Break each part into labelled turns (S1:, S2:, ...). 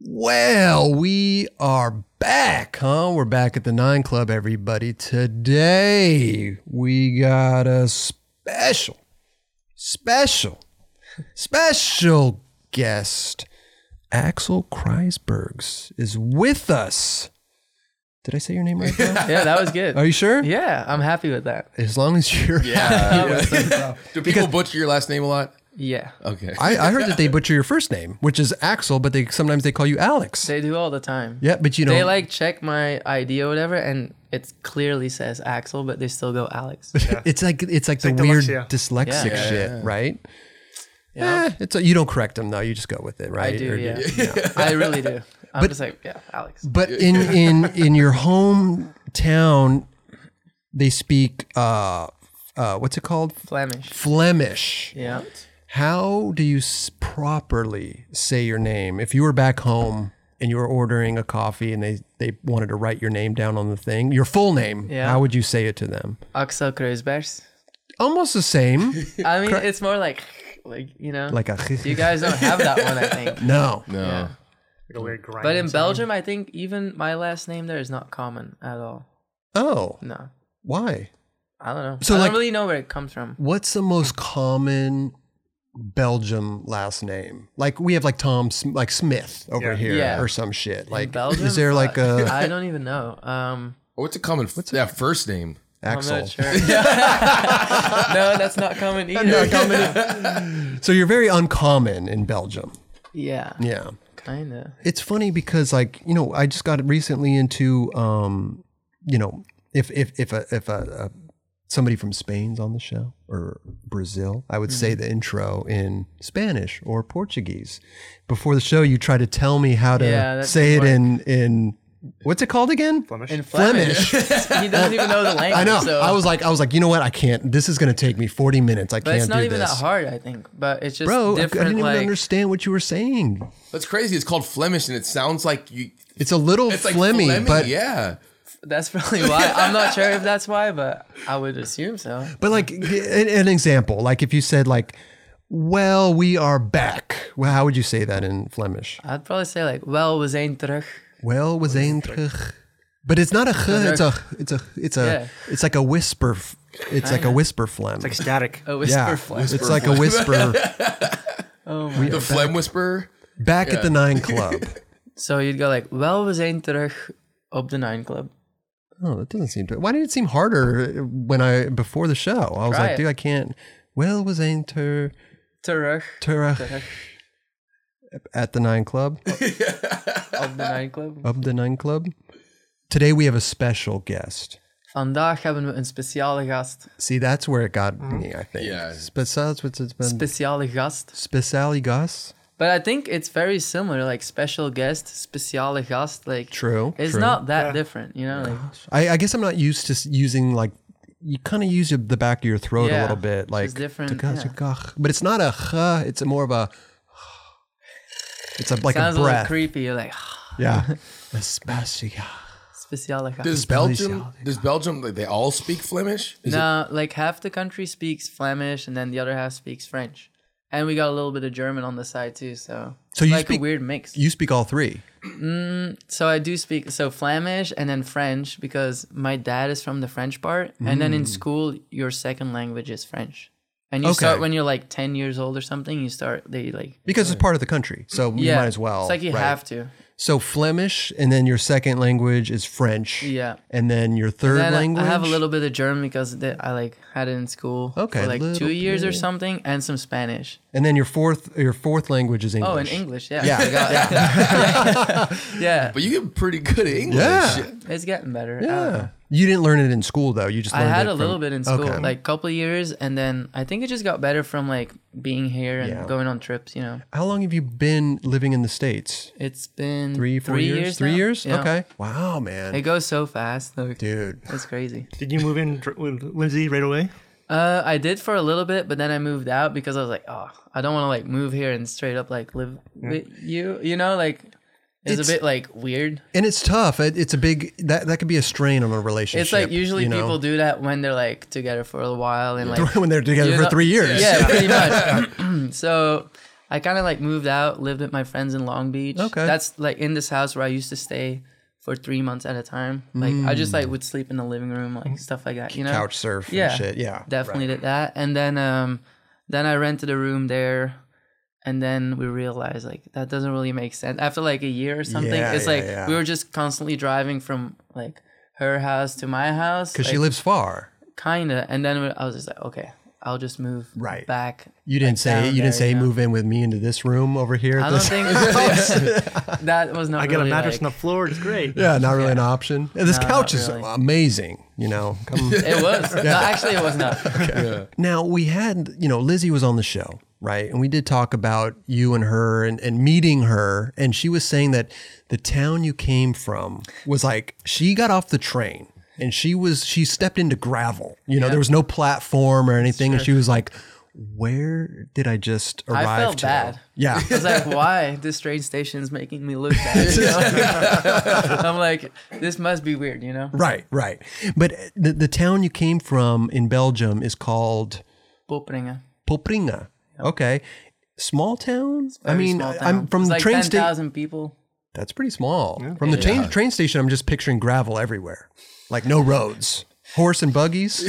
S1: Well, we are back, huh? We're back at the Nine Club, everybody. Today, we got a special, special, special guest. Axel Kreisbergs is with us. Did I say your name right? Now?
S2: Yeah, that was good.
S1: Are you sure?
S2: Yeah, I'm happy with that.
S1: As long as you're.
S3: Yeah. Do people butcher your last name a lot?
S2: Yeah.
S3: Okay.
S1: I, I heard that they butcher your first name, which is Axel, but they sometimes they call you Alex.
S2: They do all the time.
S1: yeah, but you know,
S2: They like check my ID or whatever and it clearly says Axel, but they still go Alex.
S1: It's like it's like the
S4: like
S1: weird
S4: dyslexia.
S1: dyslexic
S2: Yeah.
S1: shit, right?
S2: Yeah.
S1: Eh, it's you don't correct them though. You just go with it, right?
S2: I do,
S1: Or
S2: yeah. I really do. I'm just like, yeah, Alex.
S1: But in in in your hometown, they speak uh, uh, what's it called?
S2: Flemish.
S1: Flemish.
S2: Yeah.
S1: How do you s- properly say your name? If you were back home and you were ordering a coffee and they they wanted to write your name down on the thing, your full name,
S2: Yeah.
S1: how would you say it to them?
S2: Axel Kreuzbergs.
S1: Almost the same,
S2: I mean, it's more like, like you know,
S1: like a
S2: you guys don't have that one, I think.
S1: no.
S3: No.
S2: Yeah.
S4: Like a weird grind.
S2: But in Belgium, I think even my last name there is not common at all.
S1: Oh,
S2: No.
S1: why?
S2: I don't know.
S1: So,
S2: I
S1: like-
S2: don't really know where it comes from.
S1: What's the most common Belgium last name? Like we have like Tom, Sm- like Smith over
S4: Yeah.
S1: here
S2: Yeah.
S1: or some shit.
S2: in
S1: Like,
S2: Belgium,
S1: is there like
S2: Fuck.
S1: a
S2: I don't even know. Um,
S3: What's a common What's yeah, first name?
S1: Axel?
S2: I'm not sure. no, that's not common either.
S1: So you're very uncommon in Belgium.
S2: Yeah,
S1: Yeah.
S2: kind of.
S1: It's funny because like, you know, I just got recently into, um, you know, if, if, if a, if a, a somebody from Spain's on the show or Brazil, I would
S2: Mm-hmm.
S1: say the intro in Spanish or Portuguese. Before the show, you try to tell me how to
S2: Yeah, that
S1: say it in
S2: didn't
S1: in what's it called again?
S4: Flemish.
S2: In
S1: Flemish.
S2: Flemish, he doesn't even know the language.
S1: I know.
S2: So.
S1: I was like, I was like, you know what? I can't. This is going to take me forty minutes. I
S2: but
S1: can't
S2: it's not
S1: do
S2: even
S1: this,
S2: that hard, I think. But it's just
S1: bro. I- I
S2: different.
S1: didn't even
S2: like,
S1: understand what you were saying.
S3: That's crazy. It's called Flemish, and it sounds like you.
S1: It's a little
S3: It's like
S1: flemmy, but
S3: yeah.
S2: that's probably why. I'm not sure if that's why, but I would assume so.
S1: but like g- an, an example, like if you said like, "Well, we are back." Well, how would you say that in Flemish?
S2: I'd probably say like, "Well, we zijn terug."
S1: Well, was een terug. But it's not a g, it's a it's a it's a
S2: Yeah. Ah.
S1: it's like a whisper f- it's like a whisper phlegm.
S4: It's like static.
S2: Oh,
S1: yeah,
S2: whisper flag.
S1: it's like a whisper
S3: The phlegm whisperer.
S1: back at the nine club.
S2: So you'd go like, "Well, we zijn terug op de nine club."
S1: Oh, that doesn't seem to. Why did it seem harder when I before the show? I was
S2: Try
S1: like,
S2: it.
S1: dude, I can't. Well, was ain't ter
S2: Terug
S1: ter at the nine club
S2: op de nine club.
S1: of the nine club. Today we have a special guest.
S2: Vandaag hebben we een speciale gast.
S1: See, that's where it got
S2: Mm-hmm.
S1: me. I think.
S3: Yeah.
S1: Special. That's what's it's been.
S2: Speciale gast.
S1: Speciale Gus.
S2: But I think it's very similar, like special guest, speciale gast, like
S1: True,
S2: It's
S1: true.
S2: not that different, you know. Like,
S1: I, I guess I'm not used to s- using like you kind of use your, the back of your throat a
S2: Yeah,
S1: little bit, like
S2: different,
S1: to gus-
S2: yeah.
S1: gah. But it's not a. Huh, it's more of a. It's a, like
S2: sounds
S1: a
S2: a little
S1: breath.
S2: creepy, you're like
S1: Yeah. Espacia.
S2: speciale gast.
S3: Does Belgium? Does Belgium? Like they all speak Flemish? Is
S2: No, like half the country speaks Flemish, and then the other half speaks French, and we got a little bit of German on the side too. So it's
S1: So you
S2: like
S1: speak-
S2: a weird mix.
S1: You speak all three.
S2: so I do speak so Flemish and then French because my dad is from the French part, and then
S1: Mm.
S2: in school your second language is French, and you
S1: Okay.
S2: start when you're like ten years old or something. You start they like.
S1: Because it's part of the country. So you
S2: Yeah,
S1: might as well.
S2: It's like you
S1: right?
S2: have to.
S1: So Flemish, and then your second language is French.
S2: Yeah.
S1: And then your third
S2: Then I-
S1: language.
S2: I have a little bit of German because th- I like had it in school
S1: Okay,
S2: for like
S1: little
S2: two years or
S1: bit.
S2: something, and some Spanish.
S1: And then your fourth your fourth language is English.
S2: Oh, and English, yeah,
S1: Yeah.
S2: I forgot. yeah. yeah.
S3: But you get pretty good at English.
S1: Yeah.
S2: it's getting better. I don't know.
S1: Yeah. You didn't learn it in school though. You just
S2: I
S1: learned
S2: had
S1: it
S2: a
S1: from-
S2: little bit in school,
S1: Okay.
S2: like a couple of years, and then I think it just got better from like being here and
S1: Yeah.
S2: going on trips. You know,
S1: How long have you been living in the states?
S2: it's been
S1: Three, four years? Three
S2: now.
S1: years?
S2: Yeah.
S1: Okay. Wow, man.
S2: It goes so fast, like,
S1: Dude.
S2: That's crazy.
S4: Did you move in dr- with Lindsay right away?
S2: Uh, I did for a little bit, but then I moved out because I was like, oh, I don't want to like move here and straight up like live with you. You know, like it's,
S1: It's-
S2: a bit like weird.
S1: And it's tough. It, it's a big that that could be a strain on a relationship.
S2: It's like usually
S1: you know?
S2: people do that when they're like together for a while and like
S1: when they're together
S2: You
S1: for
S2: know-
S1: three years.
S2: yeah, pretty much. so I kind of like moved out, lived with my friends in Long Beach.
S1: Okay.
S2: That's like in this house where I used to stay for three months at a time. Like I just like would sleep in the living room, like stuff like that. You know,
S1: Mm. Couch surf and shit. Yeah.
S2: definitely did that. And then um, then I rented a room there, and then we realized like that doesn't really make sense. After like a year or something,
S1: Yeah,
S2: it's
S1: yeah,
S2: like
S1: yeah.
S2: we were just constantly driving from like her house to my house
S1: Because
S2: like,
S1: she lives far.
S2: kinda. And then I was just like, okay, I'll just move
S1: Right.
S2: back.
S1: You didn't say
S2: down
S1: you didn't
S2: there,
S1: say
S2: yeah.
S1: move in with me into this room over here.
S2: I
S1: at
S2: don't
S1: this-
S2: think that was not.
S4: I got a
S2: really,
S4: mattress
S2: like-
S4: on the floor. It's great.
S1: yeah, not really an option. And this
S2: No,
S1: couch
S2: not
S1: is
S2: really.
S1: amazing. You know, come
S2: It was. No, actually, it was not.
S1: Now we had, you know, Lizzie was on the show, right? And we did talk about you and her and, and meeting her. And she was saying that the town you came from was like she got off the train and she was she stepped into gravel. You know, there was no platform or anything, and she was like, "Where did I just arrive?"
S2: felt
S1: to?"
S2: bad.
S1: Yeah.
S2: I was like, why this train station is making me look bad? you know? I'm like, this must be weird, you know?
S1: Right, right. But uh, the, the town you came from in Belgium is called
S2: Popringa.
S1: Popringa. Okay. Small town? I
S2: Very
S1: mean,
S2: small
S1: I'm
S2: town.
S1: from
S2: It's
S1: the
S2: like
S1: train station.
S2: 10,000 people.
S1: That's pretty small. From the train, train station, I'm just picturing gravel everywhere, like no roads, horse and buggies.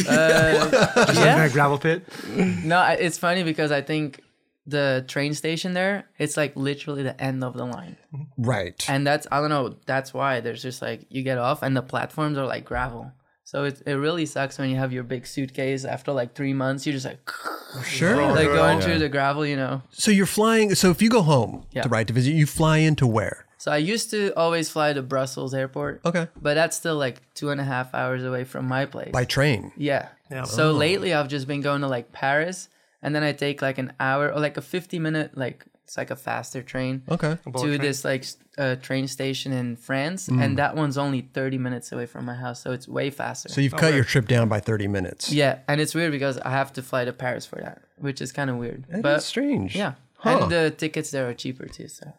S4: Like
S2: yeah.
S4: a gravel pit.
S2: No, I- it's funny because I think the train station there, it's like literally the end of the line.
S1: right.
S2: And that's, I don't know, that's why there's just like, you get off and the platforms are like gravel. So it, it really sucks when you have your big suitcase after like three months, you're just like,
S1: Sure.
S2: like going through the gravel, you know?
S1: so you're flying. So if you go home
S2: Yeah.
S1: to right to visit, you fly into where?
S2: So I used to always fly to Brussels airport.
S1: Okay.
S2: But that's still like two and a half hours away from my place.
S1: By train.
S2: yeah. So lately I've just been going to like Paris and then I take like an hour or like a 50 minute, like it's like a faster train
S1: Okay.
S2: to this like s- uh, train station in France.
S1: Mm.
S2: And that one's only 30 minutes away from my house. So it's way faster.
S1: So you've cut your trip down by 30 minutes.
S2: Oh, yeah. And it's weird because I have to fly to Paris for that, which is kind of weird.
S1: That
S2: but
S1: is strange.
S2: yeah.
S1: Huh.
S2: And the tickets there are cheaper too. So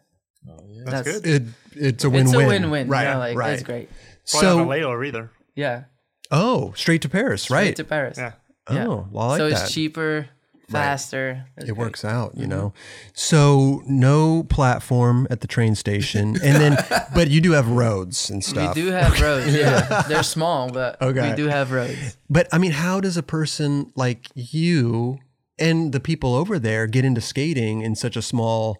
S2: that's,
S4: good.
S1: It, it's a win-win.
S2: It's a win-win.
S1: Right.
S2: Right. Yeah, like,
S1: right.
S2: It's great.
S4: Probably not a
S1: So
S4: layover either.
S2: Yeah.
S1: oh, straight to Paris. right.
S2: to Paris.
S4: Yeah.
S2: Yeah.
S1: Oh, well, I like
S2: so
S1: that.
S2: it's cheaper, faster. That's
S1: It
S2: great.
S1: works out,
S2: Mm-hmm.
S1: you know. So no platform at the train station, and then but you do have roads and
S2: We
S1: stuff.
S2: do have roads. Yeah, they're small, but
S1: Okay.
S2: we do have roads.
S1: But I mean, how does a person like you and the people over there get into skating in such a small,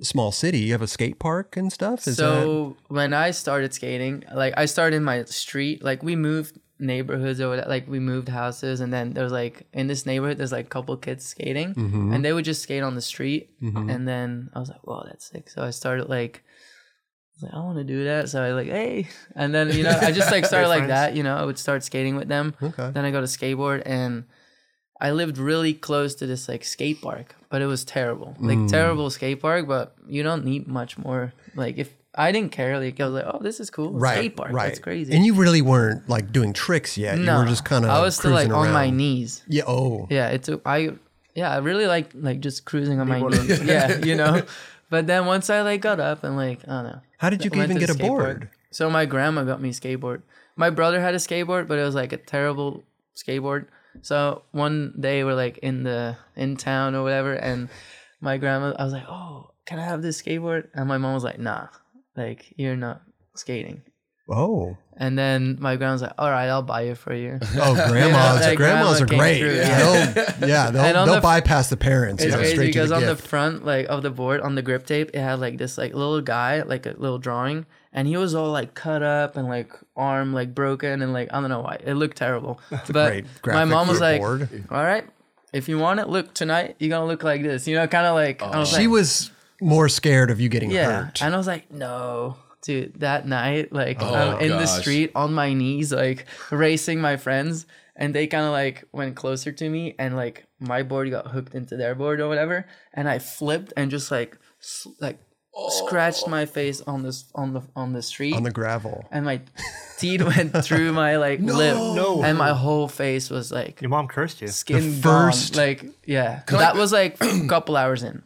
S1: small city? You have a skate park and stuff. Is
S2: so when I started skating, like I started in my street. Like we moved neighborhoods over. Like we moved houses, and then there's like in this neighborhood, there's like a couple kids skating,
S1: Mm-hmm.
S2: and they would just skate on the street. And then I was like, "Wow, that's sick!" So I started like. I was Like, I want to do that, so I like hey, and then you know I just like started like that, you know I would start skating with them.
S1: Okay.
S2: Then I go to skateboard, and I lived really close to this like skate park, but it was terrible. Like
S1: Mm.
S2: terrible skate park, but you don't need much more. Like if I didn't care, like I was like, oh, this is cool.
S1: that right?
S2: skate park.
S1: right.
S2: That's crazy.
S1: And you really weren't like doing tricks yet. You
S2: No.
S1: were just kind of.
S2: I was still like
S1: cruising
S2: on my
S1: around.
S2: knees.
S1: Yeah. Oh.
S2: Yeah, it took I yeah, I really like like just cruising on my knees. yeah, you know. But then once I like got up and like I don't know.
S1: How did you
S2: went
S1: even
S2: to
S1: get
S2: the
S1: a
S2: skate park.
S1: board?
S2: So my grandma got me a skateboard. My brother had a skateboard, but it was like a terrible skateboard. So one day we're like in the in town or whatever, and my grandma, I was like, "Oh, can I have this skateboard?" And my mom was like, "Nah, like you're not skating."
S1: Oh.
S2: And then my grandma's like, "All right, I'll buy it for you."
S1: Oh, grandmas!
S2: like,
S1: grandmas
S2: grandma
S1: are
S2: came
S1: great.
S2: through,
S1: yeah.
S2: yeah.
S1: They'll, yeah,
S2: And
S1: they'll,
S2: on
S1: they'll
S2: the-
S1: bypass the parents.
S2: It's
S1: you know,
S2: crazy
S1: straight to
S2: because
S1: the
S2: on
S1: gift.
S2: the front, like of the board, on the grip tape, it had like this like little guy, like a little drawing, and he was all like cut up and like arm like broken and like I don't know why it looked terrible. but
S1: great
S2: my
S1: graphic
S2: mom
S1: for
S2: was
S1: a
S2: like,
S1: board.
S2: "All right, if you want it, look tonight. You're gonna look like this, you know, kind of like." I was
S1: She
S2: like,
S1: was more scared of you getting
S2: "Yeah,"
S1: hurt.
S2: and I was like, "No." Dude, that night, like
S3: Oh,
S2: I'm in the
S3: gosh.
S2: street on my knees, like racing my friends, and they kind of like went closer to me, and like my board got hooked into their board or whatever, and I flipped and just like s- like scratched my face on this on the on the street,
S1: on the gravel.
S2: and my teeth went through my like lip,
S4: No.
S2: and my whole face was like
S4: Your mom cursed you.
S2: skin
S1: first-
S2: gone. Like yeah, that was like a couple hours in.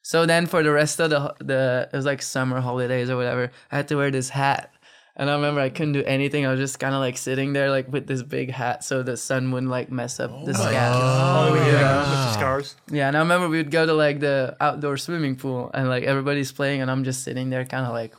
S2: So then for the rest of the the it was like summer holidays or whatever, I had to wear this hat. And I remember I couldn't do anything. I was just kind of like sitting there, like with this big hat, so the sun wouldn't like mess up the scab.
S4: Oh, yeah. With the scars.
S2: Yeah, and I remember we would go to like the outdoor swimming pool, and like everybody's playing, and I'm just sitting there, kind of like,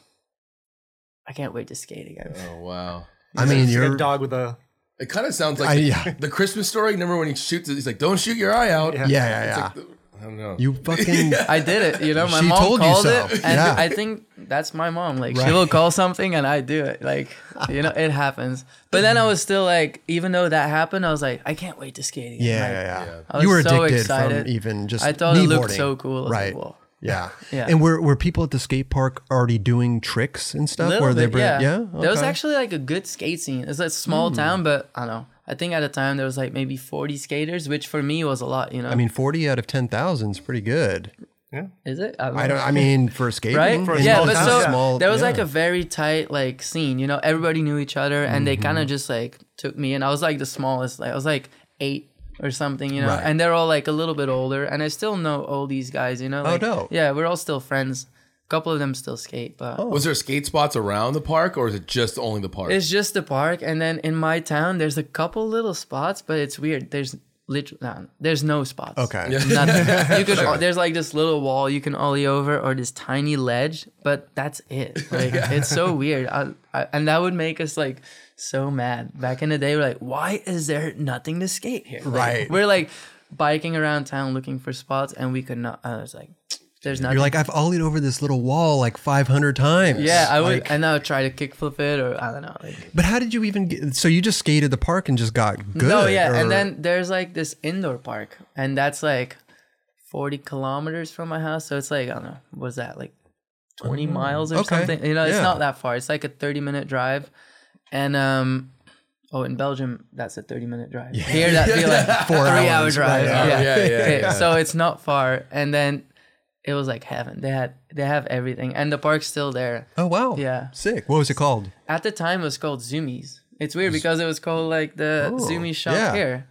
S2: I can't wait to skate again.
S3: Oh wow.
S1: I mean,
S4: It's like a
S1: you're
S4: dog with a.
S3: It kind of sounds like
S1: I-
S3: the,
S1: yeah.
S3: the Christmas story. Remember when he shoots? it, He's like, "Don't shoot your eye out."
S4: Yeah.
S1: yeah, yeah,
S3: It's
S1: yeah.
S3: like the- I don't know.
S1: you fucking
S2: I did it, you know. My
S1: She
S2: mom
S1: told you
S2: called
S1: so.
S2: it, and
S1: Yeah.
S2: I think that's my mom. Like
S1: Right.
S2: she will call something, and I do it. Like you know, it happens. But then I was still like, even though that happened, I was like, I can't wait to skate again.
S1: yeah,
S2: Like,
S1: yeah, yeah.
S2: I
S1: You were
S2: was so
S1: addicted
S2: excited.
S1: from even just
S2: I thought it looked
S1: kneeboarding.
S2: so cool. I was like,
S1: right?
S2: whoa.
S1: yeah.
S2: Yeah.
S1: And were were people at the skate park already doing tricks and stuff?
S2: Little
S1: where they
S2: bit,
S1: bring,
S2: yeah. There was
S1: Okay. Hmm.
S2: actually like a good skate scene. It's a small town, but I don't know. I think at the time there was like maybe 40 skaters, which for me was a lot, you know.
S1: I mean, forty out of ten thousand is pretty good.
S2: is it? don't
S1: I
S2: know.
S1: don't. I mean, for skating,
S2: right?
S1: in
S2: yeah,
S1: small
S2: but
S1: town,
S2: so
S1: small-
S2: there was
S1: yeah.
S2: like a very tight like scene. You know, everybody knew each other, and they kind of
S1: Mm-hmm.
S2: just like took me, and I was like the smallest. Like I was like eight or something, you know.
S1: Right.
S2: And they're all like a little bit older, and I still know all these guys. You know, like,
S1: Oh, dope.
S2: Yeah, we're all still friends. A couple of them still skate, but
S3: Was there skate spots around the park, or is it just only the park?
S2: it's just the park. And then in my town, there's a couple little spots, but it's weird. There's literally no, there's no spots.
S1: Okay.
S2: Nothing. You could, There's like this little wall you can ollie over, or this tiny ledge, but that's it. Like it's so weird, I, I, and that would make us like so mad. Back in the day, we're like, why is there nothing to skate here? Like,
S1: Right.
S2: We're like biking around town looking for spots, and we could not. I was like, there's nothing.
S1: You're like I've ollied over this little wall like 500 times.
S2: yeah, I would,
S1: Like,
S2: and I would try to kickflip it, or I don't know. Like,
S1: but how did you even? get So you just skated the park and just got good.
S2: No, yeah,
S1: or-
S2: and then there's like this indoor park, and that's like 40 kilometers from my house. So it's like I don't know, was that like 20 miles or
S1: Mm, okay,
S2: something? You know, it's
S1: yeah.
S2: not that far. It's like a 30 minute drive, and um, oh, in Belgium that's a 30 minute drive. Here that'd be like
S1: Four
S2: three hour
S1: hours, right,
S2: drive. Yeah,
S3: Oh, yeah, yeah,
S2: Okay,
S3: yeah.
S2: So it's not far, and then it was like heaven. They had they have everything, and the park's still there.
S1: oh wow,
S2: Yeah.
S1: sick. What was it called?
S2: At the time, it was called Zoomies. It's weird because it was called like the
S1: Oh,
S2: Zoomies shop
S1: yeah.
S2: here,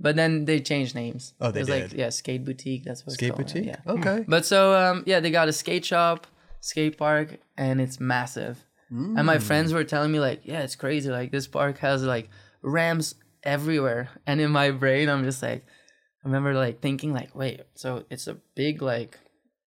S2: but then they changed names.
S1: Oh, they
S2: it was Like,
S1: did.
S2: yeah, Skate Boutique. That's what
S1: Skate
S2: it's called,
S1: boutique.
S2: Yeah.
S1: Okay.
S2: But so um, yeah, they got a skate shop, skate park, and it's massive. And
S1: Mm.
S2: my friends were telling me like, yeah, it's crazy. Like this park has like ramps everywhere, and in my brain, I'm just like, I remember like thinking like, wait, so it's a big like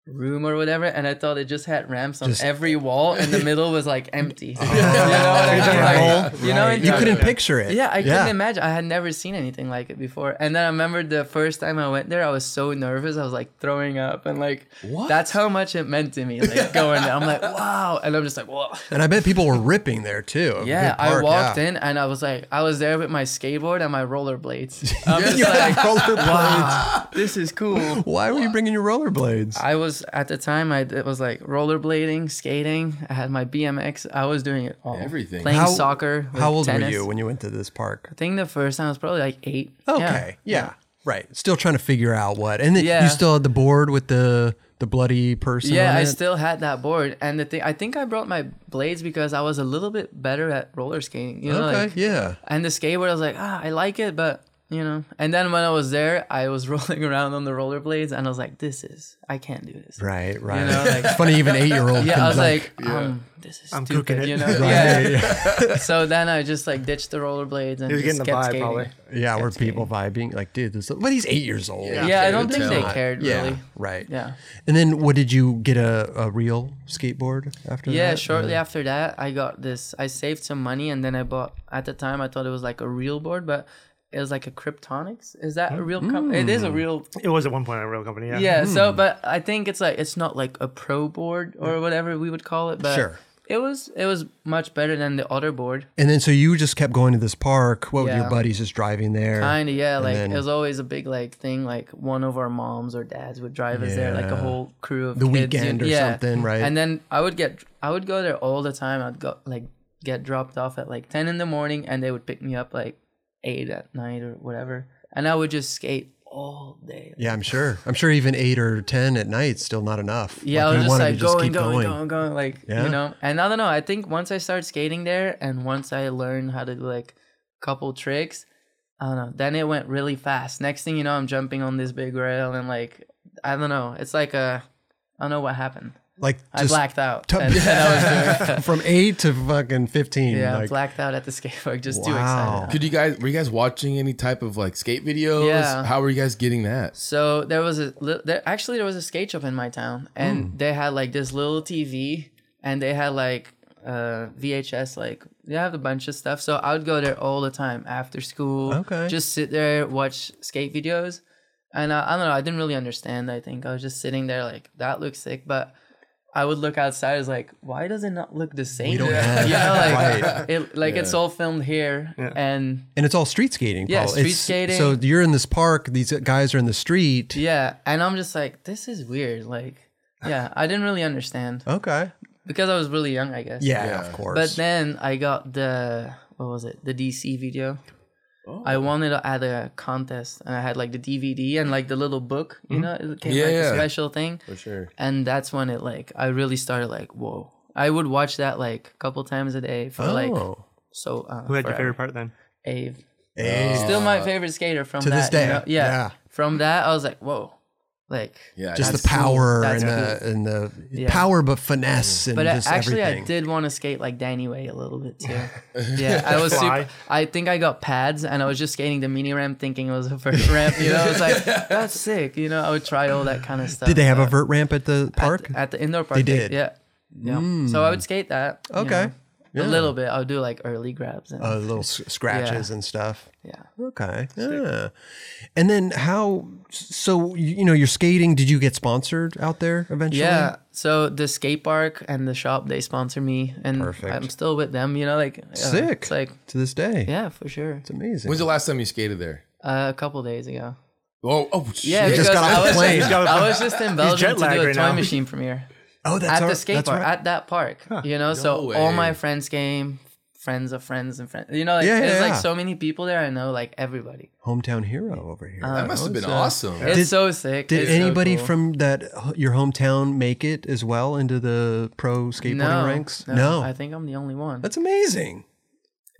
S2: room or whatever, and I thought it just had ramps on
S1: Just- Oh.
S2: every wall, and the middle was like empty. you know, what I mean? Like,
S1: Right.
S2: you know, and
S1: You
S2: like-
S1: couldn't picture it.
S2: yeah, I couldn't imagine. I had never seen anything like it before. And then I remember the first time I went there, I was so nervous. I was like throwing up, and like that's how much it meant to me. Like going there, I'm like, wow, and I'm just like, whoa.
S1: And I bet people were ripping there too.
S2: Yeah, I walked in and I was like, I was there with my skateboard and my rollerblades. I'm just
S1: You
S2: like,
S1: had rollerblades.
S2: wow, this is cool.
S1: Why were you bringing your rollerblades?
S2: I was at the time. I it was like rollerblading, skating. I had my BMX. I was doing it all.
S3: Everything.
S2: Playing
S1: How-
S2: soccer.
S1: How old
S2: tennis.
S1: were you when you went to this park?
S2: I think the first time I was probably like eight. Yeah.
S1: Okay, yeah, right. Still trying to figure out what, and then
S2: Yeah.
S1: you still had the board with the the bloody person.
S2: Yeah,
S1: on
S2: I
S1: it?
S2: still had that board, and the thing I think I brought my blades because I was a little bit better at roller skating. You know,
S1: Okay,
S2: like,
S1: yeah.
S2: and the skateboard, I was like, ah, I like it, but you know. And then when I was there, I was rolling around on the rollerblades, and I was like, this is, I can't do this.
S1: Right, right.
S2: know, like-
S1: it's funny, even eight year old.
S2: Yeah, I was like, um, this is
S4: I'm
S2: stupid,
S4: cooking it.
S2: you know.
S1: yeah,
S2: Yeah.
S1: yeah, yeah.
S2: so then I just like ditched the rollerblades and
S4: He was
S2: just
S4: getting the
S2: kept
S4: vibe,
S2: skating.
S4: probably.
S1: Yeah, were people vibing like, dude, this? But he's eight years old.
S3: Yeah.
S2: Yeah, I don't think they
S3: Yeah.
S2: cared
S1: Yeah,
S2: really.
S1: right.
S2: Yeah.
S1: And then, what did you get a, a real skateboard after that?
S2: Yeah, shortly after that, I got this. I saved some money and then I bought. At the time, I thought it was like a real board, but it was like a Kryptonics. Is that a
S1: Hmm.
S2: real company? It is a real.
S4: It was at one point a real company. Yeah.
S2: Yeah. So,
S1: Hmm.
S2: but I think it's like it's not like a pro board or whatever we would call it. But
S1: Sure.
S2: it was it was much better than the other board.
S1: And then, so you just kept going to this park. What were your
S2: Yeah.
S1: buddies just driving there?
S2: Kinda yeah. Like
S1: then-
S2: it was always a big like thing. Like one of our moms or dads would drive us there, like a
S1: Yeah.
S2: whole crew of
S1: The
S2: kids, you-
S1: weekend or something, right?
S2: And then I would get I would go there all the time. I'd go like get dropped off at like ten in the morning, and they would pick me up like eight at night or whatever, and I would just skate all day.
S1: Yeah, I'm sure. I'm sure even eight or ten at night still not enough.
S2: Yeah,
S1: you
S2: I was just
S1: wanted
S2: like
S1: to
S2: going,
S1: keep
S2: going, going, going, like
S1: Yeah.
S2: you know. And I don't know. I think once I started skating there, and once I learned how to do like couple tricks, I don't know. Then it went really fast. Next thing you know, I'm jumping on this big rail and like I don't know. It's like a I don't know what happened.
S1: Like
S2: I blacked out.
S1: to-
S2: and, and I was doing,
S1: from eight to fucking fifteen.
S2: yeah,
S1: like,
S2: blacked out at the skate park. Just too
S1: Wow.
S2: excited.
S3: Could you guys were you guys watching any type of like skate videos?
S2: Yeah.
S3: How were you guys getting that?
S2: So there was a li- there, actually there was a skate shop in my town, and
S1: Hmm.
S2: they had like this little TV, and they had like uh, VHS, like they have a bunch of stuff. So I would go there all the time after school.
S1: Okay.
S2: just sit there watch skate videos, and I, I don't know. I didn't really understand. I think I was just sitting there like that looks sick, but. I would look outside. I was like, why does it not look the same?
S1: don't have
S2: you know, like,
S1: Right.
S2: it, like it's all filmed here, and
S1: and it's all street skating.
S2: Yeah,
S1: Paul.
S2: street
S1: It's-
S2: skating.
S1: So you're in this park. These guys are in the street.
S2: Yeah, and I'm just like, this is weird. Like, yeah, I didn't really understand
S1: Okay.
S2: because I was really young, I guess.
S1: Uh, Yeah,
S3: Yeah.
S1: of course.
S2: But then I got the what was it? The DC video.
S1: Oh.
S2: I wanted to add a contest, and I had like the DVD and like the little book.
S1: Mm-hmm.
S2: You know, it came like
S3: Yeah.
S2: a special thing,
S3: For sure.
S2: and that's when it like I really started like whoa. I would watch that like a couple times a day for like
S1: Oh.
S2: so. Uh,
S4: Who had your
S2: forever.
S4: favorite part then?
S2: Ave.
S1: Hey.
S2: Still my favorite skater from
S1: Uh, To
S2: that,
S1: this day,
S2: you know? yeah.
S1: yeah.
S2: From that, I was like, whoa, like
S3: Yeah.
S1: just
S3: that's-
S1: the power
S2: Oh, cool.
S1: and
S2: That's
S1: the, and the
S2: Yeah. Mm.
S1: power, but finesse and
S2: But I-
S1: just
S2: actually,
S1: everything.
S2: I did want to skate like Danny Way a little bit too. Yeah, I was.
S4: Fly.
S2: Super, I think I got pads, and I was just skating the mini ramp, thinking it was a vert ramp. You know, I was like, "That's sick." You know, I would try all that kind of stuff.
S1: Did they have a
S2: but
S1: vert ramp at the park?
S2: at, at the indoor park?
S1: did. Hmm.
S2: Yeah, yeah. So I would skate that. you
S1: Okay.
S2: know, a little bit. I would do like early grabs and
S1: uh, little s- scratches and stuff.
S2: yeah.
S1: Okay. Yeah. And then how? So you you know you're skating. Did you get sponsored out there eventually?
S2: Yeah. So the skate park and the shop they sponsor me, and
S1: Perfect.
S2: I'm still with them. You know, like uh,
S1: Sick.
S2: It's like
S1: to this day.
S2: yeah, for sure.
S1: It's amazing.
S3: When's the last time you skated there?
S2: Uh, a couple days ago.
S3: Oh, oh shit.
S2: Yeah,
S1: just
S2: because
S1: got off
S2: I
S1: the
S2: was,
S1: plane.
S2: Just, I was just in Belgium
S4: jet
S2: to
S4: lagged
S2: do a
S4: right
S2: toy
S4: now.
S2: machine premiere
S1: oh, that's
S2: at
S1: our-
S2: the skate
S1: that's
S2: park
S1: right.
S2: at that park. You know, so
S3: No
S2: all
S3: way.
S2: my friends came, friends of friends and friends. You know, like
S1: Yeah,
S2: there's
S1: yeah,
S2: like
S1: yeah.
S2: so many people there. I know like everybody.
S1: Hometown hero over here.
S3: That must have been
S1: So-
S3: awesome.
S2: It's
S1: Did-
S2: so sick.
S1: Did
S2: It's so
S1: anybody
S2: cool.
S1: from that your hometown make it as well into the pro skateboarding
S2: no,
S1: ranks?
S2: No,
S1: No.
S2: I think I'm the only one.
S1: that's amazing.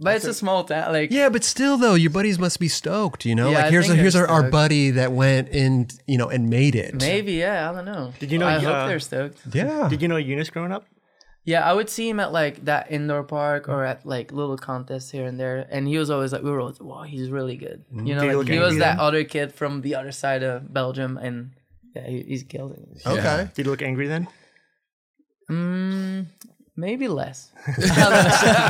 S2: but it's a small town. Like
S1: Yeah, but still though, your buddies must be stoked, you know?
S2: Yeah,
S1: like
S2: I
S1: here's
S2: think
S1: here's
S2: they're
S1: our, our
S2: stoked.
S1: buddy that went in, you know, and made it.
S2: maybe yeah. I don't know. Did
S4: you know,
S2: I
S4: uh,
S2: hope they're stoked.
S1: Yeah.
S4: Did you know Eunice growing up?
S2: Yeah, I would see him at like that indoor park or at like little contests here and there, and he was always like, we were always, wow, he's really good. You know,
S4: Did he
S2: like,
S4: Mm-hmm. look
S2: he was
S4: angry
S2: that
S4: then?
S2: other kid from the other side of Belgium, and yeah, he, he's killed it.
S1: okay.
S4: Did you look angry then?
S2: Mm, maybe less.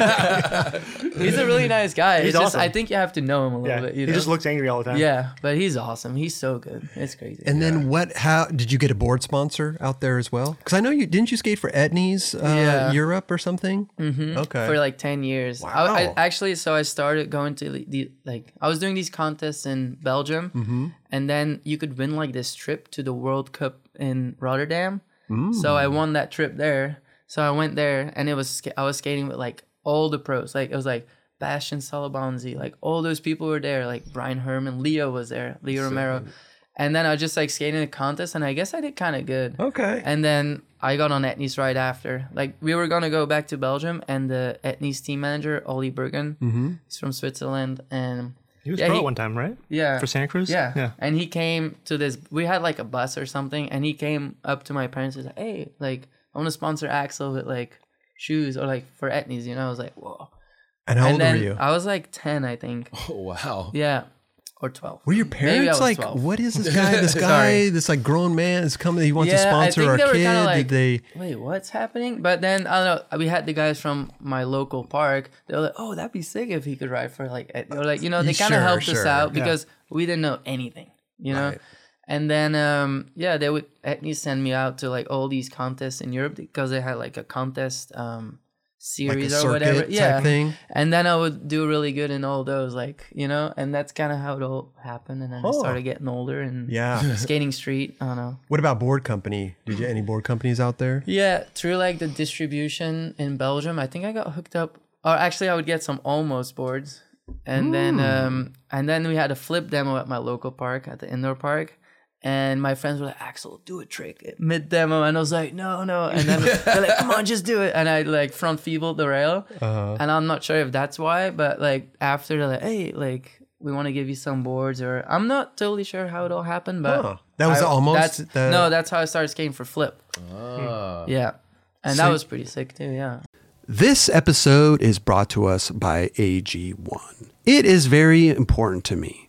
S2: he's a really nice guy.
S4: He's
S2: it's just
S4: awesome.
S2: I think you have to know him a little
S4: Yeah.
S2: bit.
S4: He
S2: You know?
S4: just looks angry all the time.
S2: yeah, but he's awesome. He's so good. It's crazy.
S1: And then what how did you get a board sponsor out there as well? Cuz I know you didn't you skate for Etnies uh,
S2: Yeah.
S1: Europe or something? Mm-hmm. Okay.
S2: for like 10 years. I,
S1: Wow.
S2: I actually so I started going to the- the like I was doing these contests in Belgium
S1: Mm-hmm.
S2: and then you could win like this trip to the World Cup in Rotterdam.
S1: Mm.
S2: So I won that trip there. So I went there and it was sk- I was skating with like all the pros. Like it was like Bastian Salabanzi, like all those people were there, like Brian Herman, Leo was there, Leo Romero. And then I was just like skating a contest and I guess I did kind of good.
S1: okay.
S2: And then I got on Etnies right after. Like we were gonna go back to Belgium, and the Etnies team manager Ollie Bergen, he's from Switzerland, and
S4: He was
S2: Yeah,
S4: pro
S2: he-
S4: one time, right?
S2: yeah,
S4: For Santa Cruz?
S2: yeah,
S4: Yeah.
S2: And he came to this. We had like a bus or something, and he came up to my parents. and was like, "Hey, like I want to sponsor Axel with like shoes or like for Etnies," you know. I was like, "Whoa!"
S1: and how
S2: and
S1: old
S2: then
S1: were you?
S2: I was like ten, I think.
S3: Oh wow.
S2: Yeah, or twelve.
S1: were your
S2: I
S1: parents
S2: was
S1: like,
S2: 12.
S1: what is this guy? This guy, this like grown man is coming. He wants to
S2: Yeah, I
S1: sponsor
S2: think
S1: our
S2: they were
S1: kid.
S2: kinda
S1: Did
S2: like-
S1: they?
S2: wait, what's happening? But then I don't know. We had the guys from my local park. They were like, oh, that'd be sick if he could ride for like, a-" they were like, you know, they kind of
S1: Sure,
S2: helped us
S1: sure,
S2: out
S1: yeah.
S2: because we didn't know anything, you know.
S1: Right.
S2: And then um, yeah, they would Etnies send me out to like all these contests in Europe because they had like a contest um series or
S1: circuit
S2: whatever,
S1: type
S2: yeah.
S1: thing?
S2: And then I would do really good in all those, like you know. And that's kind of how it all happened. And then I started getting older and
S1: Yeah.
S2: skating street. I don't know.
S1: What about board company? Did you any board companies out there?
S2: Yeah, through like the distribution in Belgium, I think I got hooked up. Or actually, I would get some almost boards, and then um, and then we had a flip demo at my local park at the indoor park, and my friends were like, "Axel, do a trick at mid demo," and I was like, "No, no," and then they're like, "Come on, just do it," and I like front feebled the rail, and I'm not sure if that's why, but like after they're like, "Hey, like." We want to give you some boards, or I'm not totally sure how it all happened, but
S1: Huh. That was
S2: I-
S1: almost
S2: that's-
S1: the-
S2: no. That's how I started skating for flip.
S3: Ah.
S2: Yeah, and that was pretty sick too. Yeah.
S5: This episode is brought to us by AG1. It is very important to me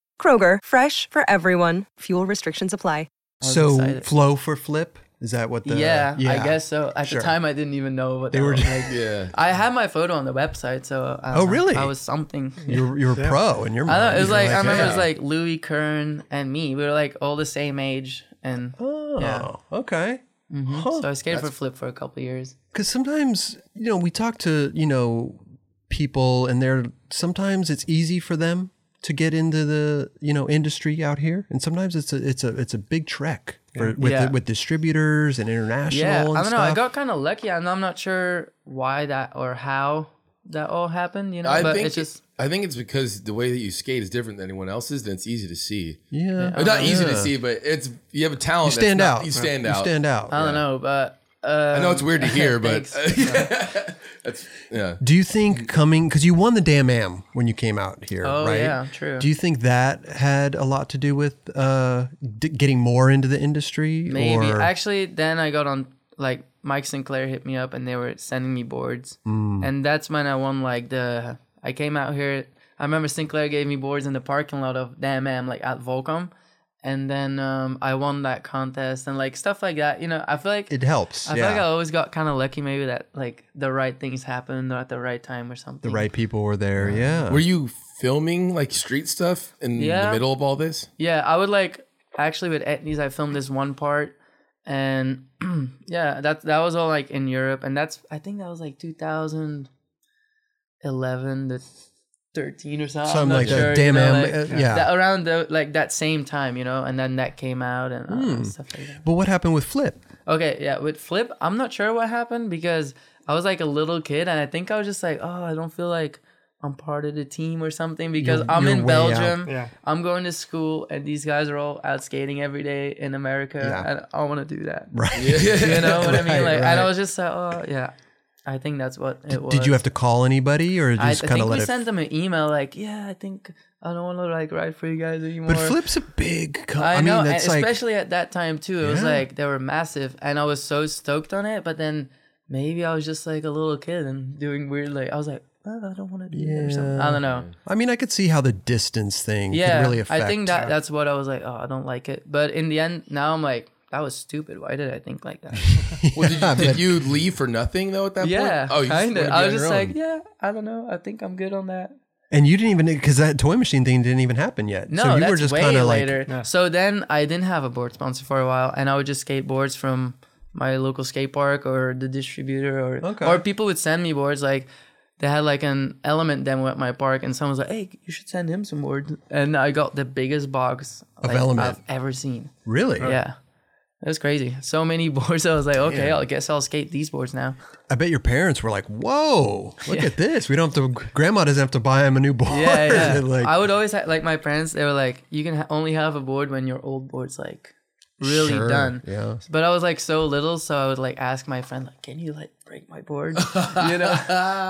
S6: Kroger, fresh for everyone. Fuel restrictions apply.
S2: was
S1: So
S2: excited.
S1: flow for flip is that what the
S2: yeah, I guess so. At
S1: sure.
S2: the time, I didn't even know what
S1: They
S2: they
S1: were
S2: were.
S1: just-
S2: like,
S3: Yeah.
S2: I had my photo on the website, so I
S1: Oh,
S2: don't know,
S1: really?
S2: I was something.
S1: You're you're a pro in your mind.
S2: I don't know. It was
S1: You're
S2: like, I remember it was
S3: yeah.
S2: like Louis Kern and me. We were like all the same age, and
S1: Oh,
S2: yeah. Mm-hmm.
S1: okay.
S2: so I skated for flip for a couple years.
S1: because sometimes you know we talk to you know people and they're sometimes it's easy for them to get into the you know industry out here and sometimes it's a it's a it's a big trek for, with
S2: Yeah.
S1: The, with distributors and international
S2: Yeah, I
S1: and
S2: don't know. I
S1: stuff.
S2: got kind of lucky. I'm, I'm not sure why that or how that all happened. You know,
S3: I
S2: but
S3: think
S2: it's just
S3: I think it's because the way that you skate is different than anyone else's. Then it's easy to see.
S1: yeah
S3: Or not easy to
S1: Yeah.
S3: see, but it's you have a talent.
S1: you stand
S3: that's not-
S1: out
S3: You stand
S1: you
S3: out.
S1: stand out
S2: I don't know, but uh,
S3: I know it's weird to hear, but
S2: Thanks.
S3: that's yeah.
S1: do you think coming because you won the damn am when you came out here
S2: Oh,
S1: right
S2: yeah, true.
S1: do you think that had a lot to do with uh d- getting more into the industry
S2: Maybe.
S1: or
S2: Actually, then I got on like Mike Sinclair hit me up and they were sending me boards,
S1: Hmm.
S2: and that's when I won like the. I came out here. I remember Sinclair gave me boards in the parking lot of DMM, like at Volcom, and then um, I won that contest and like stuff like that. You know, I feel like
S1: it helps
S2: I
S1: yeah
S2: feel like I always got kind of lucky, maybe that like the right things happened at the right time or something.
S1: the right people were there yeah
S3: Were you filming like street stuff in
S2: Yeah.
S3: the middle of all this?
S2: Yeah, I would like actually with Etnies I filmed this one part and yeah, that that was all like in Europe and that's I think that was like 2011 to 13 or something.
S1: Something
S2: I'm not
S1: like that.
S2: sure,
S1: Damn,
S2: you know,
S1: am-
S2: like,
S1: uh, yeah.
S2: that- around the, like that same time, you know, and then that came out and uh,
S1: Hmm.
S2: stuff like that.
S1: But what happened with Flip?
S2: Okay, yeah, with Flip, I'm not sure what happened because I was like a little kid and I think I was just like, oh, I don't feel like I'm part of the team or something because
S1: You're-
S2: I'm
S1: you're
S2: in
S1: way out.
S2: Belgium.
S4: Yeah.
S2: I'm going to school and these guys are all out skating every day in America
S1: Yeah.
S2: and I want to do that.
S1: Right.
S2: You know what I mean?
S1: Right,
S2: Like, and
S1: right.
S2: I was just like, oh, yeah, I think that's what it was.
S1: Did you have to call anybody or
S2: I, I
S1: just kind
S2: think
S1: of
S2: we
S1: let it?
S2: sent them an email like, yeah, I think I don't want to like write for you guys anymore.
S1: but Flip's a big. Co- I,
S2: I,
S1: mean,
S2: know,
S1: that's
S2: and
S1: like
S2: especially at that time too. It was
S1: Yeah.
S2: like they were massive, and I was so stoked on it. But then maybe I was just like a little kid and doing weird. Like I was like, oh, I don't want to do that or something. I don't know.
S1: I mean, I could see how the distance thing
S2: Yeah,
S1: could really affect.
S2: I think that that's what I was like. Oh, I don't like it. But in the end, now I'm like, that was stupid. Why did I think like that?
S3: Well, did, you, did you leave for nothing though at that
S2: yeah,
S3: point? Oh, you just
S2: kind
S3: wanted
S2: of.
S3: to
S2: I
S3: be
S2: was
S3: on
S2: just
S3: your
S2: like,
S3: own.
S2: yeah, I don't know. I think I'm good on that.
S1: and you didn't even because that toy machine thing didn't even happen yet.
S2: No,
S1: so you
S2: that's
S1: were just
S2: way
S1: kind of like
S2: later. So then I didn't have a board sponsor for a while, and I would just skate boards from my local skate park or the distributor, or
S1: Okay.
S2: or people would send me boards. Like they had like an element demo at my park, and someone was like, "Hey, you should send him some boards." And I got the biggest box like,
S1: Element.
S2: I've ever seen.
S1: really.
S2: Yeah, it was crazy. So many boards. I was like, "Okay, I guess I'll skate these boards now."
S1: I bet your parents were like, "Whoa, look at this! We don't have to. Grandma doesn't have to buy him a new board."
S2: Yeah, yeah.
S1: like,
S2: I would always ha- like my parents. They were like, "You can ha- only have a board when your old board's like really
S1: Sure,
S2: done.
S1: yeah.
S2: But I was like so little, so I would like ask my friend, like, "Can you like break my board?" You know.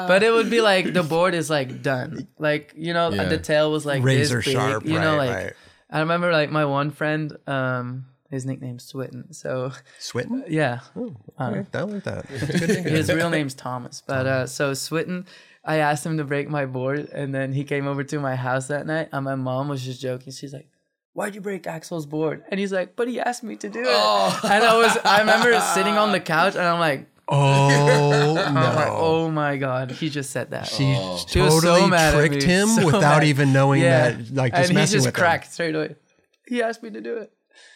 S2: but it would be like the board is like done, like you know
S3: Yeah.
S2: the tail was like
S1: Razor
S2: this big,
S1: sharp,
S2: You know,
S1: right,
S2: like
S1: right.
S2: I remember like my one friend, um, his nickname's Switten, so
S1: Switten?
S2: yeah,
S1: Okay, I like that. That's good thinking.
S2: his real name's Thomas. But uh, so Switten, I asked him to break my board, and then he came over to my house that night, and my mom was just joking. She's like, "Why'd you break Axel's board?" And he's like, "But he asked me to do it." And I was, I remember sitting on the couch, and I'm like,
S1: Oh
S2: I'm like,
S1: no.
S2: "Oh my god, he just said that."
S1: She
S2: She was so
S1: totally
S2: mad at
S1: tricked
S2: me,
S1: him
S2: so
S1: without
S2: mad.
S1: even knowing
S2: Yeah.
S1: that. Like just
S2: and he
S1: messing
S2: just
S1: with him.
S2: cracked straight away. He asked me to do it,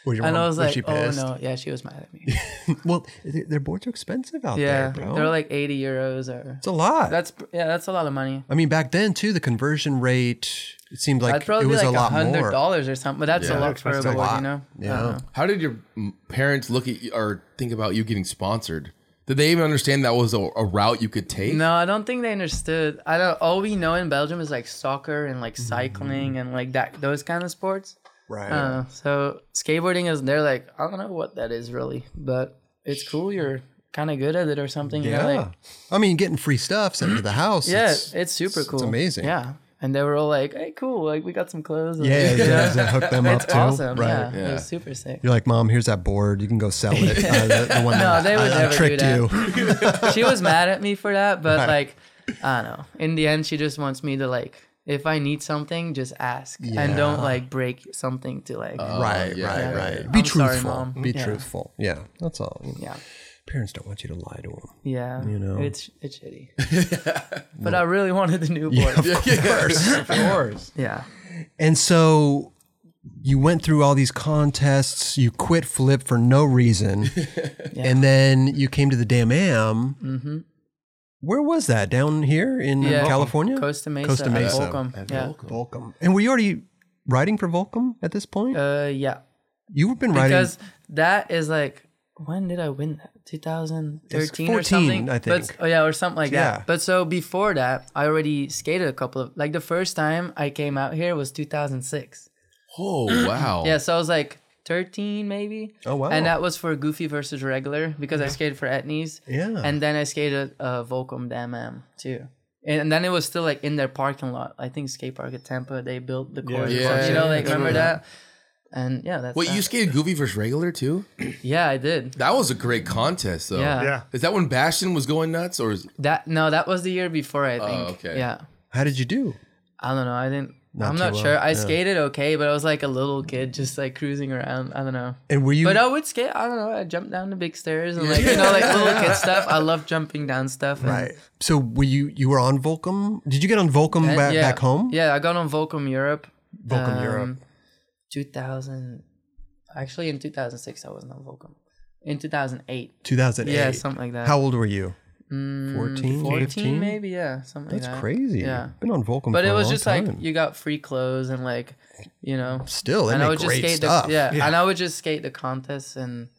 S1: Was your
S2: and I
S1: mom-
S2: was like,
S1: she
S2: "Oh
S1: pissed?
S2: no, yeah, she was mad at me."
S1: Well, th- their boards are expensive out
S2: yeah,
S1: there, bro.
S2: they're like 80 euros or
S1: it's a lot.
S2: that's yeah, that's a lot of money.
S1: I mean, back then too, the conversion rate it seemed like
S2: I'd probably
S1: it was
S2: be
S1: a
S2: like
S1: lot
S2: hundred
S1: more.
S2: dollars or something, but that's
S3: Yeah.
S2: a lot for a
S4: That's a
S2: board,
S1: lot.
S2: you know. I
S1: Yeah.
S2: don't know.
S3: How did your mm, parents look at you or think about you getting sponsored? Did they even understand that was a, a route you could take?
S2: No, I don't think they understood. I don't. All we know in Belgium is like soccer and like cycling
S1: Mm.
S2: and like that those kind of sports.
S1: Right.
S2: Uh, so skateboarding is. They're like, I don't know what that is really, but it's cool. You're kind of good at it or something. you know,
S1: yeah.
S2: like-
S1: I mean, getting free stuff sent to the house.
S2: yeah,
S1: it's-
S2: it's, super cool.
S1: amazing.
S2: Yeah, and they were all like, Hey, cool. Like we got some clothes. and-
S1: yeah, yeah, yeah. Does that hook them
S2: It's
S1: up too?
S2: awesome.
S1: Right.
S2: Yeah,
S3: Yeah.
S2: it was super sick.
S1: You're like, mom, here's that board. You can go sell it. Uh, the, the one that
S2: they would
S1: I- I
S2: never do
S1: tricked
S2: that.
S1: you.
S2: she was mad at me for that, but like, I don't know. In the end, she just wants me to like, if I need something, just ask and don't like break something to like.
S1: right,
S3: yeah,
S1: right,
S3: yeah,
S1: right.
S2: Oh, yeah.
S1: Be
S2: I'm sorry,
S1: truthful.
S2: Mom.
S1: Be
S2: Yeah.
S1: truthful. Yeah, that's all.
S2: yeah,
S1: Parents don't want you to lie to them.
S2: yeah.
S1: You know.
S2: it's it's shitty. but I really wanted the new
S1: Yeah,
S2: board.
S1: of course, of course.
S2: Yeah.
S1: And so you went through all these contests. You quit Flip for no reason, and then you came to the Damn Am. Where was that? Down here in
S2: Yeah.
S1: California,
S2: Costa Mesa.
S1: Costa
S2: at
S1: Mesa.
S2: Volcom. Yeah.
S1: Volcom. And were you already writing for Volcom at this point?
S2: Uh, yeah.
S1: You've been writing.
S2: Because that is like. When did I win that? 2013 or
S1: 14,
S2: something?
S1: I
S2: But-
S1: think.
S2: oh yeah, or something like
S1: Yeah.
S2: that. But so before that, I already skated a couple of like the first time I came out here was 2006.
S3: Oh wow.
S2: Yeah, so I was like 13 maybe.
S1: Oh, wow.
S2: And that was for Goofy versus Regular because I skated for Etnies.
S1: Yeah.
S2: And then I skated uh, Volcom DMM too. And, and then it was still like in their parking lot. I think skate park at Tampa, they built the course.
S3: Yeah,
S2: you know, like
S3: yeah,
S2: remember that? And yeah, that's
S3: Wait,
S2: that.
S3: you skated Goofy versus regular too?
S2: Yeah, I did.
S3: That was a great contest though.
S2: Yeah.
S4: Yeah.
S3: Is that when Bastion was going nuts or is
S2: That no, that was the year before I think.
S3: okay.
S2: Yeah.
S1: how did you do?
S2: I don't know. I didn't
S1: Not
S2: I'm
S1: too
S2: not
S1: well,
S2: sure. I
S1: yeah.
S2: skated okay, but I was like a little kid just like cruising around. I don't know.
S1: And were you?
S2: But I would skate. I don't know. I jump down the big stairs and like you know, like little kid stuff. I love jumping down stuff. and-
S1: right. So were you? You were on Volcom? Did you get on Volcom
S2: and
S1: back,
S2: yeah,
S1: back home?
S2: Yeah, I got on Volcom Europe.
S1: Volcom
S2: um,
S1: Europe.
S2: 2000. Actually, in 2006, I wasn't on Volcom. In 2008.
S1: 2008.
S2: Yeah, something like that.
S1: How old were you? 14,
S2: 14
S1: 15?
S2: Mm, maybe? Yeah, something
S1: That's
S2: like that.
S1: crazy.
S2: Yeah.
S1: Been on Volcom
S2: But
S1: for
S2: it
S1: a
S2: was
S1: long
S2: just
S1: time.
S2: like you got free clothes and like, you know.
S1: Still, they
S2: and
S1: make
S2: I would
S1: great
S2: just skate
S1: stuff.
S2: The, yeah, and I would just skate the contests and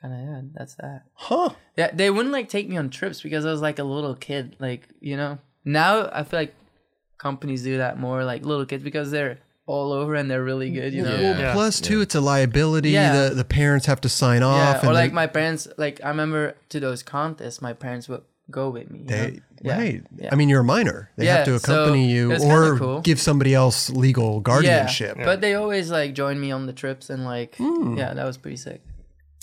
S2: kind of yeah, that's that.
S1: Huh.
S2: Yeah, they wouldn't like take me on trips because I was like a little kid. Like you know, now I feel like companies do that more, like little kids, because they're all over and they're really good. You know,
S3: Yeah.
S2: yeah,
S4: Yeah.
S1: Plus, too, it's a liability.
S2: Yeah.
S1: The the parents have to sign off.
S2: or
S1: and
S2: like
S1: they-
S2: my parents. Like I remember to those contests, my parents would go with me. you know?
S1: they,
S2: Yeah.
S1: right.
S2: Yeah.
S1: I mean, you're a minor. They have to
S2: Yeah, so
S1: accompany you
S2: it's
S1: or
S2: kinda cool.
S1: give somebody else legal guardianship. Hmm.
S2: Yeah, but they always like join me on the trips and like yeah, that was pretty sick.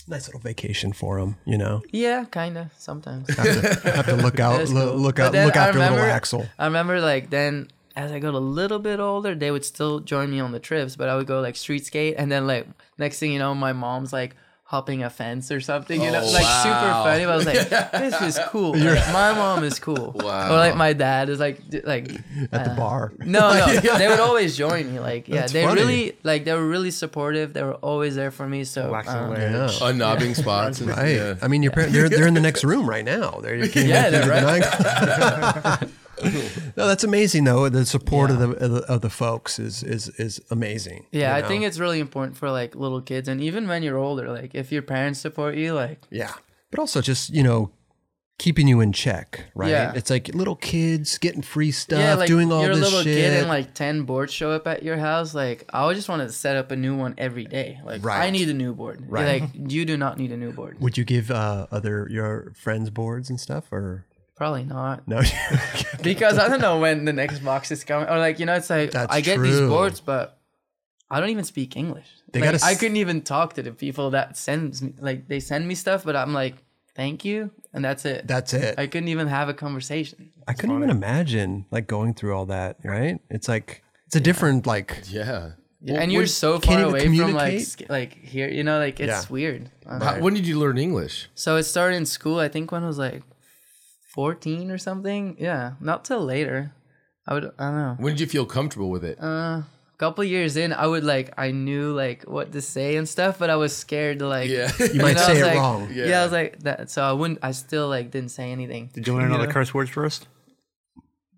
S1: Nice little vacation for them, you know.
S2: Yeah, kind of sometimes.
S1: have to look out,
S2: That's
S1: lo-
S2: cool.
S1: look
S2: But
S1: out,
S2: then
S1: look
S2: I
S1: after little
S2: remember-
S1: Axel.
S2: I remember like then as I got a little bit older, they would still join me on the trips, but I would go like street skate, and then like next thing you know, my mom's like hopping a fence or something, you know,
S3: Oh,
S2: like
S3: wow.
S2: super funny. But I was like, this is cool. Like, my mom is cool.
S3: Wow.
S2: Or like my dad is like d- like
S1: At
S2: Uh,
S1: the bar.
S2: no no they would always join me like yeah
S1: That's
S2: they
S1: funny.
S2: really like they were really supportive they were always there for me so
S4: Wax
S2: um,
S4: and
S2: yeah
S4: layers.
S3: unnobbing spots? and-
S1: Right.
S3: yeah.
S1: I mean, your parents, they're, they're in the next room right now. They're, you came in
S2: Yeah,
S1: through
S2: they're
S1: the nine- no, that's amazing though. The support of, the, of the of the folks is is is amazing. you
S2: I
S1: know?
S2: think it's really important for like little kids and even when you're older like if your parents support you like
S1: Yeah. But also just, you know, keeping you in check, right?
S2: Yeah.
S1: It's like little kids getting free stuff,
S2: yeah, like
S1: doing all
S2: you're
S1: this
S2: a little
S1: shit.
S2: kid and like ten boards show up at your house. Like I just want to set up a new one every day. Like I
S1: Right.
S2: need a new board.
S1: Right.
S2: Like you do not need a new board.
S1: Would you give uh, other your friends boards and stuff, or
S2: Probably not.
S1: no?
S2: because I don't know when the next box is coming. Or like you know, it's like
S1: That's
S2: I get these
S1: true.
S2: boards, but I don't even speak English.
S1: They
S2: like,
S1: gotta
S2: I
S1: s-
S2: couldn't even talk to the people that sends me. Like they send me stuff, but I'm like, thank you, and that's it.
S1: That's it.
S2: I couldn't even have a conversation.
S1: I couldn't even imagine like going through all that, right? It's like it's a different like
S3: Yeah.
S2: and you're
S1: when-
S2: so
S1: can't
S2: far
S1: even
S2: away from like
S1: communicate?
S2: sk- like here, you know, like it's
S1: Yeah.
S2: weird. I don't
S3: How-
S2: know.
S3: when did you learn English?
S2: So it started in school. I think when I was like fourteen or something. Yeah, not till later. I would. I don't know.
S3: When did you feel comfortable with it?
S2: uh couple years in i would like i knew like what to say and stuff but i was scared to like
S3: yeah.
S1: you might
S2: know, I
S1: say
S2: was
S1: it
S2: like-
S1: wrong.
S2: yeah. i was like that so i wouldn't i still like didn't say anything
S4: Did you learn all the curse words first?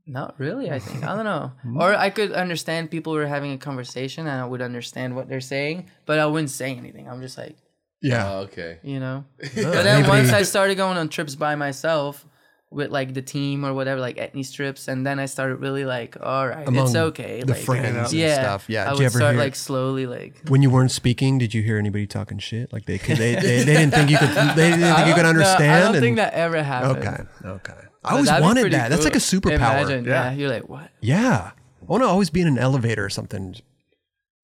S2: not really i think i don't know
S1: Hmm.
S2: or i could understand people were having a conversation and i would understand what they're saying but i wouldn't say anything i'm just like
S1: Yeah.
S3: Oh, okay.
S2: you know but Uh, then once i started going on trips by myself with like the team or whatever like etnies trips and then i started really like all right it's
S1: Among
S2: okay
S1: the
S2: like,
S1: friends and
S2: yeah
S1: stuff. Yeah.
S2: i
S1: Did
S2: would
S1: you ever
S2: start
S1: hear-
S2: like slowly like
S1: When you weren't speaking, did you hear anybody talking shit? Like they could, they, they, they didn't think you could, they didn't think you could understand.
S2: No, I don't
S1: and-
S2: think that ever happened.
S1: Okay. Okay. I
S2: But
S1: always
S2: that'd be
S1: wanted
S2: pretty
S1: that. That's like a
S2: cool.
S1: superpower.
S2: Imagine, yeah.
S4: Yeah.
S2: you're like what?
S1: Yeah. I want to always be in an elevator or something.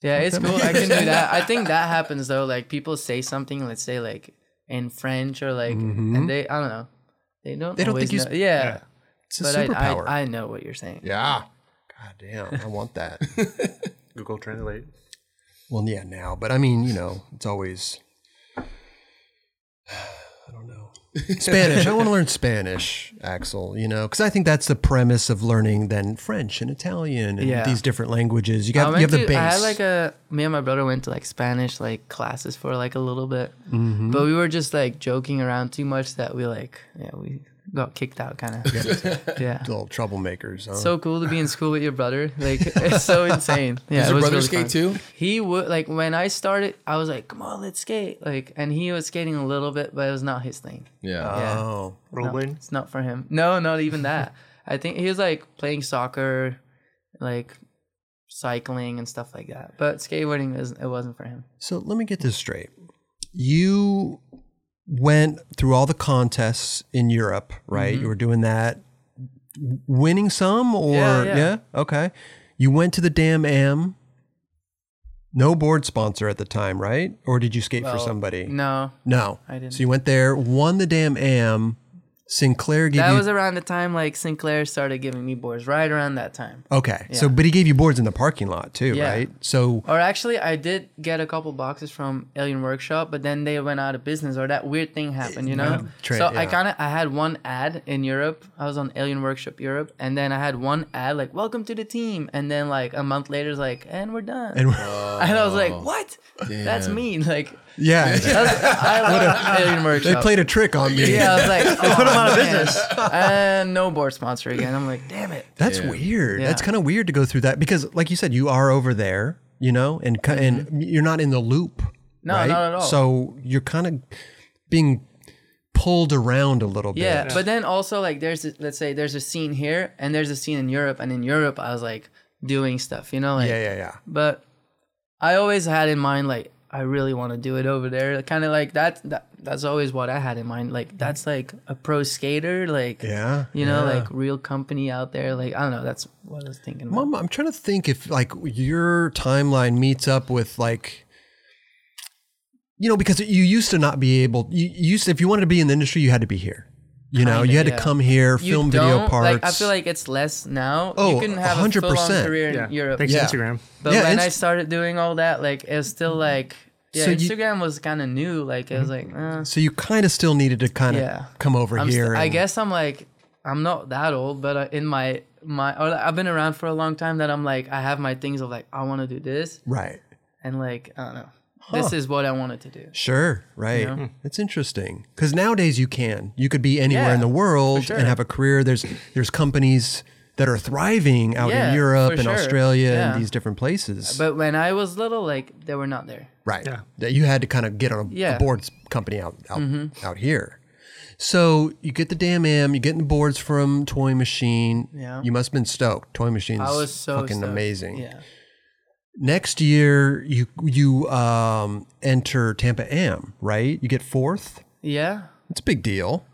S2: Yeah, it's cool. I can do that. I think that happens though. Like people say something, let's say like in French or like, and they I don't know, they don't.
S1: Mm-hmm. They don't think
S2: always
S1: you
S2: know.
S1: sp-
S2: yeah,
S1: It's a
S2: but I,
S1: superpower.
S2: I I know what you're saying.
S1: yeah. God damn. I want that.
S4: Google Translate.
S1: well, yeah, now, but I mean, you know, it's always. I don't know. Spanish. I want to learn Spanish, Axel, you know, because I think that's the premise of learning then French and Italian and
S2: Yeah.
S1: these different languages. You
S2: I
S1: got you
S2: went
S1: have the
S2: to-
S1: base.
S2: I had like uh, a me and my brother went to like Spanish like classes for like a little bit, but we were just like joking around too much that we like yeah we got kicked out kind of yeah.
S1: little troublemakers. Huh?
S2: so cool to be in school with your brother. Like it's so insane. Yeah,
S3: Does
S2: it
S3: your
S2: was
S3: brother
S2: really
S3: skate too?
S2: fun. He would like when I started, I was like, "Come on, let's skate!" Like, and he was skating a little bit, but it was not his thing.
S3: Yeah.
S2: Yeah,
S1: oh,
S4: Rolling.
S2: it's not for him. No, not even that. I think he was like playing soccer, like cycling and stuff like that. But skateboarding is it wasn't for him.
S1: So let me get this straight. You went through all the contests in Europe, right?
S2: Mm-hmm.
S1: You were doing that, winning some, or
S2: Yeah,
S1: yeah,
S2: yeah.
S1: okay. You went to the Dam Am. No board sponsor at the time, right? Or did you skate for
S2: Well,
S1: somebody?
S2: No,
S1: No.
S2: I didn't.
S1: So you went there, won the Dam Am. Sinclair gave
S2: that
S1: you
S2: was around the time like Sinclair started giving me boards. Right around that time.
S1: okay. So,
S2: Yeah.
S1: but he gave you boards in the parking lot too,
S2: Yeah.
S1: right? So
S2: Or actually, I did get a couple boxes from Alien Workshop, but then they went out of business, or that weird thing happened, you know.
S1: Trent,
S2: so I
S1: yeah.
S2: kind of I had one ad in Europe. I was on Alien Workshop Europe, and then I had one ad like "Welcome to the team," and then like a month later, it's like, and we're done. And,
S1: and
S2: I was
S1: Oh.
S2: like, what? That's
S3: damn.
S2: mean. Like
S1: yeah,
S2: I, was, I love Alien
S1: they
S2: Workshop.
S1: played a trick on me.
S2: yeah, I was like, oh, put them out of business. And no board sponsor again. I'm like, damn it.
S1: That's
S3: Yeah.
S1: weird. That's
S2: Yeah.
S1: kind of weird to go through that because, like you said, you are over there, you know, and ki- and you're not in the loop.
S2: Mm-hmm. No,
S1: right?
S2: not at all.
S1: So you're kind of being pulled around a little
S2: Yeah,
S1: bit.
S2: but then also like there's a, let's say there's a scene here and there's a scene in Europe and in Europe I was like doing stuff, you know, like
S1: yeah, yeah, yeah.
S2: but I always had in mind like I really want to do it over there. Kind of like that, that that's always what I had in mind. Like that's like a pro skater like
S1: Yeah,
S2: You know, like real company out there. Like I don't know, that's what I was thinking. About.
S1: Mom, I'm trying to think if like your timeline meets up with like. You know, because you used to not be able. You you used to, if you wanted to be in the industry, you had to be here. You know,
S2: Kinda,
S1: you had
S2: yeah.
S1: to come here,
S2: You
S1: film video
S2: don't-
S1: parts.
S2: Like I feel like it's less now. you
S1: Oh,
S2: can have a full-on
S1: 100%.
S2: career
S4: Yeah.
S2: in Europe.
S4: Thanks
S1: Yeah.
S4: to Instagram.
S2: But
S1: Yeah,
S2: when I
S1: Inst-
S2: started doing all that, like it was still like yeah,
S1: So you-
S2: Instagram was kind of new. Like it was like eh.
S1: so you kind of still needed to kind of
S2: Yeah.
S1: come over
S2: I'm
S1: here.
S2: st- I
S1: and-
S2: guess I'm like I'm not that old, but uh, in my my or like, I've been around for a long time that I'm like I have my things of like I want to do this
S1: right.
S2: and like I don't know this is what I wanted to do.
S1: Sure, right. That's interesting. Because nowadays you can, you could be anywhere
S2: Yeah,
S1: in the world
S2: for sure.
S1: and have a career. There's there's companies that are thriving out
S2: Yeah,
S1: in Europe
S2: for
S1: and
S2: sure.
S1: Australia
S2: Yeah.
S1: and these different places.
S2: But when I was little, like they were not there.
S1: right, that you had to kind of get on a,
S2: Yeah. Mm-hmm.
S1: a board company out out, out here. So you get the damn am, you get the boards from Toy Machine.
S2: Yeah.
S1: You must have been stoked. Toy Machine's
S2: I was so
S1: fucking
S2: stoked.
S1: amazing.
S2: Yeah.
S1: Next year you you um enter Tampa Am, right? You get fourth.
S2: Yeah.
S1: It's a big deal.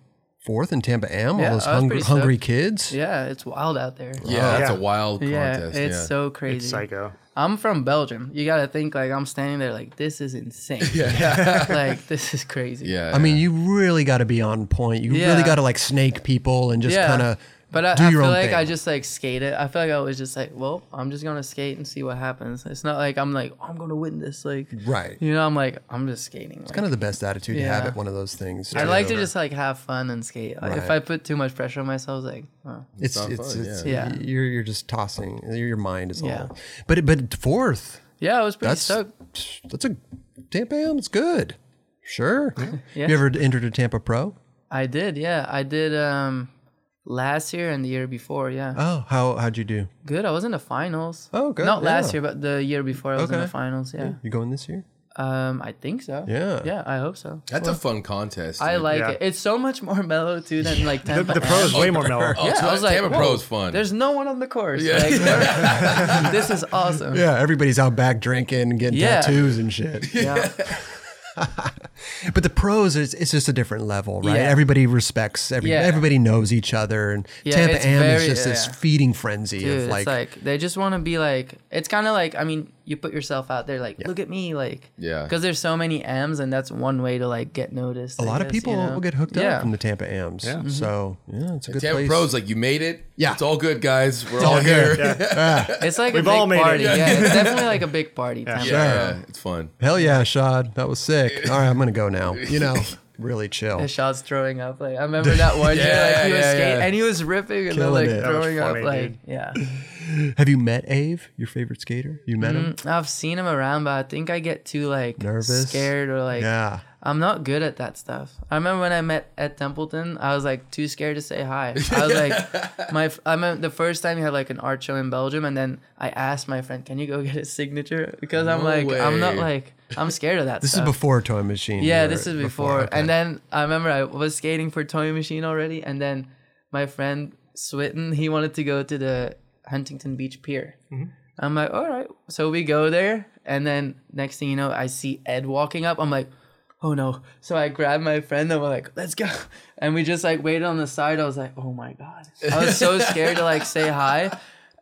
S1: Fourth in Tampa Am,
S2: Yeah,
S1: all those
S2: I was
S1: hungry
S2: pretty
S1: hungry
S2: stoked.
S1: kids.
S2: Yeah. It's wild out there.
S1: Oh.
S3: Yeah, that's
S4: Yeah.
S3: a wild
S2: yeah.
S3: contest.
S2: it's
S3: yeah.
S2: so crazy.
S4: It's psycho.
S2: I'm from Belgium. You gotta think like I'm standing there like this is insane. like this is crazy.
S3: yeah.
S1: I mean, you really got to be on point. You really
S2: Yeah.
S1: got to like snake people and just
S2: Yeah.
S1: kind of
S2: But I,
S1: do
S2: I
S1: your
S2: feel
S1: own
S2: like
S1: thing.
S2: I just like skated. I feel like I was just like, well, I'm just gonna skate and see what happens. It's not like I'm like "Oh, I'm gonna win this. Like,
S1: right.
S2: you know, I'm like I'm just skating. Like,
S1: Kind of the best attitude to have
S2: Yeah.
S1: at one of those things.
S2: I like to
S1: too.
S2: just like have fun and skate. Like, If
S1: Right.
S2: I put too much pressure on myself, it's like, oh.
S1: it's
S3: not
S1: it's,
S3: fun,
S1: it's
S2: yeah. Yeah.
S1: you're you're just tossing. Your, your mind is
S2: Yeah.
S1: all. But it- but fourth,
S2: yeah, I was pretty
S1: that's
S2: stoked.
S1: that's a Tampa Am. It's good. Sure.
S2: Yeah.
S1: You ever entered a Tampa Pro?
S2: I did, yeah, I did. Um, last year and the year before, yeah,
S1: Oh, how how'd you do?
S2: good. I was in the finals.
S1: Oh, good,
S2: Not last
S1: yeah.
S2: year, but the year before, I was in the
S1: Okay.
S2: finals. Yeah.
S1: You going this year?
S2: Um, I think so.
S1: Yeah.
S2: Yeah, I hope so.
S3: that's a fun contest.
S2: I
S3: dude.
S2: like
S4: Yeah.
S2: it. It's so much more mellow too than like
S4: The,
S2: Tampa.
S4: the pro is
S2: Am.
S4: way more mellow.
S3: Oh,
S2: Yeah,
S3: so
S2: I was like,
S3: Tampa
S2: whoa,
S3: Pro is fun.
S2: There's no one on the course.
S3: Yeah.
S2: Like, this is awesome.
S1: Yeah, everybody's out back drinking and getting
S2: Yeah.
S1: tattoos and shit.
S2: Yeah.
S1: But the pros is it's just a different level, right?
S2: Yeah.
S1: Everybody respects every
S2: Yeah.
S1: everybody knows each other and
S2: Yeah,
S1: Tampa
S2: it's
S1: Am is
S2: very-
S1: just this
S2: yeah.
S1: feeding frenzy
S2: Dude,
S1: of
S2: it's like they just want to be like. It's kind of like I mean, you put yourself out there. Like, look at me. Like,
S3: Yeah.
S2: Because there's so many M's, and that's one way to like get noticed.
S1: a
S2: I
S1: lot of
S2: guess, you
S1: people
S2: know?
S1: will get hooked
S2: yeah.
S1: up from the Tampa Ams.
S4: Yeah.
S1: So yeah, it's a good
S3: Mm-hmm. Tampa
S1: place.
S3: Pro's like, you made it.
S1: Yeah.
S3: It's all good, guys. We're all here. Yeah.
S2: It's like
S4: We've
S2: a big
S4: all made it.
S2: party. Yeah, it's definitely like a big party. Tampa.
S3: yeah, It's fun.
S1: Hell yeah, Shad, that was sick. All right, I'm gonna go now. You know, really chill.
S2: The shots throwing up. Like I remember that one year,
S3: Yeah,
S2: like, he was
S3: yeah,
S2: skating
S3: yeah.
S2: and he was ripping and then
S1: Killing
S2: like
S1: it.
S4: was
S2: throwing up.
S4: funny,
S2: Like
S4: dude.
S2: yeah,
S1: Have you met Ave, your favorite skater? You met him?
S2: I've seen him around, but I think I get too like
S1: Nervous?
S2: scared or like
S1: Yeah.
S2: I'm not good at that stuff. I remember when I met Ed Templeton, I was like too scared to say hi. I was like, my I remember the first time he had like an art show in Belgium, and then I asked my friend, "Can you go get his signature?" Because I'm
S3: No
S2: like, I'm not
S3: way.
S2: like I'm scared of that.
S1: This
S2: stuff.
S1: is before Toy Machine.
S2: uh, Yeah,
S1: or
S2: this is before.
S1: okay.
S2: And then I remember I was skating for Toy Machine already, and then my friend Switten, he wanted to go to the Huntington Beach Pier. I'm like, all right. So we go there, and then next thing you know, I see Ed walking up. I'm like, oh no. So I grabbed my friend, and we're like, let's go. And we just like waited on the side. I was like, oh my god. I was so scared to like say hi.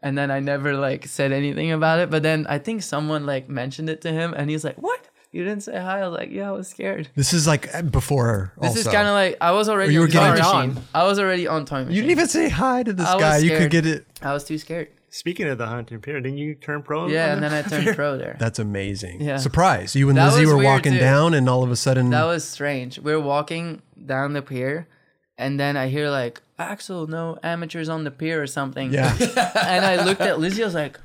S2: And then I never like said anything about it. But then I think someone like mentioned it to him, and he's like, "What? You didn't say hi?" I was like, "Yeah, I was scared."
S1: this is like before.
S2: This is kind of like I was already
S1: you were
S2: on time
S1: getting
S2: machine.
S1: on.
S2: I was already on time machine.
S1: you didn't even say hi to this
S2: I was
S1: guy. You could
S2: scared.
S1: get it.
S2: I was too scared.
S4: Speaking of the hunting period, didn't you turn pro?
S2: Yeah,
S4: on
S2: and then
S4: that?
S2: I turned pro there.
S1: That's amazing.
S2: Yeah.
S1: Surprise! You and
S2: That
S1: Lizzie
S2: was
S1: were
S2: weird,
S1: walking
S2: too.
S1: down, and all of a sudden,
S2: That was strange. We were walking down the pier, and then I hear like Axel, no amateurs on the pier or something.
S1: yeah,
S2: and I looked at Lizzie. I was like,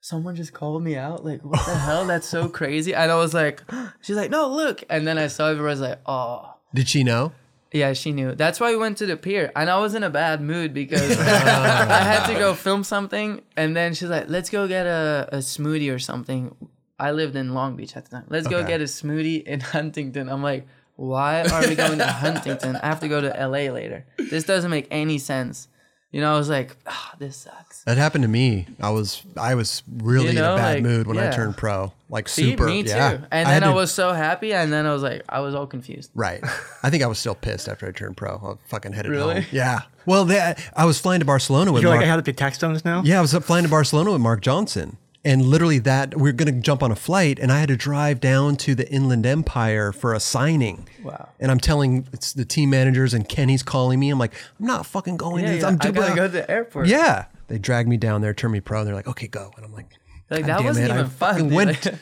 S2: someone just called me out. Like, what the hell? That's so crazy. And I was like, she's like, no, look. And then I saw everyone's like, oh.
S1: did she know?
S2: Yeah, she knew. That's why we went to the pier. And I was in a bad mood because I had to go film something. And then she's like, let's go get a, a smoothie or something. I lived in Long Beach at the time. Let's go
S1: Okay.
S2: get a smoothie in Huntington. I'm like, why are we going to Huntington? I have to go to LA later. This doesn't make any sense. You know, I was like, ah, this sucks.
S1: That happened to me. I was I was really
S2: You know,
S1: in a bad
S2: like,
S1: mood when I
S2: yeah.
S1: turned pro. Like
S2: See,
S1: super.
S2: me too.
S1: yeah.
S2: And
S1: had
S2: then
S1: to-
S2: I, was so happy. And then I was like, I was all confused.
S1: right. I think I was still pissed after I turned pro. I fucking headed
S2: Really?
S1: home. Yeah. Well, that I was flying to Barcelona with
S4: You feel
S1: Mark.
S4: like I have to pay tax on this now?
S1: yeah, I was up flying to Barcelona with Mark Johnson. And literally that we are gonna jump on a flight and I had to drive down to the Inland Empire for a signing.
S2: Wow.
S1: And I'm telling it's the team managers and Kenny's calling me. I'm like, I'm not fucking going
S2: Yeah,
S1: to this.
S2: yeah,
S1: I'm
S2: I
S1: doing
S2: gotta go to the airport.
S1: Yeah. They dragged me down there, turned me pro, and they're like, okay, go. And I'm like,
S2: Like,
S1: "God
S2: that
S1: damn
S2: wasn't
S1: it, I
S2: even fun.
S1: fucking
S2: dude.
S1: went
S2: Like,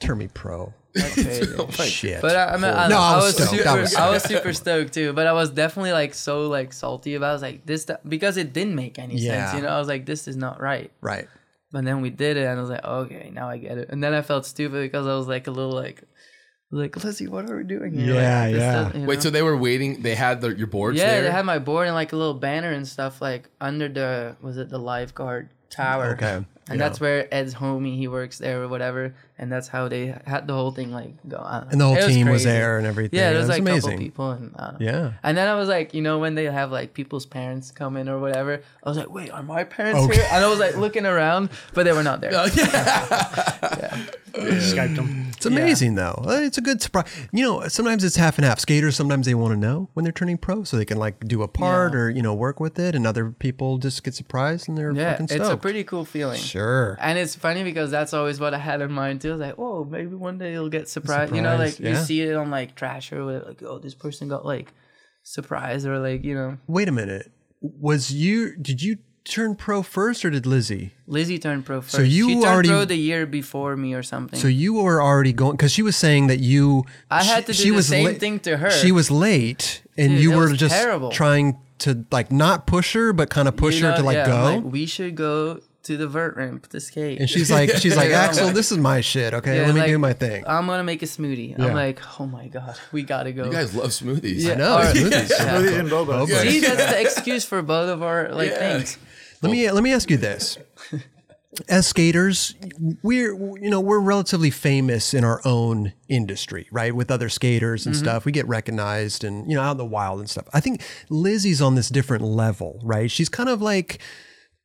S1: turn me pro.
S2: that's crazy.
S1: Shit.
S2: But uh, I, I, mean, I,
S1: No, I
S2: I
S1: was
S2: was,
S1: stoked.
S2: super,
S1: I
S2: I
S1: was
S2: was, super stoked too. But I was definitely like so like salty about. It. I was like this th- because it didn't make any
S1: Yeah.
S2: sense. You know, I was like this is not right.
S1: right.
S2: But then we did it, and I was like, okay, now I get it. And then I felt stupid because I was like a little like, like Lizzie, what are we doing here? Like,
S1: Yeah,
S2: this
S1: yeah.
S2: doesn't- you
S3: Wait,
S2: know?
S3: so they were waiting. They had their, your boards
S2: yeah,
S3: there?
S2: they had my board and like a little banner and stuff like under the was it the lifeguard tower?
S1: Okay.
S2: and that's where Ed's homie he works there or whatever, and that's how they had the whole thing like go. I don't know.
S1: And the whole
S2: It
S1: team was
S2: crazy.
S1: there and everything.
S2: Yeah,
S1: That
S2: there was
S1: was
S2: like a
S1: amazing.
S2: couple people and I don't know.
S1: Yeah.
S2: And then I was like, you know, when they have like people's parents come in or whatever, I was like, wait, are my parents
S1: Okay.
S2: here? And I was like looking around, but they were not there.
S4: Skyped them.
S1: It's amazing though. Uh, It's a good surprise. You know, sometimes it's half and half. Skaters sometimes they want to know when they're turning pro, so they can like do a part or you know work with it, and other people just get surprised and they're
S2: Yeah,
S1: fucking
S2: it's
S1: stoked.
S2: a pretty cool feeling.
S1: sure.
S2: And it's funny because that's always what I had in mind too. I was like, oh, maybe one day you'll get surprised. You know,
S1: Surprise,
S2: like you
S1: yeah.
S2: see it on like Trash or whatever, like, oh, this person got like surprised or like, you know.
S1: Wait a minute. Was you? Did you turn pro first or did Lizzie?
S2: Lizzie turned pro first.
S1: you
S2: she turned
S1: already-
S2: pro the year before me or something.
S1: So you were already going because she was saying that you.
S2: I
S1: she-
S2: had to do
S1: she
S2: the
S1: was
S2: same
S1: late-
S2: thing to her.
S1: She was late, and
S2: Dude,
S1: you
S2: that
S1: were
S2: was
S1: just
S2: terrible.
S1: trying to like not push her, but kind of push
S2: You
S1: her to
S2: know,
S1: like
S2: yeah,
S1: go.
S2: I'm like, we should go to the vert ramp to skate.
S1: and she's like, she's like,
S2: Yeah.
S1: Axel, this is my shit. Okay,
S2: Yeah,
S1: let me
S2: like,
S1: do my thing.
S2: I'm gonna make a smoothie.
S1: Yeah.
S2: I'm like, oh my god, we gotta go.
S3: You guys love smoothies.
S2: Yeah.
S1: No,
S2: Alright.
S1: smoothies.
S2: Yeah.
S4: Smoothies and boba.
S1: Boba.
S2: See, that's the excuse for both of our like
S3: Yeah.
S2: things.
S1: Let me let me ask you this. As skaters, we're you know we're relatively famous in our own industry, right? With other skaters
S2: Mm-hmm.
S1: and stuff, we get recognized and you know out in the wild and stuff. I think Lizzie's on this different level, right? She's kind of like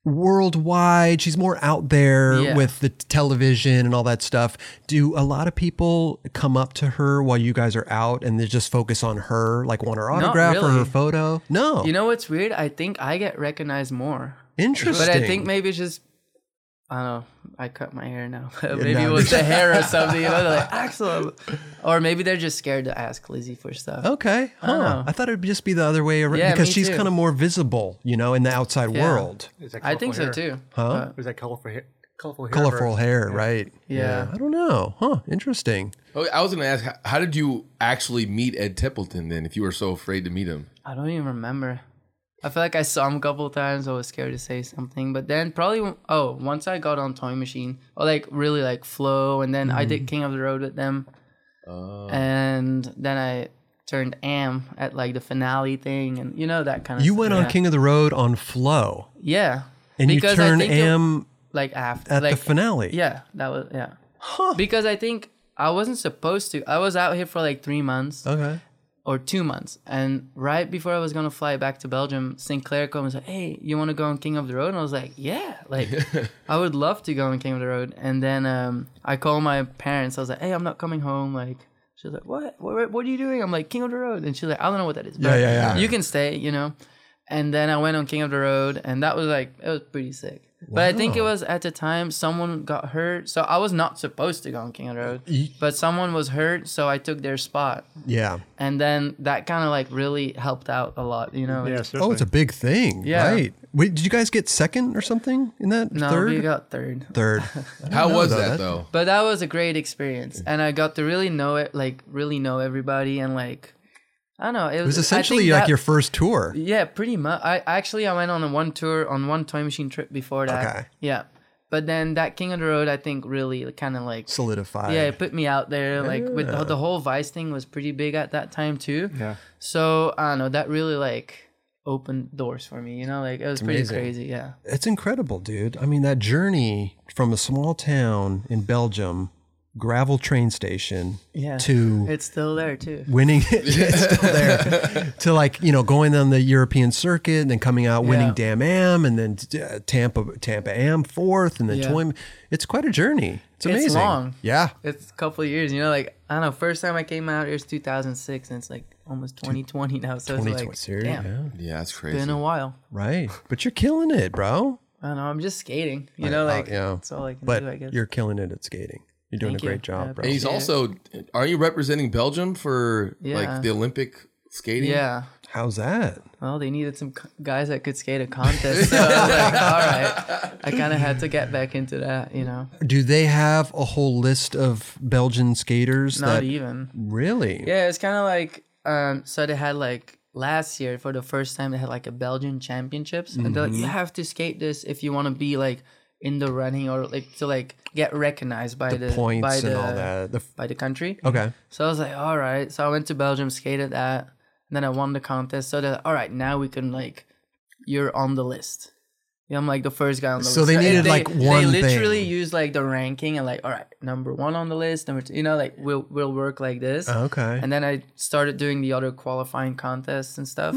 S1: worldwide. She's more out there
S2: Yeah.
S1: with the television and all that stuff. Do a lot of people come up to her while you guys are out and they just focus on her, like want her autograph or
S2: really.
S1: her photo? No,
S2: You know what's weird? I think I get recognized more.
S1: interesting.
S2: But I think maybe it's just I don't know. I cut my hair now. maybe
S1: now
S2: it was the hair or something. You know, they're like Axel, or maybe they're just scared to ask Lizzie for stuff.
S1: Okay. Huh. I,
S2: know.
S1: thought it would just be the other way around
S2: Yeah,
S1: because
S2: me
S1: she's
S2: too.
S1: kind of more visible, you know, in the outside
S2: Yeah.
S1: world.
S4: Is that
S2: I think so
S4: colorful hair?
S2: too. Huh?
S4: Is that colorful hair? Colorful hair.
S1: Colorful
S4: or-
S1: hair, right?
S2: Yeah.
S1: I don't know. Huh. Interesting.
S3: Oh, I was going to ask, how- how did you actually meet Ed Templeton then if you were so afraid to meet him?
S2: I don't even remember. I feel like I saw him a couple times. I was scared to say something, but then probably when- oh, once I got on Toy Machine or like really like Flow, and then I
S1: Mm-hmm.
S2: did King of the Road with them,
S1: Oh.
S2: and then I turned Am at like the finale thing, and you know that kind of.
S1: You went on King of the Road on Flow
S2: Yeah.
S1: and you
S2: Because I
S1: turn
S2: think it-
S1: Am
S2: like after
S1: at the
S2: like
S1: finale.
S2: Yeah, that was yeah. Because I think I wasn't supposed to. I was out here for like three months
S1: Okay.
S2: or two months, and right before I was gonna fly back to Belgium, Sinclair comes like, "Hey, you want to go on King of the Road?" And I was like, "Yeah, like I would love to go on King of the Road." And then um, I call my parents. I was like, "Hey, I'm not coming home." Like. She's like, what? what? What are you doing? I'm like, King of the Road. And she's like, I don't know what that is. but
S1: yeah, yeah.
S2: You can stay, you know? and then I went on King of the Road, and that was like it was pretty sick. But I think it was at the time someone got hurt, so I was not supposed to go on King of the Road, but someone was hurt, so I took their spot,
S1: Yeah.
S2: and then that kind of like really helped out a lot, you know.
S4: Yeah,
S1: Oh, it's a
S4: certainly.
S1: big thing.
S2: Yeah.
S1: Right. Wait, did you guys get second or something in that?
S2: no,
S1: Third?
S2: we got third,
S1: Third.
S3: How was
S1: though,
S3: that,
S1: that-
S3: though?
S2: but that was a great experience, and I got to really know it, like really know everybody, and like I don't know,
S1: It
S2: it,
S1: was
S2: I think
S1: essentially like
S2: that-
S1: your first tour.
S2: Yeah, pretty much. I actually I went on a one tour on one toy machine trip before that.
S1: Okay.
S2: Yeah, but then that King of the Road I think really kind of like
S1: Solidified.
S2: yeah it put me out there like with the, the whole Vice thing was pretty big at that time too.
S4: Yeah.
S2: So I don't know that really like opened doors for me. You know, like it was pretty
S1: Amazing.
S2: crazy. Yeah.
S1: It's incredible, dude. I mean, that journey from a small town in Belgium, gravel train station,
S2: Yeah.
S1: to
S2: It's still there too.
S1: winning it's still there to like you know going on the European circuit and then coming out winning
S2: Yeah.
S1: Dam Am and then uh, Tampa Tampa Am fourth and then
S2: Yeah.
S1: Toy. It's quite a journey. It's
S2: It's
S1: amazing.
S2: long.
S1: Yeah,
S2: It's a couple of years. You know, like I don't know. First time I came out here was 2006, and it's like almost 2020 now. So it's
S1: 2020
S2: like
S1: series.
S2: damn,
S1: Yeah,
S3: Yeah, that's crazy.
S2: been a while.
S1: right. But you're killing it, bro.
S2: I don't know. I'm just skating. You know, like
S1: yeah.
S2: that's all I can
S1: But
S2: do. I guess.
S1: you're killing it at skating. You're doing
S2: Thank
S1: a
S2: you.
S1: great job,
S2: I
S1: bro.
S3: And he's
S2: Yeah.
S3: also, are you representing Belgium for
S2: Yeah.
S3: like the Olympic skating?
S2: yeah.
S1: How's that?
S2: Well, they needed some c- guys that could skate a contest. So I was like, all right. I kind of had to get back into that. You know,
S1: Do they have a whole list of Belgian skaters?
S2: not
S1: that,
S2: even.
S1: Really?
S2: Yeah, it's kind of like um. So they had like last year for the first time they had like a Belgian championships, and they're like,
S1: Mm-hmm.
S2: you have to skate this if you want to be like in the running or like to like get recognized by the,
S1: Points
S2: by
S1: and
S2: the
S1: all that. The, f-
S2: by the country.
S1: okay.
S2: So I was like, all right. So I went to Belgium, skated that, and then I won the contest. So they're like, all right, now we can like, you're on the list. Yeah, I'm like the first guy on the
S1: So
S2: list.
S1: they needed,
S2: they,
S1: like, one
S2: They literally
S1: thing.
S2: use like the ranking and like, all right, number one on the list, number two. You know, like we'll we'll work like this.
S1: Okay.
S2: And then I started doing the other qualifying contests and stuff.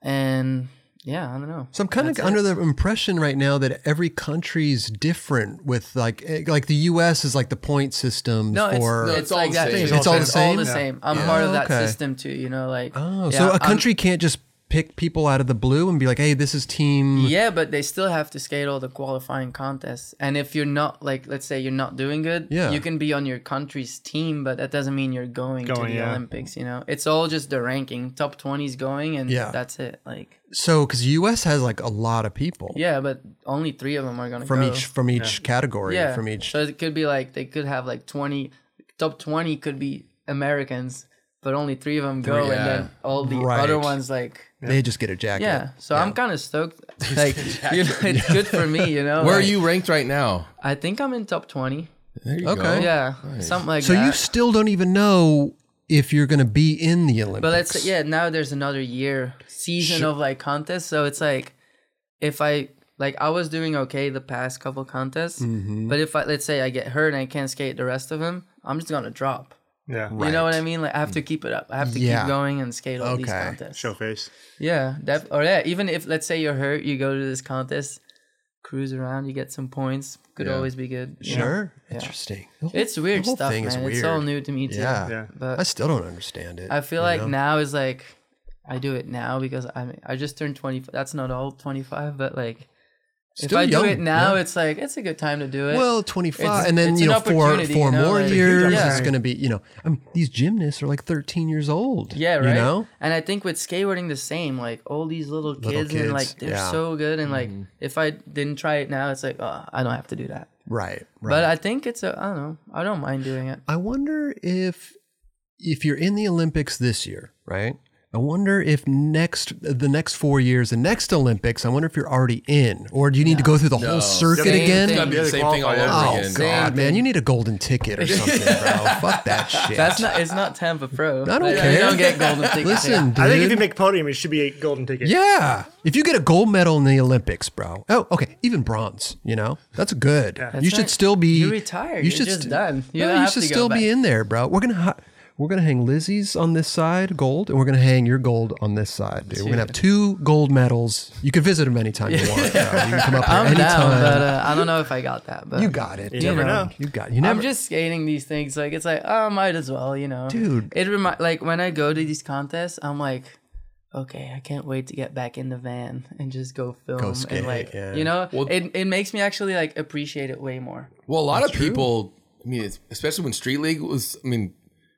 S2: And yeah, I don't know.
S1: Hmm. So I'm kind of under the impression right now that every country's different with like eh, like the U.S. is like the point system
S2: no, it's,
S1: for.
S2: no,
S3: it's
S2: it's, like
S3: all the
S2: that.
S3: same.
S2: too.
S3: It's
S1: all the
S2: it's
S1: same?
S2: all the
S1: Yeah.
S2: same. I'm part of that
S1: Okay.
S2: system too. You know, like
S1: oh,
S2: yeah,
S1: so a
S2: I'm-
S1: country can't just pick people out of the blue and be like, "Hey, this is team."
S2: Yeah, but they still have to skate all the qualifying contests. And if you're not like, let's say you're not doing good,
S1: Yeah.
S2: you can be on your country's team, but that doesn't mean you're going, to
S4: Going,
S2: the
S4: yeah.
S2: Olympics. You know, it's all just the ranking. Top twenties going, and
S1: Yeah.
S2: that's it. Like,
S1: So because U.S. has like a lot of people
S2: yeah, but only three of them are gonna
S1: from
S2: go.
S1: each from each category
S2: yeah
S1: from each.
S2: So it could be like they could have like twenty. Top twenty could be Americans, but only three of them go,
S3: yeah.
S2: and then all the
S1: Right.
S2: other ones like.
S1: They just get a jacket.
S2: Yeah, so I'm kind of stoked. Like, you know, it's good for me. You know,
S3: Where are
S2: like-
S3: you ranked right now?
S2: I think I'm in top 20.
S3: There you
S1: Okay.
S3: go.
S2: Yeah, something like
S1: So
S2: that.
S1: you still don't even know if you're going to be in the Olympics.
S2: but let's say, yeah, now there's another year season of like contests. So it's like, if I, like, I was doing okay the past couple contests, but if I, let's say I get hurt and I can't skate the rest of them, I'm just going to drop.
S4: Yeah.
S2: You know what I mean? Like, I have to keep it up. I have to
S1: Yeah.
S2: keep going and skate all these
S1: Okay.
S2: contests.
S4: Show face.
S2: Yeah, that, or yeah, even if, let's say you're hurt, you go to this contest, cruise around, you get some points. Could always be good. you know?
S1: Sure. Interesting. The whole-
S2: It's weird
S1: the whole
S2: stuff,
S1: thing is
S2: man. It's all
S1: weird.
S2: new to me, too.
S1: Yeah.
S4: Yeah.
S2: But
S1: I still don't understand it.
S2: I feel like now is like I do it now because I mean, I just turned 25. That's not all 25, but like if
S1: Still
S2: I
S1: young,
S2: do it now,
S1: yeah.
S2: it's like it's a good time to do it.
S1: well, 25, and then
S2: it's
S1: you
S2: an
S1: know, four
S2: opportunity,
S1: four
S2: you know,
S1: more
S2: like-
S1: years
S2: Yeah.
S1: is going to be. You know, I mean, these gymnasts are like 13 years old.
S2: yeah, right.
S1: You know,
S2: And I think with skateboarding the same, like all these little kids,
S1: kids,
S2: and like they're
S1: yeah.
S2: so good and like if I didn't try it now, it's like oh, I don't have to do that.
S1: right? Right.
S2: But I think it's a I don't know. I don't mind doing it.
S1: I wonder if if you're in the Olympics this year, right? I wonder if next the next four years, the next Olympics, I wonder if you're already in, or do you need to go through the whole circuit
S2: Same
S1: again?
S2: thing.
S3: It's gotta be the
S4: Yeah, they
S3: same thing all
S4: qualify, yeah.
S3: over
S1: Oh
S3: again.
S1: God,
S2: Same
S1: man,
S2: thing.
S1: you need a golden ticket or something, bro. Fuck that shit.
S2: That's not it's not Tampa Pro.
S1: I don't
S2: Like,
S1: care.
S2: You don't get golden tickets.
S1: Listen, dude.
S4: I think if you make podium, it should be a golden ticket.
S1: yeah, if you get a gold medal in the Olympics, bro. Oh, okay, even bronze. You know, that's good.
S4: That's
S1: you should
S2: right.
S1: still be.
S2: You're retired. You're just
S1: st-
S2: done. You
S1: no,
S2: don't
S1: you
S2: have
S1: should
S2: to go
S1: still
S2: back.
S1: be in there, bro. We're gonna ha- we're gonna hang Lizzie's on this side, gold, and we're gonna hang your gold on this side, dude. We're gonna have two gold medals. You can visit them anytime you want. Bro. You can come up here
S2: I'm down,
S1: anytime.
S2: but uh, I don't know if I got that. But
S1: you got it. You
S4: never know.
S1: You got. You never.
S2: I'm just skating these things. Like it's like, oh, might as well, you know.
S1: Dude.
S2: it remind like when I go to these contests, I'm like, okay, I can't wait to get back in the van and just go film
S1: skate,
S2: and like,
S1: yeah.
S2: you know,
S3: Well-
S2: it it makes me actually like appreciate it way more.
S3: Well, a lot of people, I mean, it's, especially when Street League was, I mean,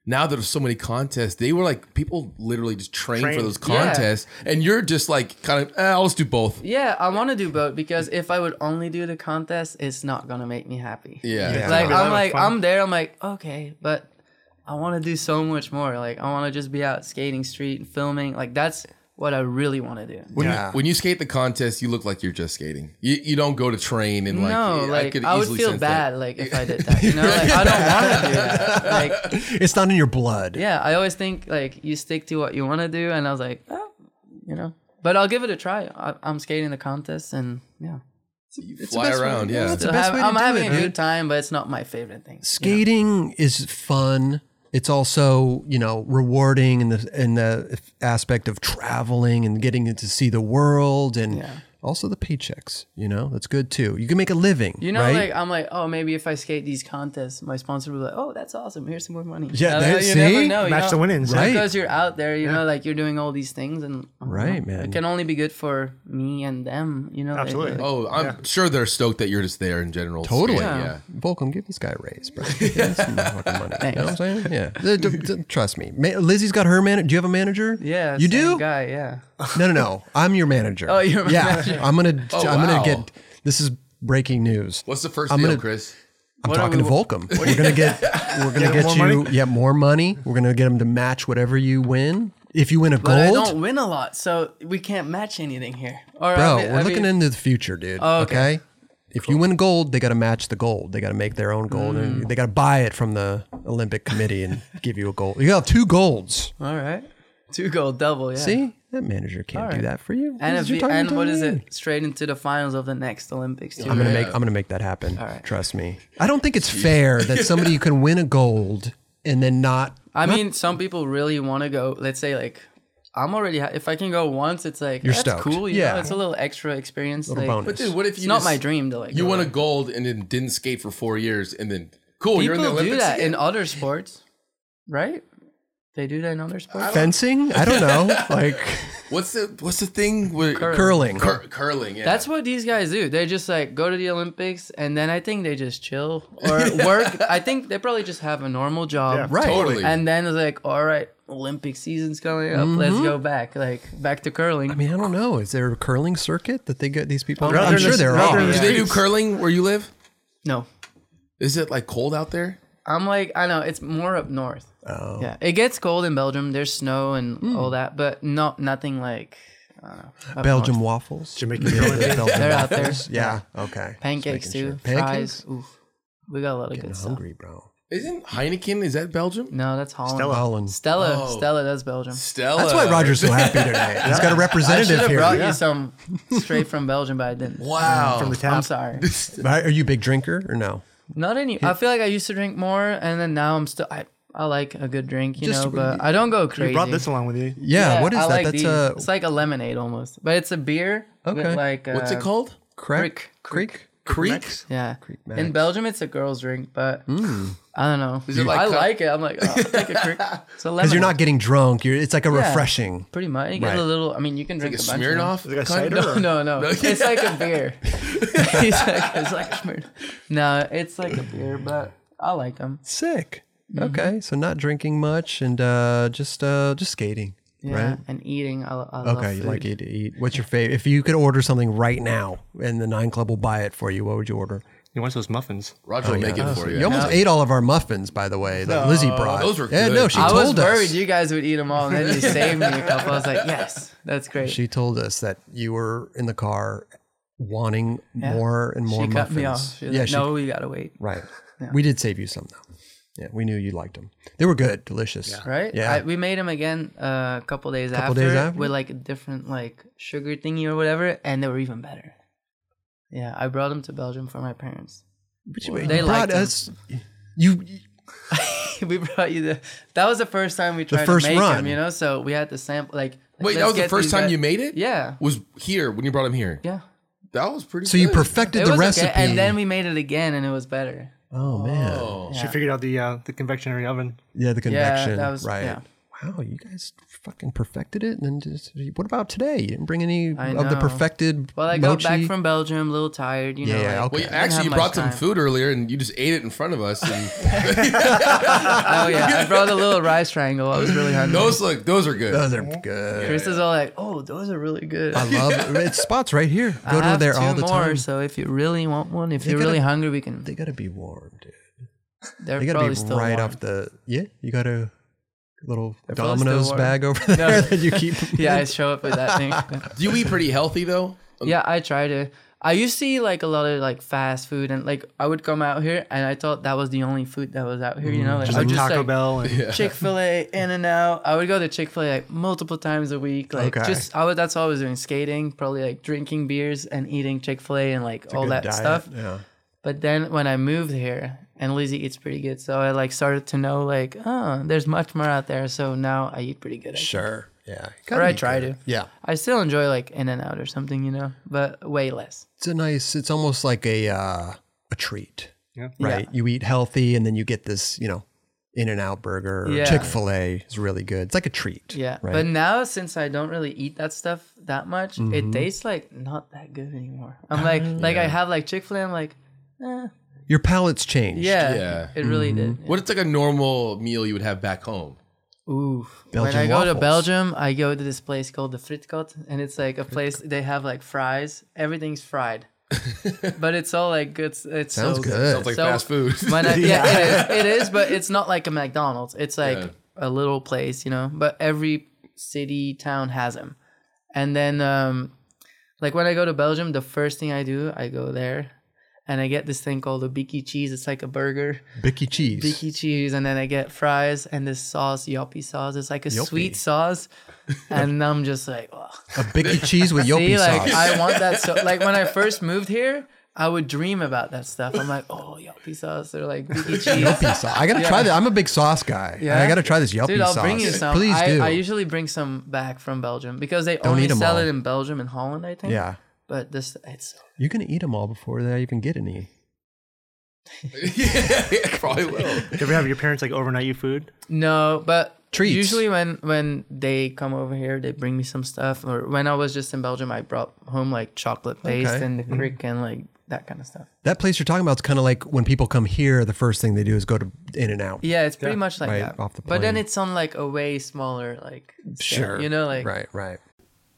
S3: now that there's so many contests, they were like, people literally just trained for
S4: Trained.
S3: those
S2: Yeah.
S3: contests. And you're just like, kind of, eh, I'll just do both.
S2: Yeah, I want to do both because if I would only do the contest, it's not gonna make me happy.
S3: Yeah.
S1: Yeah.
S2: like
S4: Yeah.
S2: I'm like
S4: Fun.
S2: I'm there. I'm like okay, but I want to do so much more. Like I want to just be out skating street and filming. Like that's what I really want to do.
S3: When,
S1: Yeah.
S3: you, when you skate the contest, you look like you're just skating. You, you don't go to train and like,
S2: no, like I,
S3: could
S2: would
S3: easily
S2: feel
S3: sense that.
S2: bad like if I did that. You know, like I don't want to do that. Like
S1: it's not in your blood.
S2: yeah, I always think like you stick to what you want to do, and I was like, oh, you know, but I'll give it a try. I, I'm skating the contest, and yeah,
S3: You fly around, yeah.
S1: That's the
S2: So
S1: best
S2: have-
S1: way to
S2: I'm
S1: do
S2: having
S1: it,
S2: a
S1: man.
S2: good time, but it's not my favorite thing.
S1: skating is fun. It's also you know rewarding in the in the aspect of traveling and getting to see the world and also the paychecks. You know that's good too. You can make a living.
S2: You know,
S1: right?
S2: like I'm like, oh, maybe if I skate these contests, my sponsor will be like, oh, that's awesome. Here's some more money.
S1: Yeah,
S2: Uh,
S1: that-
S2: you
S1: see?
S2: never know. you
S4: Match
S2: know?
S4: the winnings.
S1: Right.
S2: because you're out there, you know, like you're doing all these things, and I don't
S1: Right,
S2: know,
S1: man.
S2: it can only be good for me and them. You know, like-
S4: Absolutely.
S2: like-
S3: Oh, I'm sure they're stoked that you're just there in general.
S1: Totally.
S3: skating,
S2: Yeah.
S3: yeah.
S1: Volcom, give this guy a raise, bro. Give him some fucking money. You know what I'm
S2: Thanks.
S1: saying? Yeah. D- d- d- Trust me. Ma- Lizzie's got her manager. Do you have a manager?
S2: yeah,
S1: You
S2: same
S1: do?
S2: guy, yeah.
S1: No, no, no. I'm your manager.
S2: Oh, you're my Oh,
S1: yeah. I'm gonna. I'm
S3: wow.
S1: gonna get. This is breaking news.
S3: What's the 1st
S1: I'm
S3: deal,
S1: gonna-
S3: Chris?
S1: I'm
S2: What are
S1: talking
S2: we-
S1: to Volcom. We're gonna get we're gonna
S4: Get
S1: get,
S4: more
S1: you
S4: money?
S1: yeah more money. We're gonna get them to match whatever you win. If you win a
S2: But I
S1: gold,
S2: don't win a lot, so we can't match anything here. Or
S1: bro,
S2: I mean-
S1: we're
S2: I
S1: looking
S2: mean,
S1: into the future, dude.
S2: Oh,
S1: okay.
S2: okay.
S1: If you win gold, they got to match the gold. They got to make their own gold.
S2: Mm.
S1: and They got to buy it from the Olympic Committee and give you a gold. You got two golds.
S2: All right, two gold double. Yeah.
S1: See, That manager can't
S2: All
S1: do
S2: right.
S1: that for you. What
S2: And,
S1: is
S2: if
S1: you
S2: the,
S1: talking
S2: and
S1: to
S2: what is
S1: me?
S2: it? Straight into the finals of the next Olympics. Too.
S1: I'm gonna
S3: Yeah.
S1: make I'm gonna make that happen.
S2: right.
S1: Trust me. I don't think it's fair that somebody can win a gold and then not.
S2: I mean, some people really want to go. Let's say like I'm already. Ha- if I can go once, it's like
S1: You're
S2: that's
S1: stoked.
S2: cool. You
S1: Yeah.
S2: know, it's a little extra experience.
S1: Little
S2: like,
S1: bonus.
S3: But dude, what if you
S2: It's not
S3: just-
S2: my dream to like.
S3: You
S2: go
S3: won a
S2: there.
S3: gold and then didn't skate for four years and then cool. you're in the
S2: People
S3: Olympics
S2: do that
S3: again.
S2: in other sports, right? They do that in other sports.
S1: Fencing? I don't know. Like
S3: What's the what's the thing where
S1: curling.
S3: Cur- curling? Yeah.
S2: That's what these guys do. They just like go to the Olympics and then I think they just chill or work. I think they probably just have a normal job.
S4: Yeah.
S1: Right.
S3: totally.
S2: And then it's like, all right, Olympic season's coming up. Let's go back, like back to curling.
S1: Mm-hmm. I mean, I don't know. Is there a curling circuit that they get these people?
S4: Rather
S1: I'm
S4: than
S1: sure
S4: this-
S1: there
S4: rather
S1: are.
S4: than
S3: do
S4: this-
S3: they do curling where you live?
S2: no,
S3: Is it like cold out there?
S2: I'm like, I know it's more up north. Oh. Yeah, it gets cold in Belgium. There's snow and
S1: Hmm.
S2: all that, but not nothing like
S1: Belgium waffles.
S4: Jamaican
S1: Yeah, those Belgium
S2: They're out there.
S1: waffles. Yeah. Okay.
S2: pancakes
S1: Just making
S2: too,
S1: sure.
S2: fries. Oof, we got a lot of
S1: Getting
S2: good stuff.
S1: hungry, bro.
S3: Isn't Heineken? Is that Belgium?
S2: No, that's Holland.
S1: Stella Holland.
S2: Stella,
S3: Oh.
S2: Stella, that's Belgium.
S3: Stella.
S1: That's why Roger's so happy tonight. He's got a
S2: uh, I should
S1: representative
S2: have
S1: here.
S2: brought you some straight from Belgium, but I didn't.
S3: Wow.
S4: from the tap.
S2: I'm sorry.
S1: Are you a big drinker or no?
S2: Not any. I feel like I used to drink more, and then now I'm still. I, I like a good drink, you
S1: Just-
S2: know, but I don't go crazy.
S4: You brought this along with you.
S1: Yeah. what is
S2: I
S1: that?
S2: like
S1: That's
S2: these.
S1: a
S2: It's like a lemonade almost, but it's a beer.
S1: Okay.
S2: With like
S3: What's
S2: uh,
S3: it called?
S1: creek. Creek.
S3: Creek.
S2: Yeah.
S1: Max.
S2: In Belgium, it's a girl's drink, but I don't know.
S3: it like
S2: I
S3: cup-
S2: like it. I'm like, oh, I'll take a creek. It's a lemonade.
S1: Because you're not getting drunk. You're. It's like a
S2: Yeah.
S1: refreshing.
S2: Pretty much. You get
S1: Right.
S2: a little. I mean, you can
S3: Like
S2: drink
S3: a
S2: a bunch. of them.
S3: Smirnoff.
S4: Is it like a
S3: kind
S4: cider?
S3: of?
S4: or-
S2: No, no, no. It's like a beer. it's like, it's like a beer. No, it's like a beer, but I like them.
S1: Sick.
S2: Mm-hmm.
S1: Okay, so not drinking much and uh, just uh, just skating.
S2: Yeah,
S1: Right.
S2: and eating. I, I love
S1: Okay, you
S2: food.
S1: like you to eat. What's your favorite? If you could order something right now, and the Nine Club will buy it for you, what would you order?
S4: You want those muffins?
S3: Roger
S1: Oh,
S3: will make it for you.
S1: You almost ate all of our muffins, by the way. That Lizzie brought.
S3: those were
S1: Yeah,
S3: good.
S1: no, she
S2: I was
S1: told us.
S2: worried you guys would eat them all, and then you saved me a couple. I was like, yes, that's great.
S1: She told us that you were in the car, wanting
S2: Yeah.
S1: more and more
S2: She
S1: muffins.
S2: cut me off. She was
S1: yeah,
S2: like,
S1: she-
S2: no, we gotta wait.
S1: right. We did save you some though. Yeah, we knew you liked them. They were good, delicious.
S2: Right?
S1: Yeah.
S2: I, we made them again uh, a couple days
S1: Couple
S2: after,
S1: days after?
S2: with like a different like sugar thingy or whatever, and they were even better. Yeah, I brought them to Belgium for my parents.
S1: But you,
S2: They
S1: you brought
S2: liked 'em.
S1: us. You
S2: we brought you the. That was the first time we tried
S1: first
S2: to make
S1: run.
S2: them, you know. So we had to sample like. like,
S3: Wait, that
S2: let's
S3: was the
S2: get
S3: first
S2: these
S3: time
S2: guys-
S3: you made it.
S2: Yeah,
S3: Was here when you brought him here.
S2: yeah.
S3: That was pretty.
S1: so you
S3: good.
S1: perfected
S2: It
S1: the
S2: was
S1: recipe,
S2: okay, and then we made it again, and it was better.
S1: oh man,
S4: She figured out the uh, the convectionary oven.
S1: yeah, the convection,
S2: that was-
S1: right?
S2: yeah.
S1: Wow, you guys fucking perfected it, and then just what about today? You didn't bring any
S2: I
S1: of the
S2: know.
S1: perfected.
S2: Well, I
S1: mochi?
S2: got back from Belgium, a little tired, you
S1: Yeah,
S2: know.
S1: yeah,
S2: like-
S1: okay.
S3: Well,
S1: I
S3: you-
S1: didn't
S3: actually,
S2: have
S3: you brought
S2: much
S3: some
S2: time.
S3: food earlier, and you just ate it in front of us. And
S2: Oh yeah, I brought a little rice triangle. I was really hungry.
S3: those look, those are good.
S1: Those are Oh, good.
S2: Chris is all like, "Oh, those are really good."
S1: I love it. It's spots right here. Go
S2: I
S1: to
S2: have
S1: there
S2: two
S1: all the
S2: more,
S1: time.
S2: So if you really want one, if
S1: They
S2: you're
S1: gotta-
S2: really hungry, we can.
S1: They gotta be warm, dude.
S2: They're
S1: They gotta
S2: probably
S1: be
S2: still
S1: right
S2: warm.
S1: off the. Yeah, you got a little
S2: probably still
S1: Domino's
S2: warm.
S1: bag over there that you keep.
S2: yeah, I show up with that thing.
S3: Do you eat pretty healthy though?
S2: yeah, I try to. I used to eat like a lot of like fast food, and like I would come out here, and I thought that was the only food that was out here. You know, like,
S4: Just
S2: I
S4: like
S2: would
S4: Taco
S2: like,
S4: Bell. And,
S2: Chick Fil A, In and Out. I would go to Chick Fil A like multiple times a week. Like
S1: Okay.
S2: just I would, that's all I was doing: skating, probably like drinking beers and eating Chick Fil A and like all
S1: Good
S2: that
S1: diet,
S2: stuff.
S1: Yeah.
S2: But then when I moved here, and Lizzie eats pretty good, so I like started to know like oh, there's much more out there. So now I eat pretty good. I think.
S1: Sure. Yeah.
S2: Or I try to.
S1: Yeah.
S2: I still enjoy like In and Out or something, you know, but way less.
S1: It's a nice. It's almost like a uh, a treat,
S4: Yeah.
S1: right? You eat healthy, and then you get this, you know, In and Out burger.
S2: Yeah.
S1: Chick Fil A is really good. It's like a treat.
S2: Yeah.
S1: Right.
S2: But now since I don't really eat that stuff that much,
S1: Mm-hmm.
S2: it tastes like not that good anymore. I'm like like I have like Chick Fil A. I'm like
S1: Your palate's changed.
S2: yeah,
S3: Yeah.
S2: it really
S1: Mm-hmm.
S2: did.
S3: What it's like a normal meal you would have back home.
S2: Ooh.
S1: Belgian
S2: when I go
S1: waffles.
S2: to Belgium, I go to this place called the Fritkot, and it's like a place they have like fries. Everything's fried, but it's all like good. It's
S1: Sounds
S2: so
S1: good.
S3: Sounds like
S2: So-
S3: fast food.
S2: When I, uh, yeah, it, is, it is, but it's not like a McDonald's. It's like
S3: Yeah.
S2: a little place, you know. But every city town has them. And then, um, like when I go to Belgium, the first thing I do, I go there, and I get this thing called a Bicky cheese. It's like a burger,
S1: Bicky cheese.
S2: Bicky cheese, and then I get fries and this sauce, Yoppie sauce. It's like a sweet
S1: Yoppie.
S2: sauce, and I'm just like, oh.
S1: A Bicky cheese with Yopi
S2: See, like
S1: sauce.
S2: I want that. So, like when I first moved here, I would dream about that stuff. I'm like, oh, Yoppie sauce. They're like Bicky cheese.
S1: Yopi sauce. I gotta try that. I'm a big sauce guy. I gotta try this Yopi
S2: Dude, I'll
S1: sauce.
S2: bring you some.
S1: Please
S2: I,
S1: do.
S2: I usually bring some back from Belgium because they only
S1: eat 'em
S2: sell
S1: all.
S2: it in Belgium and Holland, I think.
S1: yeah,
S2: But this, it's
S1: you're gonna eat them all before they even get any.
S3: yeah, yeah, probably will.
S4: You ever have your parents like overnight you food?
S2: no, but
S1: Treats.
S2: usually when when they come over here, they bring me some stuff. Or when I was just in Belgium, I brought home like chocolate paste
S1: Okay. Mm-hmm.
S2: and the crick and like that kind of stuff.
S1: That place you're talking about is kind of like when people come here, the first thing they do is go to In and Out.
S2: Yeah, it's pretty much like
S1: Right,
S2: that.
S1: off the
S2: but then
S1: plane.
S2: it's on like a way smaller, like scale, you know, like
S1: right, right.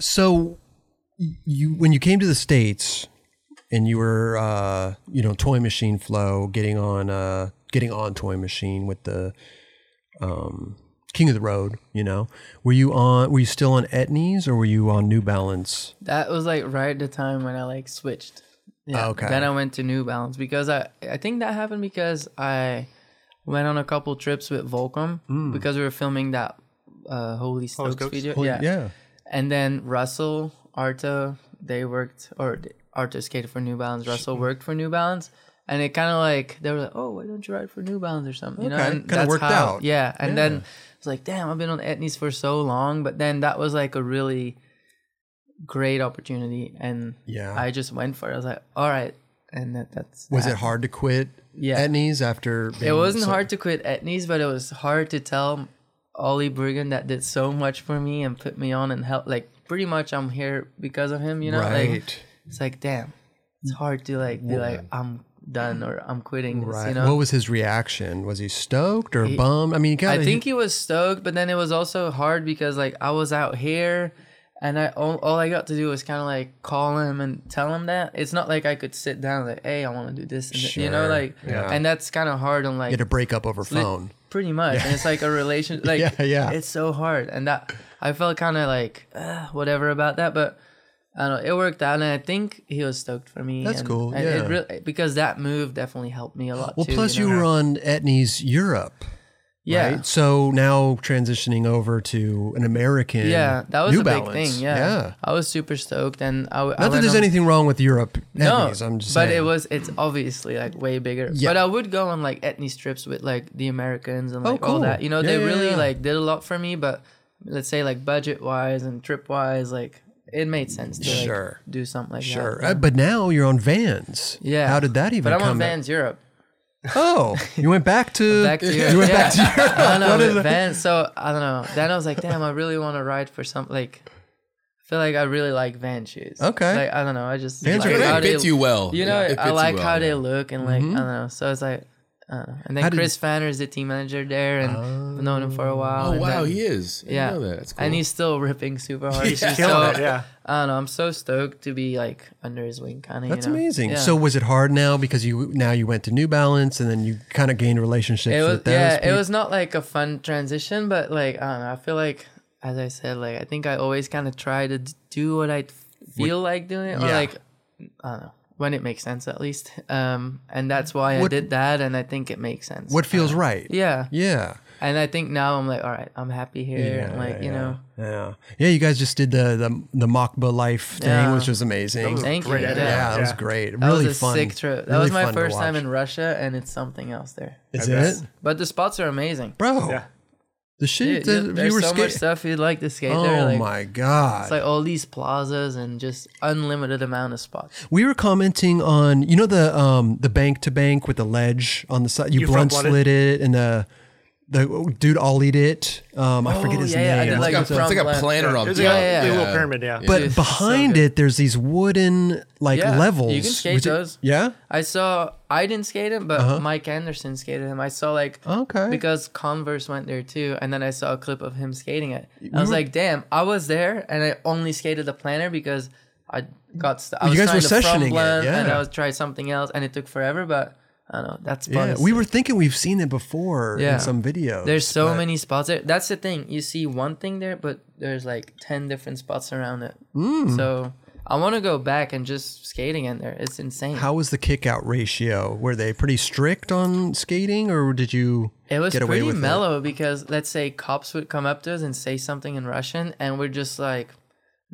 S1: So, you when you came to the states and you were, uh, you know, Toy Machine Flow, getting on, uh, getting on Toy Machine with the um, King of the Road. You know, were you on? Were you still on Etnies or were you on New Balance?
S2: That was like right at the time when I like switched. Yeah.
S1: Okay.
S2: Then I went to New Balance because I I think that happened because I went on a couple trips with Volcom because we were filming that uh, Mm. Holy Stokes
S4: Stokes?
S2: video. yeah. And then Russell Arto they worked or th- Arto skated for New Balance.
S1: Mm-hmm.
S2: Russell worked for New Balance. And it kind of like they were like, oh, why don't you ride for New Balance or something? You know,
S1: Okay,
S2: and
S1: kinda
S2: that's
S1: worked
S2: how-
S1: out.
S2: Yeah, and then it's like, damn, I've been on Etnies for so long, but then that was like a really great opportunity and
S1: Yeah.
S2: i just went for it i was like all right and that, that's
S1: Was
S2: that.
S1: it hard to quit
S2: Uh, Yeah.
S1: Etnies after?
S2: it
S1: being
S2: wasn't
S1: so-
S2: hard to quit etnies but it was hard to tell ollie bergen that did so much for me and put me on and help like pretty much i'm here because of him you know like
S1: right,
S2: it's like damn it's hard to like be like i'm done or i'm quitting this
S1: right.
S2: you know
S1: what was his reaction? Was he stoked or bummed? I mean, God,
S2: I think he was stoked, but then it was also hard because like I was out here, and I all, all I got to do was kind of like call him and tell him that it's not like I could sit down like, hey, I want to do this, and th- you know,
S1: Sure,
S2: like,
S1: yeah.
S2: and that's kind of hard on
S1: he
S2: like
S1: had to break up over
S2: li-
S1: phone.
S2: pretty much, and it's like a relation, like
S1: Yeah, yeah.
S2: it's so hard, and that I felt kind of like uh, whatever about that, but. I don't know. It worked out, and I think he was stoked for me.
S1: That's
S2: and-
S1: cool,
S2: and
S1: yeah.
S2: it really, because that move definitely helped me a lot.
S1: Well,
S2: too,
S1: plus you,
S2: know?
S1: were on Etnies Europe,
S2: yeah,
S1: right? So now transitioning over to an American,
S2: yeah, that was
S1: New
S2: a
S1: Balance.
S2: big thing. Yeah. I was super stoked, and I, w- I
S1: Not that
S2: went
S1: there's
S2: on-
S1: anything wrong with Europe
S2: No,
S1: Etnies. I'm just
S2: but
S1: saying.
S2: it was it's obviously like way bigger.
S1: Yeah.
S2: But I would go on like ethnic trips with like the Americans and
S1: Oh,
S2: like
S1: cool.
S2: all that. You know,
S1: Yeah,
S2: they
S1: yeah,
S2: really
S1: yeah.
S2: like did a lot for me. But let's say like budget wise and trip wise, like it made sense to like,
S1: Sure.
S2: do something like
S1: sure.
S2: that.
S1: Uh, but now you're on Vans.
S2: Yeah.
S1: How did that even
S2: But I'm
S1: come?
S2: on Vans Europe.
S1: Oh, you went back to
S2: Back to Europe.
S1: you went
S2: yeah.
S1: back to Europe.
S2: I don't know, Vans. So I don't know. Then I was like, damn, I really want to ride for some like. I feel like I really like Vans shoes.
S1: Okay.
S2: Like I don't know. I just
S1: Vans are
S2: like
S1: good.
S2: how
S3: It
S2: they-
S3: fits you well.
S2: You know,
S3: Yeah, Mm-hmm. it
S2: I
S3: fits
S2: like
S3: you
S2: how
S3: well,
S2: they
S3: yeah.
S2: look and like I don't know. So it's like, I don't know. and then
S1: How did-
S2: Chris Fanner is the team manager there, and I've known him for a while.
S3: Oh
S2: and
S3: wow,
S2: then-
S3: he is. I didn't
S2: yeah,
S3: know that. That's cool.
S2: and he's still ripping super hard. He's just
S4: Killing
S2: so-
S4: it, yeah.
S2: I don't know. I'm so stoked to be like under his wing, kind of.
S1: That's
S2: you know?
S1: amazing.
S2: Yeah.
S1: So was it hard now because you now you went to New Balance and then you kind of gained relationships
S2: it was
S1: with those?
S2: yeah,
S1: people?
S2: it was not like a fun transition, but like I don't know. I feel like as I said, like I think I always kind of try to d- do what I th- feel like doing, or
S1: yeah.
S2: like I don't know when it makes sense at least. Um, and that's why
S1: What-
S2: I did that, and I think it makes sense.
S1: what feels right.
S2: Yeah.
S1: Yeah.
S2: And I think now I'm like, all right, I'm happy here. and like, you know,
S1: Yeah. Yeah, you guys just did the the, the Mokba Life thing,
S2: Yeah.
S1: which was amazing.
S2: thank you.
S4: great
S2: Yeah.
S4: idea.
S1: yeah, that was
S4: Yeah.
S1: great.
S2: That
S1: really
S2: was a
S1: fun.
S2: sick trip. That
S1: Really
S2: was my
S1: fun to
S2: first time
S1: watch.
S2: in Russia, and it's something else there.
S1: Is
S4: Yes.
S1: it?
S2: But the spots are amazing.
S1: Bro.
S4: Yeah.
S1: The shit
S2: Dude,
S1: that
S2: dude,
S1: you
S2: there's
S1: were
S2: so
S1: scared.
S2: much stuff you'd like to skate
S1: Oh
S2: there. Like,
S1: my god.
S2: It's like all these plazas and just unlimited amount of spots.
S1: we were commenting on you know the um the bank to bank with the ledge on the side. You,
S4: You
S1: blunt
S4: front-blooded?
S1: slid it and the the dude, I'll eat it. Um, I forget
S2: Oh,
S1: his
S2: yeah, yeah, I
S1: name.
S2: did
S3: It's like,
S2: Like
S3: a,
S2: a
S3: it's like a
S2: front
S3: planner
S2: left.
S3: on
S4: It was
S3: top.
S4: like a
S2: Yeah, yeah.
S4: little pyramid, yeah.
S1: but
S2: Dude, it's so
S1: behind
S2: good.
S1: it, there's these wooden like
S2: Yeah, you
S1: levels.
S2: can skate
S1: which it-
S2: those.
S1: yeah. Uh-huh.
S2: I saw I didn't skate him, but Mike Anderson skated him. I saw like
S1: Okay.
S2: because Converse went there too, and then I saw a clip of him skating it. I
S1: You
S2: was
S1: were-
S2: like, damn, I was there, and I only skated the planner because I got st- I
S1: You
S2: was
S1: guys
S2: trying
S1: were
S2: to front
S1: sessioning it,
S2: blend, and
S1: yeah.
S2: I was trying something else, and it took forever, but I don't know. That's
S1: Yeah,
S2: bonus.
S1: we were thinking we've seen it before
S2: Yeah.
S1: in some video.
S2: There's so many spots there. That's the thing. You see one thing there, but there's like ten different spots around it.
S1: Hmm.
S2: So I want to go back and just skating in there. It's insane.
S1: How was the kick out ratio? Were they pretty strict on skating, or did you
S2: It was
S1: get away
S2: pretty
S1: with It?
S2: mellow because let's say cops would come up to us and say something in Russian, and we're just like,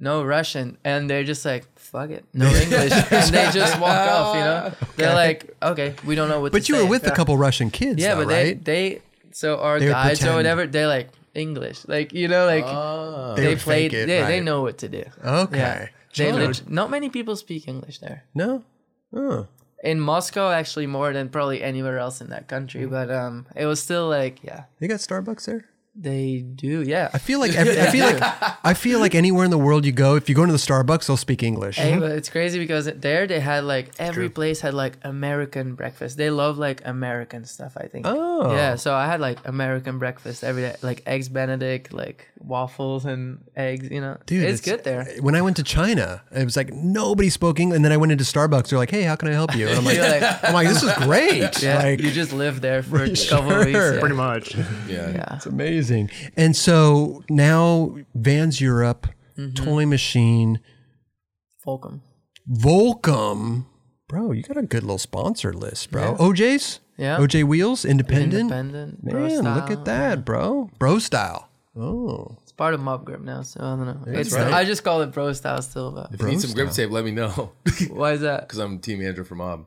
S2: no Russian, and they're just like, fuck it, no English, and they just walk off. You know, they're like, okay, we don't know what.
S1: But
S2: to
S1: you
S2: say.
S1: were with a couple Russian kids,
S2: yeah,
S1: though,
S2: but
S1: right?
S2: they they so our
S1: They would
S2: guides
S1: pretend.
S2: or whatever, they're like English, like you know, like
S1: They
S2: they,
S1: would fake
S2: played,
S1: it,
S2: they, they
S1: right.
S2: know what to do.
S1: Okay.
S2: Yeah. They
S1: Dude.
S2: leg- not many people speak English there.
S1: no. Huh.
S2: In Moscow, actually, more than probably anywhere else in that country.
S1: Mm.
S2: But um, it was still like, yeah,
S1: They got Starbucks there.
S2: they do. Yeah,
S1: I feel like every, I feel like I feel like anywhere in the world you go, if you go into the Starbucks, they'll speak English.
S2: Hey, but it's crazy because there they had like every place had like American breakfast. They love like American stuff, I think.
S1: Oh.
S2: Yeah, so I had like American breakfast every day, like eggs benedict, like waffles and eggs, you know.
S1: Dude,
S2: it's, good there.
S1: When I went to China, it was like nobody spoke English, and then I went into Starbucks. They're like, "Hey, how can I help you?" And I'm like,
S2: You're like,
S1: "I'm like, this is great.
S2: yeah,
S1: like,
S2: you just live there for a couple of weeks.
S1: sure.
S2: yeah.
S4: Pretty much.
S3: Yeah.
S2: Yeah.
S1: It's amazing. And so now Vans Europe,
S2: Mm-hmm.
S1: Toy Machine,
S2: Fulcrum.
S1: Volcom. Bro, you got a good little sponsor list, bro. OJ's?
S2: Yeah.
S1: OJ Wheels, Independent.
S2: Independent. bro
S1: Man, look
S2: style.
S1: at that, bro. Bro style. Oh.
S2: It's part of Mob Grip now, so I don't know. it's
S1: right.
S2: I just call it bro style still, but
S3: If you need some grip tape, let me know. Because
S2: why is that?
S3: I'm team manager for Mob.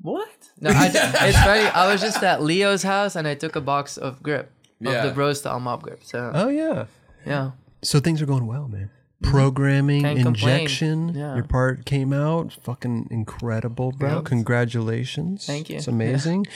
S2: What? No, I, it's funny. I was just at Leo's house and I took a box of grip
S3: Yeah.
S2: of the bro style mob grip. So
S1: Oh yeah.
S2: yeah,
S1: So things are going well, man. Programming,
S2: Mm-hmm. Can't complain.
S1: injection.
S2: Yeah.
S1: Your part came out. Fucking incredible, bro. Congratulations.
S2: Thank you.
S1: It's amazing.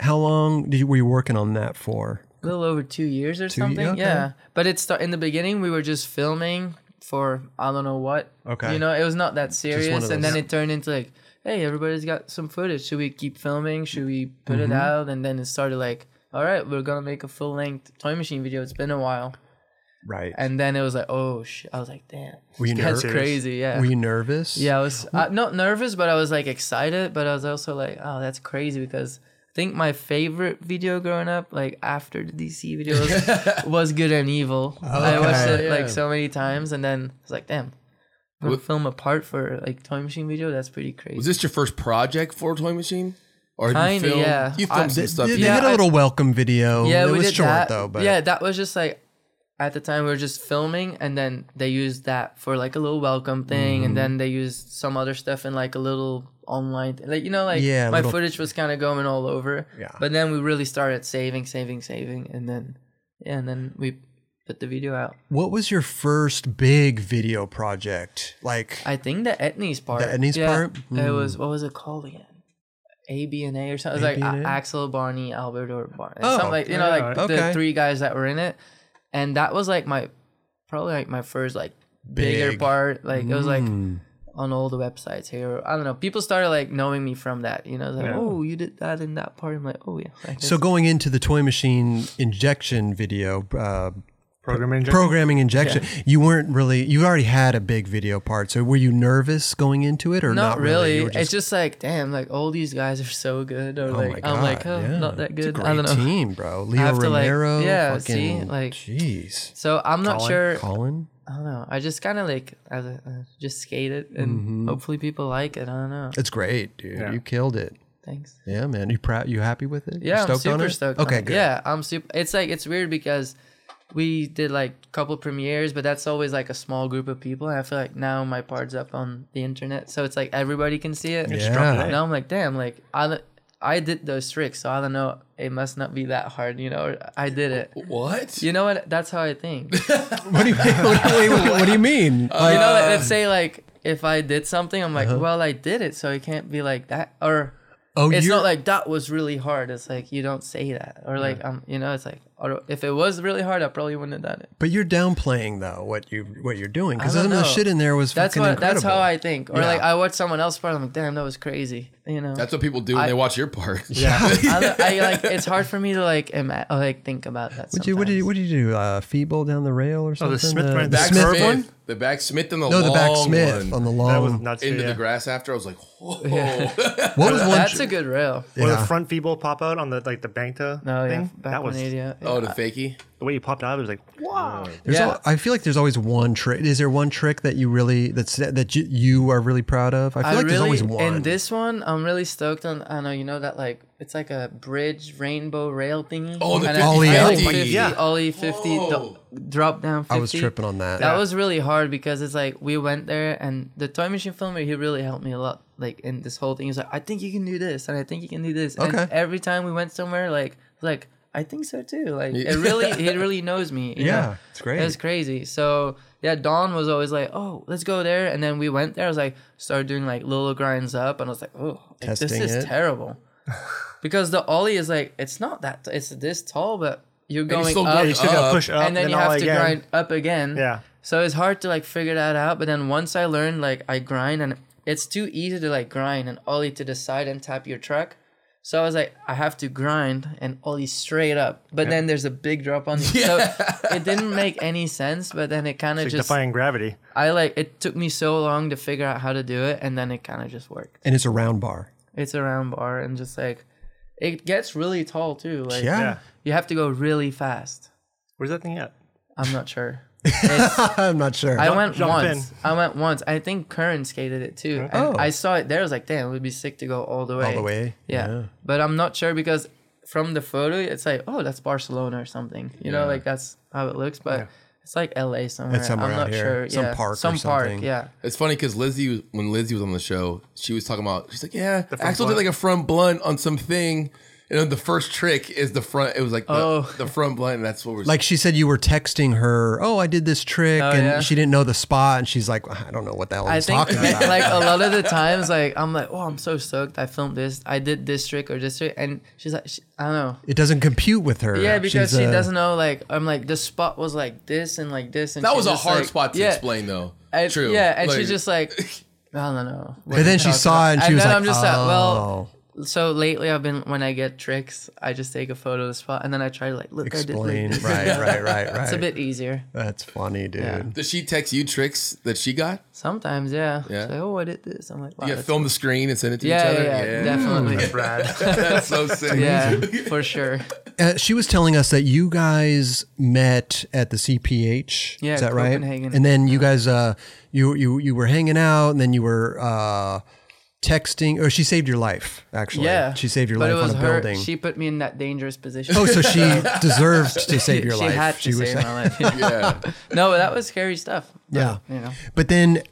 S1: How long did you, were you working on that for?
S2: a little over two years or
S1: ye-
S2: something.
S1: okay.
S2: Yeah, but it's in the beginning we were just filming for I don't know what.
S1: Okay.
S2: You know, it was not that serious,
S1: of
S2: and
S1: those.
S2: then it turned into like, hey, everybody's got some footage. Should we keep filming? Should we put
S1: Mm-hmm.
S2: it out? And then it started like, all right, we're gonna make a full length toy machine video. It's been a while,
S1: Right.
S2: and then it was like, oh shit. I was like, damn,
S1: Were you
S2: that's
S1: nervous?
S2: crazy. Yeah.
S1: Were you nervous?
S2: Yeah, I was uh, not nervous, but I was like excited. But I was also like, oh, that's crazy because I think my favorite video growing up, like after the DC video, was, was Good and Evil. I watched it like so many times, and then I was like, damn, we'll
S3: What-
S2: film apart for like Toy Machine video. That's pretty crazy.
S3: Was this your first project for Toy Machine? Or have you
S2: Kinda,
S3: filmed,
S2: yeah.
S3: You filmed
S2: I-
S3: some
S1: They,
S3: stuff.
S1: they
S3: you-
S1: did a
S2: I-
S1: little welcome video.
S2: yeah,
S1: it
S2: we
S1: was
S2: did
S1: short
S2: that.
S1: though, but
S2: yeah, that was just like at the time we were just filming, and then they used that for like a little welcome thing,
S1: Mm-hmm.
S2: and then they used some other stuff in like a little online, like you know, like
S1: Yeah, a
S2: my
S1: little-
S2: footage was kind of going all over.
S1: Yeah.
S2: But then we really started saving, saving, saving, and then yeah, and then we put the video out.
S1: What was your first big video project? Like,
S2: I think the etnies part.
S1: The etnies part? Hmm.
S2: It was what was it called again? A B and A or something. It was like
S1: ABNA?
S2: A- Axel, Barney, Albert, or Barney.
S1: Oh,
S2: something like you know, like
S1: okay.
S2: the three guys that were in it, and that was like my probably like my first like bigger
S1: Big. Hmm.
S2: part. Like it was like on all the websites here. I don't know. People started like knowing me from that. You know, like oh, you did that in that part. I'm like oh yeah. Like,
S1: so going into the toy machine injection video, uh,
S4: Program engine.
S1: programming injection, you weren't really, you already had a big video part. So were you nervous going into it or not,
S2: not really.
S1: You were
S2: It's just like, damn, like all these guys are so good, or
S1: oh my
S2: like
S1: God,
S2: I'm like, oh,
S1: yeah.
S2: not
S1: It's
S2: that
S1: a
S2: good.
S1: great
S2: I don't know.
S1: team, bro. Leo
S2: have to, like-
S1: Romero.
S2: yeah,
S1: fucking,
S2: see, like-
S1: jeez.
S2: So I'm not sure.
S1: Colin?
S2: I don't know. I just kind of like I was, uh, just skate it, and
S1: Mm-hmm.
S2: hopefully people like it. I don't know.
S1: It's great, dude. You killed it.
S2: Thanks.
S1: Yeah, man. You proud? You happy with it? You
S2: Yeah, I'm
S1: stoked
S2: super
S1: on it?
S2: stoked. on
S1: Okay,
S2: it.
S1: good.
S2: Yeah, I'm super. It's like it's weird because we did like a couple premieres, but that's always like a small group of people. And I feel like now my part's up on the internet, so it's like everybody can see it.
S1: just dropped it out.
S2: Now I'm like, damn, like I. don't- I did those tricks, so I don't know. It must not be that hard, you know. Or I did it.
S1: Oh,
S3: What?
S2: You know what? That's how I think.
S1: What do you mean? What do you, what do you mean?
S2: you know,
S1: Uh, Uh-huh.
S2: like, let's say like if I did something, I'm like, well, I did it, so it can't be like that. Or
S1: Oh,
S2: it's
S1: you're-
S2: not like that was really hard. It's like you don't say that, or like um, you know, it's like or if it was really hard, I probably wouldn't have done it.
S1: But you're downplaying though what you what you're doing because
S2: I
S1: some
S2: don't
S1: of the
S2: know.
S1: shit in there was
S2: That's
S1: fucking
S2: what.
S1: incredible.
S2: That's how I think. Or
S1: Yeah.
S2: like I watch someone else part, I'm like, damn, that was crazy. You know.
S3: That's what people do when
S2: I-
S3: they watch your part.
S2: I, I like. It's hard for me to like ima- or, like think about that.
S1: What did you what did you,
S2: sometimes.
S1: what did you do? Uh, feeble down the rail or something? Uh,
S4: Oh, the Smith brand-
S1: the
S4: Back
S1: Smith
S4: Smith.
S1: one?
S3: The back Smith and the
S1: No,
S3: long
S1: the back Smith
S3: one.
S1: on the
S4: That was
S1: long.
S4: nuts.
S3: into
S4: yeah.
S3: the grass after. I was like, whoa.
S1: what was one?
S2: That's a good rail.
S4: Or
S1: Yeah.
S4: the front feeble pop out on the like the bankta
S2: No, Oh, yeah,
S4: thing.
S2: back
S4: that was
S2: 180, yeah.
S3: oh, the fakie.
S4: the way you popped out. It was like wow.
S1: There's
S2: Yeah.
S1: al- I feel like there's always one trick. Is there one trick that you really that's that you, you are really proud of? I feel
S2: I
S1: like
S2: really
S1: there's always one.
S2: in this one. I'm really stoked on. I know you know that like it's like a bridge rainbow rail thingy.
S3: Oh, the
S2: And I-
S3: 50,
S1: Ollie
S2: I like
S1: Ollie.
S2: 50,
S4: Yeah.
S2: ollie fifty do- drop down. 50.
S1: I was tripping on that.
S2: That was really hard because it's like we went there and the toy machine filmer he really helped me a lot. Like in this whole thing, he's like, I think you can do this and I think you can do this.
S1: Okay.
S2: And every time we went somewhere, like like I think so too. Like it really he really knows me. you
S1: Yeah,
S2: know?
S1: it's great.
S2: It's crazy. So yeah, Dawn was always like, Oh, let's go there and then we went there, I was like started doing like little grinds up and I was like, Oh like, this
S1: Testing
S2: is
S1: it.
S2: terrible. because the Ollie is like it's not that t- it's this tall, but you're
S3: you
S2: going
S3: still
S1: Oh,
S2: up,
S3: go
S4: You still
S1: uh,
S4: gotta
S3: Up,
S4: push up
S2: and then, you have
S4: all
S2: to
S4: again.
S2: grind up again.
S4: Yeah.
S2: So it's hard to like figure that out. But then once I learned, like I grind, and it's too easy to like grind and ollie to the side and tap your truck. So I was like, I have to grind and ollie straight up. But then there's a big drop on. So it didn't make any sense. But then it kind of
S4: It's like
S2: just
S4: defying gravity.
S2: I like it took me so long to figure out how to do it, and then it kind of just worked.
S1: and it's a round bar.
S2: It's a round bar and just like it gets really tall too. Like
S1: Yeah.
S4: Yeah.
S2: you have to go really fast.
S4: Where's that thing at?
S2: I'm not sure.
S1: I'm not sure.
S2: I went
S4: jump
S2: once. I went once. I think Curran skated it too. And
S1: Oh.
S2: I saw it there. I was like, damn, it would be sick to go all the way.
S1: All the way?
S2: Yeah.
S1: Yeah.
S2: But I'm not sure because from the photo, it's like, oh, that's Barcelona or something. You know, like that's how it looks. But it's like LA somewhere.
S1: It's somewhere
S2: I'm
S1: out
S2: not
S1: here.
S2: sure.
S1: Some
S2: yeah.
S1: park or
S2: Some
S1: something.
S2: park. Yeah.
S3: It's funny because Lizzie, when Lizzie was on the show, she was talking about. She's like, "Yeah, Axel did like a front blunt on something." You know, the first trick is the front. It was like the,
S2: Oh.
S3: the front blunt, and that's what we're
S1: like she said, you were texting her. Oh, I did this trick, and
S2: yeah?
S1: she didn't know the spot, and she's like, I don't know what the hell
S2: I
S1: he's
S2: think
S1: talking about.
S2: like a lot of the times, like I'm like, oh, I'm so stoked. I filmed this. I did this trick or this trick, and she's like, she, I don't know.
S1: it doesn't compute with her.
S2: Yeah, because
S1: She's,
S2: she
S1: uh,
S2: doesn't know. Like I'm like the spot was like this and like this, and
S3: that
S2: she's
S3: was a
S2: just
S3: hard
S2: like-
S3: spot to
S2: yeah.
S3: explain, though.
S2: And-
S3: True.
S2: Yeah, and she's
S3: Like,
S2: just like, I don't know. what
S1: But then
S2: you're
S1: she
S2: talking
S1: saw it, and
S2: about."
S1: she was
S2: then
S1: like,
S2: I'm just like, well.
S1: "Oh."
S2: So lately, I've been when I get tricks, I just take a photo of the spot, and then I try to like look. I did
S1: explain.
S2: like this.
S1: right, right, right, right.
S2: It's a bit easier
S1: That's funny, dude.
S3: Does she text you tricks that she got?
S2: sometimes. Yeah.
S3: Yeah.
S2: She's like, oh, I did this. I'm like, wow,
S3: You
S2: that's-
S3: film the screen and send it to
S2: yeah,
S3: each
S2: yeah,
S3: other.
S2: yeah, definitely.
S3: that's so sick.
S2: Yeah, for sure.
S1: Uh, she was telling us that you guys met at the CPH.
S2: Yeah,
S1: is that right?
S2: Copenhagen.
S1: And then you guys, uh, you you you were hanging out, and then you were uh, texting. Or she saved your life, actually.
S2: Yeah.
S1: she saved your
S2: but
S1: life
S2: it was
S1: on a
S2: her,
S1: building.
S2: She put me in that dangerous position.
S1: oh, so she deserved to save your
S2: she
S1: life.
S2: had to save my life. no, but that was scary stuff. But,
S1: Yeah.
S2: you know.
S1: But then,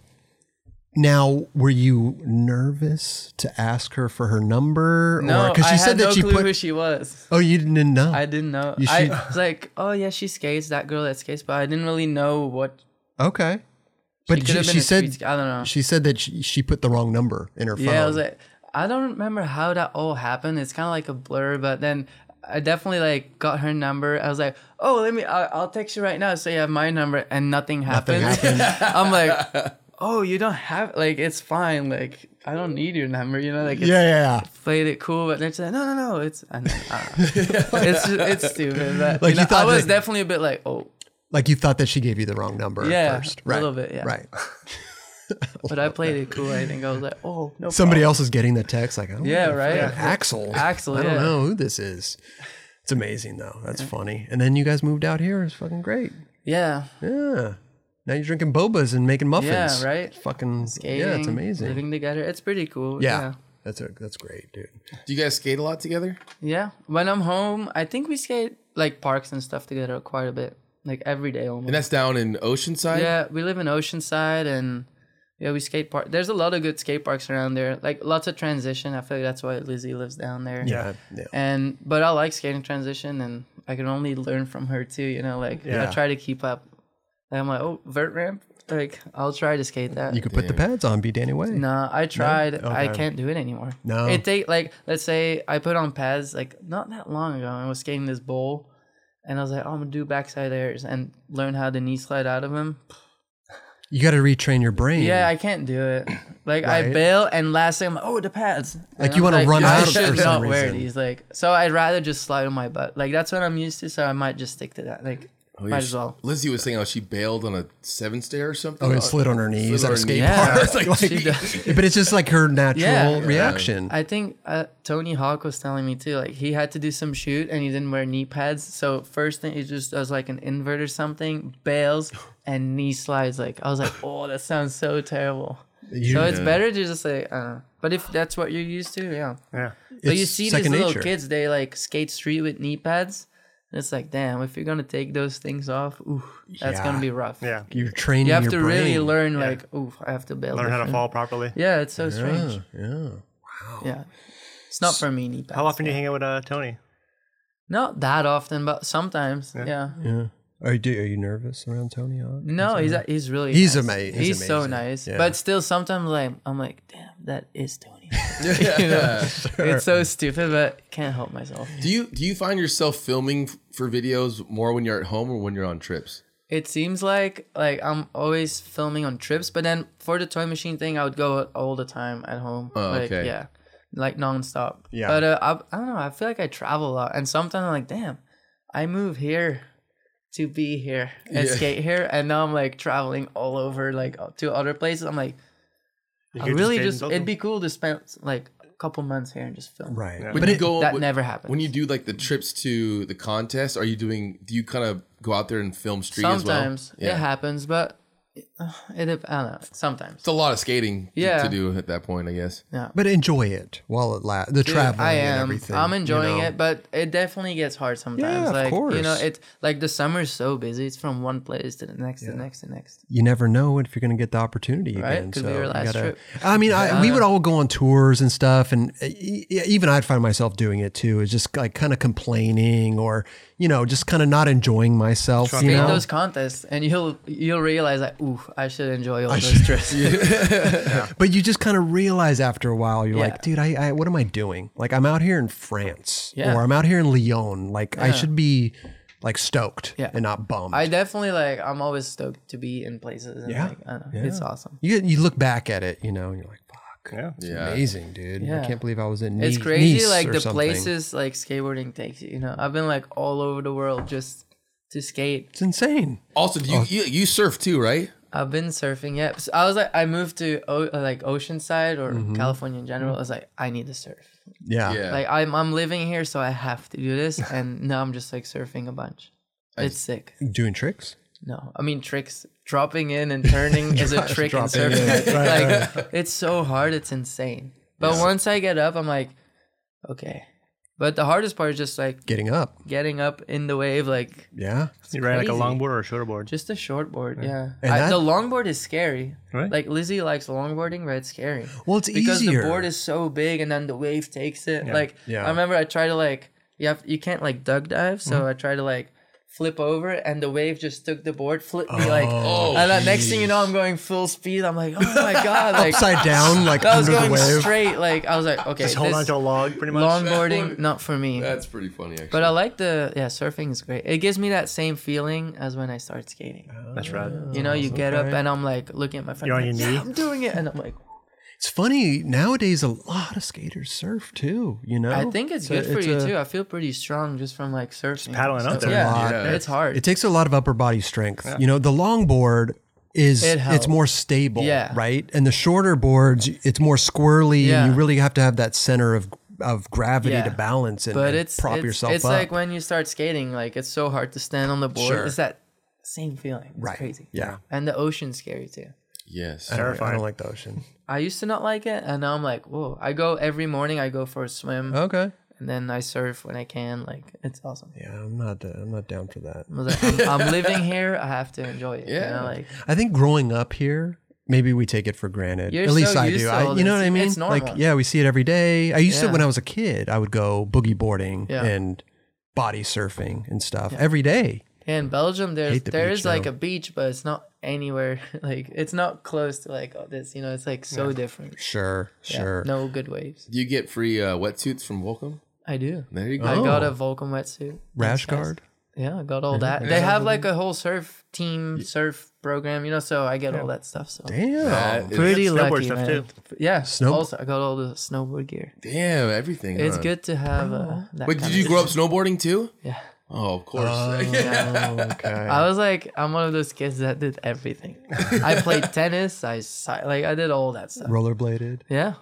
S1: now, were you nervous to ask her for her number?
S2: No,
S1: because she
S2: I
S1: said
S2: had
S1: that
S2: no
S1: she
S2: clue
S1: put.
S2: who she was.
S1: oh, you didn't know.
S2: I didn't know.
S1: You
S2: I
S1: should-
S2: was like, oh yeah, she skates. That girl that skates, but I didn't really know what.
S1: Okay. But
S2: could
S1: she,
S2: have been
S1: she
S2: a
S1: said
S2: street sk- I don't know.
S1: She said that she, she put the wrong number in her phone.
S2: Yeah, I was like, I don't remember how that all happened. It's kind of like a blur, but then I definitely like got her number. I was like, oh, let me. I, I'll text you right now. So you have my number, and nothing happened. I'm like, oh, you don't have like it's fine. Like I don't need your number. You know, like it's,
S1: yeah, yeah, yeah.
S2: played it cool, but then she's like, no, no, no, it's and, uh, it's just, it's stupid. But
S1: Like, you
S2: like you know, I
S1: thought
S2: was
S1: that-
S2: definitely a bit like, oh,
S1: Like you thought that she gave you the wrong number
S2: Yeah,
S1: at first.
S2: a
S1: Right.
S2: little bit, yeah.
S1: Right.
S2: but I played it cool. I think I was like, oh, no.
S1: Somebody else is getting the text like, I don't
S2: Yeah,
S1: know,
S2: right?
S1: fucking Axel.
S2: Axel,
S1: I don't
S2: yeah.
S1: know who this is. It's amazing though. That's funny. And then you guys moved out here. It's fucking great.
S2: yeah,
S1: Yeah. Now you're drinking bobas and making muffins.
S2: Yeah, right?
S1: It's fucking
S2: skating,
S1: Yeah, it's amazing.
S2: Living together, it's pretty cool.
S1: yeah.
S2: yeah.
S1: That's a, that's great, dude.
S3: Do you guys skate a lot together?
S2: Yeah. When I'm home, I think we skate like parks and stuff together quite a bit, like every day almost.
S3: And that's down in Oceanside.
S2: Yeah, we live in Oceanside, and yeah, we skate park. There's a lot of good skate parks around there. Like lots of transition. I feel like that's why Lizzie lives down there.
S1: Yeah. Yeah.
S2: And but I like skating transition, and I can only learn from her too. You know, like I try to keep up. Like, I'm like, oh, vert ramp. Like I'll try to skate that.
S1: You could put the pads on, be Danny Way.
S2: No, I tried. I
S1: Okay.
S2: can't do it anymore.
S1: No.
S2: It take like let's say I put on pads like not that long ago. I was skating this bowl, and I was like, oh, I'm gonna do backside airs and learn how to knee slide out of them.
S1: You got to retrain your brain.
S2: Yeah, I can't do it. Like I
S1: Right.
S2: bail, and last thing, I'm like, oh, the pads. And
S1: Like, you
S2: I'm
S1: wanna run
S2: I
S1: out of it
S2: should
S1: for some
S2: not wear
S1: reason.
S2: these. Like so, I'd rather just slide on my butt. Like that's what I'm used to. So I might just stick to that. Like
S3: Oh, yeah,
S2: might
S3: she-
S2: as well.
S3: Lizzie was saying how she bailed on a seven stair or something.
S1: Oh, and slid on her knees
S3: Slid
S1: at
S3: on
S1: a
S3: her
S1: skate
S3: knees.
S1: park.
S3: Yeah.
S1: It's like-
S2: She does.
S1: But it's just like her natural
S2: Yeah. Yeah.
S1: reaction.
S2: I think uh, Tony Hawk was telling me too. Like he had to do some shoot and he didn't wear knee pads. So first thing he just does like an invert or something, bails and knee slides. Like I was like, oh, that sounds so terrible.
S1: You-
S2: so it's better to just like, uh, but if that's what you're used to, yeah.
S4: Yeah.
S2: But you
S1: It's
S2: see these
S1: second
S2: little
S1: nature.
S2: kids, they like skate street with knee pads. And it's like, damn, if you're gonna take those things off, ooh, that's
S1: Yeah.
S2: gonna be rough.
S4: Yeah.
S1: You're training
S2: You have
S1: your
S2: to
S1: brain.
S2: really learn, like, ooh, I have to bail.
S4: Learn how to
S2: different.
S4: fall properly.
S2: Yeah, it's so strange.
S1: Yeah, yeah.
S2: Yeah. It's not for me, knee pads.
S4: How often do you hang out with uh, Tony?
S2: Not that often, but sometimes. Yeah.
S1: Yeah. Are you, do- are you nervous around Tony Hawk?
S2: No, he's a- he's really
S1: He's
S2: nice.
S1: ama- he's
S2: He's, so
S1: amazing.
S2: nice,
S1: Yeah.
S2: but still sometimes like I'm like, damn, that is Tony. You know? It's so stupid, but can't help myself.
S3: Do you do you find yourself filming f- for videos more when you're at home or when you're on trips?
S2: It seems like like I'm always filming on trips, but then for the toy machine thing, I would go all the time at home.
S3: Oh,
S2: like,
S3: okay.
S2: Yeah, like nonstop.
S1: Yeah.
S2: But uh, I, I don't know. I feel like I travel a lot, and sometimes I'm like, damn, I move here to be here and
S3: Yeah.
S2: skate here, and now I'm like traveling all over like uh, to other places. I'm like,
S4: You
S2: I
S4: could
S2: really
S4: skate in
S2: just, it'd
S4: Belgium.
S2: be cool to spend like a couple months here and just film.
S1: Right.
S3: When you go
S2: That
S3: when-
S2: never happens.
S3: When you do like the trips to the contest, are you doing? Do you kind of go out there and film street as well?
S2: Sometimes it happens, but uh, it I don't know. Sometimes.
S3: It's a lot of skating to-
S2: Yeah.
S3: to do at that point, I guess.
S1: But enjoy it while it lasts. The travel.
S2: I
S1: And
S2: am.
S1: everything,
S2: I'm
S1: you
S2: enjoying
S1: know?
S2: it, but it definitely gets hard sometimes.
S1: Yeah, of
S2: like you know,
S1: course.
S2: it like the summer's so busy. It's from one place to the next, to the next, to the next.
S1: You never know if you're going to get the opportunity
S2: Right?
S1: again.
S2: Could be our
S1: you
S2: last trip. Uh,
S1: I mean, I, we would all go on tours and stuff, and e- e- even I'd find myself doing it too. Is just like kind of complaining, or you know, just kind of not enjoying myself. You
S2: Create
S1: know?
S2: those contests, and you'll you'll realize like, ooh, I should enjoy all those trips.
S1: But you just kind of realize after a while, you're
S2: Yeah.
S1: like, dude, I, I what am I doing? Like, I'm out here in France,
S2: Yeah.
S1: or I'm out here in Lyon. Like, I should be like stoked
S2: Yeah.
S1: and not bummed.
S2: I definitely like. I'm always stoked to be in places. And,
S1: Yeah.
S2: like, I don't know, it's awesome.
S1: you you look back at it, you know, and you're like, fuck,
S4: Yeah.
S1: it's
S3: Yeah.
S1: amazing, dude. I
S2: Yeah.
S1: can't believe I was in.
S2: It's
S1: Nice-
S2: crazy,
S1: Nice
S2: like
S1: or
S2: the
S1: something.
S2: places like skateboarding takes you. You know, I've been like all over the world just to skate.
S1: It's insane.
S3: Also, do you, you you surf too, right?
S2: I've been surfing. Yeah, so I was like, I moved to o- like Oceanside or
S1: Mm-hmm.
S2: California in general. I was like, I need to surf.
S1: Yeah.
S2: Like I'm I'm living here, so I have to do this. And now I'm just like surfing a bunch. It's sick.
S1: Doing tricks.
S2: No, I mean tricks. Dropping in and turning is a trick in surfing. like it's so hard. It's insane. But once I get up, I'm like, okay. But the hardest part is just like
S1: Getting up.
S2: getting up in the wave, like
S1: Yeah.
S4: You ride like a
S2: crazy.
S4: longboard or a shorter board?
S2: just a shortboard. Yeah,
S1: And
S2: I,
S1: that-
S2: the longboard is scary.
S4: Right.
S2: Like Lizzie likes longboarding, but it's scary.
S1: Well, it's
S2: because
S1: easier.
S2: the board is so big and then the wave takes it. Like
S1: Yeah.
S2: I remember I tried to like you have you can't like duck dive, so
S4: Mm-hmm.
S2: I tried to like flip over and the wave just took the board, flipped me like
S3: Oh,
S2: and then next thing you know I'm going full speed. I'm like, oh my god, like
S1: upside down, like
S2: I was
S1: under the
S2: going
S1: wave.
S2: straight, like I was like, okay,
S4: Just hold
S2: this
S4: on to a log, pretty much.
S2: longboarding, not for me.
S3: That's pretty funny, actually.
S2: but I like the yeah, surfing is great. It gives me that same feeling as when I start skating.
S4: Oh, Uh, That's right.
S2: You know, you get up and I'm like looking at my friend.
S4: You're on
S2: like,
S4: your
S2: "Yeah,
S4: knee."
S2: I'm doing it, and I'm like,
S1: It's funny nowadays. A lot of skaters surf too. You know.
S2: I think it's
S1: a-
S2: good for you
S1: a-
S2: too. I feel pretty strong just from like surfing.
S4: paddling out
S2: So,
S4: there.
S2: Yeah,
S1: lot.
S3: Yeah.
S2: it's hard.
S1: It takes a lot of upper body strength. You know, the long board is
S2: It
S1: it's
S2: helps.
S1: more stable,
S2: Yeah.
S1: right? And the shorter boards, it's more squirrely,
S2: Yeah.
S1: and you really have to have that center of of gravity to
S2: Yeah.
S1: balance and,
S2: but
S1: and
S2: it's
S1: prop
S2: it's,
S1: yourself
S2: it's
S1: up.
S2: like when you start skating, like it's so hard to stand on the board.
S1: Sure.
S2: It's that same feeling. It's
S1: Right.
S2: crazy.
S1: Yeah.
S2: And the ocean's scary too.
S3: yes.
S1: I don't, I
S4: terrifying.
S1: don't like the ocean.
S2: I used to not like it, and now I'm like, whoa. I go every morning. I go for a swim,
S1: Okay.
S2: and then I surf when I can. Like it's awesome.
S1: Yeah, I'm not. Uh, I'm not down for that.
S2: I was like, I'm, I'm living here. I have to enjoy it. Yeah.
S3: Yeah.
S2: like
S1: I think growing up here, maybe we take it for granted.
S2: You're
S1: At least
S2: so
S1: I
S2: used
S1: do.
S2: to
S1: I,
S2: all
S1: you know what
S2: this.
S1: I mean?
S2: It's
S1: Like,
S2: normal.
S1: yeah, we see it every day. I used to
S2: Yeah.
S1: when I was a kid. I would go boogie boarding
S2: Yeah.
S1: and body surfing and stuff every day.
S2: Yeah, in Belgium, there's
S1: Hate the
S2: there
S1: beach,
S2: is like
S1: though.
S2: a beach, but it's not anywhere. Like it's not close to like all this. You know, it's like so different.
S1: Sure,
S2: Yeah,
S1: sure.
S2: No good waves.
S3: Do you get free uh, wetsuits from Volcom?
S2: I do.
S3: There you go.
S2: I got a Vulcan wetsuit.
S1: Oh. Rash guard. Mm-hmm.
S2: Yeah, I got all that. They have like a whole surf team, surf program. You know, so I get all that stuff. So
S1: Damn.
S3: That is-
S2: pretty
S4: Snowboard
S2: lucky,
S4: stuff,
S2: man.
S4: too.
S2: Yeah,
S1: Snow-
S2: Also, I got all the snowboard gear.
S3: Damn, everything.
S2: It's
S3: huh?
S2: good to have. Uh, that
S3: Oh. Wait,
S2: kind
S3: did
S2: of
S3: you grow up
S2: stuff.
S3: snowboarding too?
S2: Yeah.
S3: Oh, of course. Oh,
S1: okay.
S2: I was like, I'm one of those kids that did everything. I played tennis. I si- like, I did all that stuff.
S1: Rollerbladed.
S2: Yeah.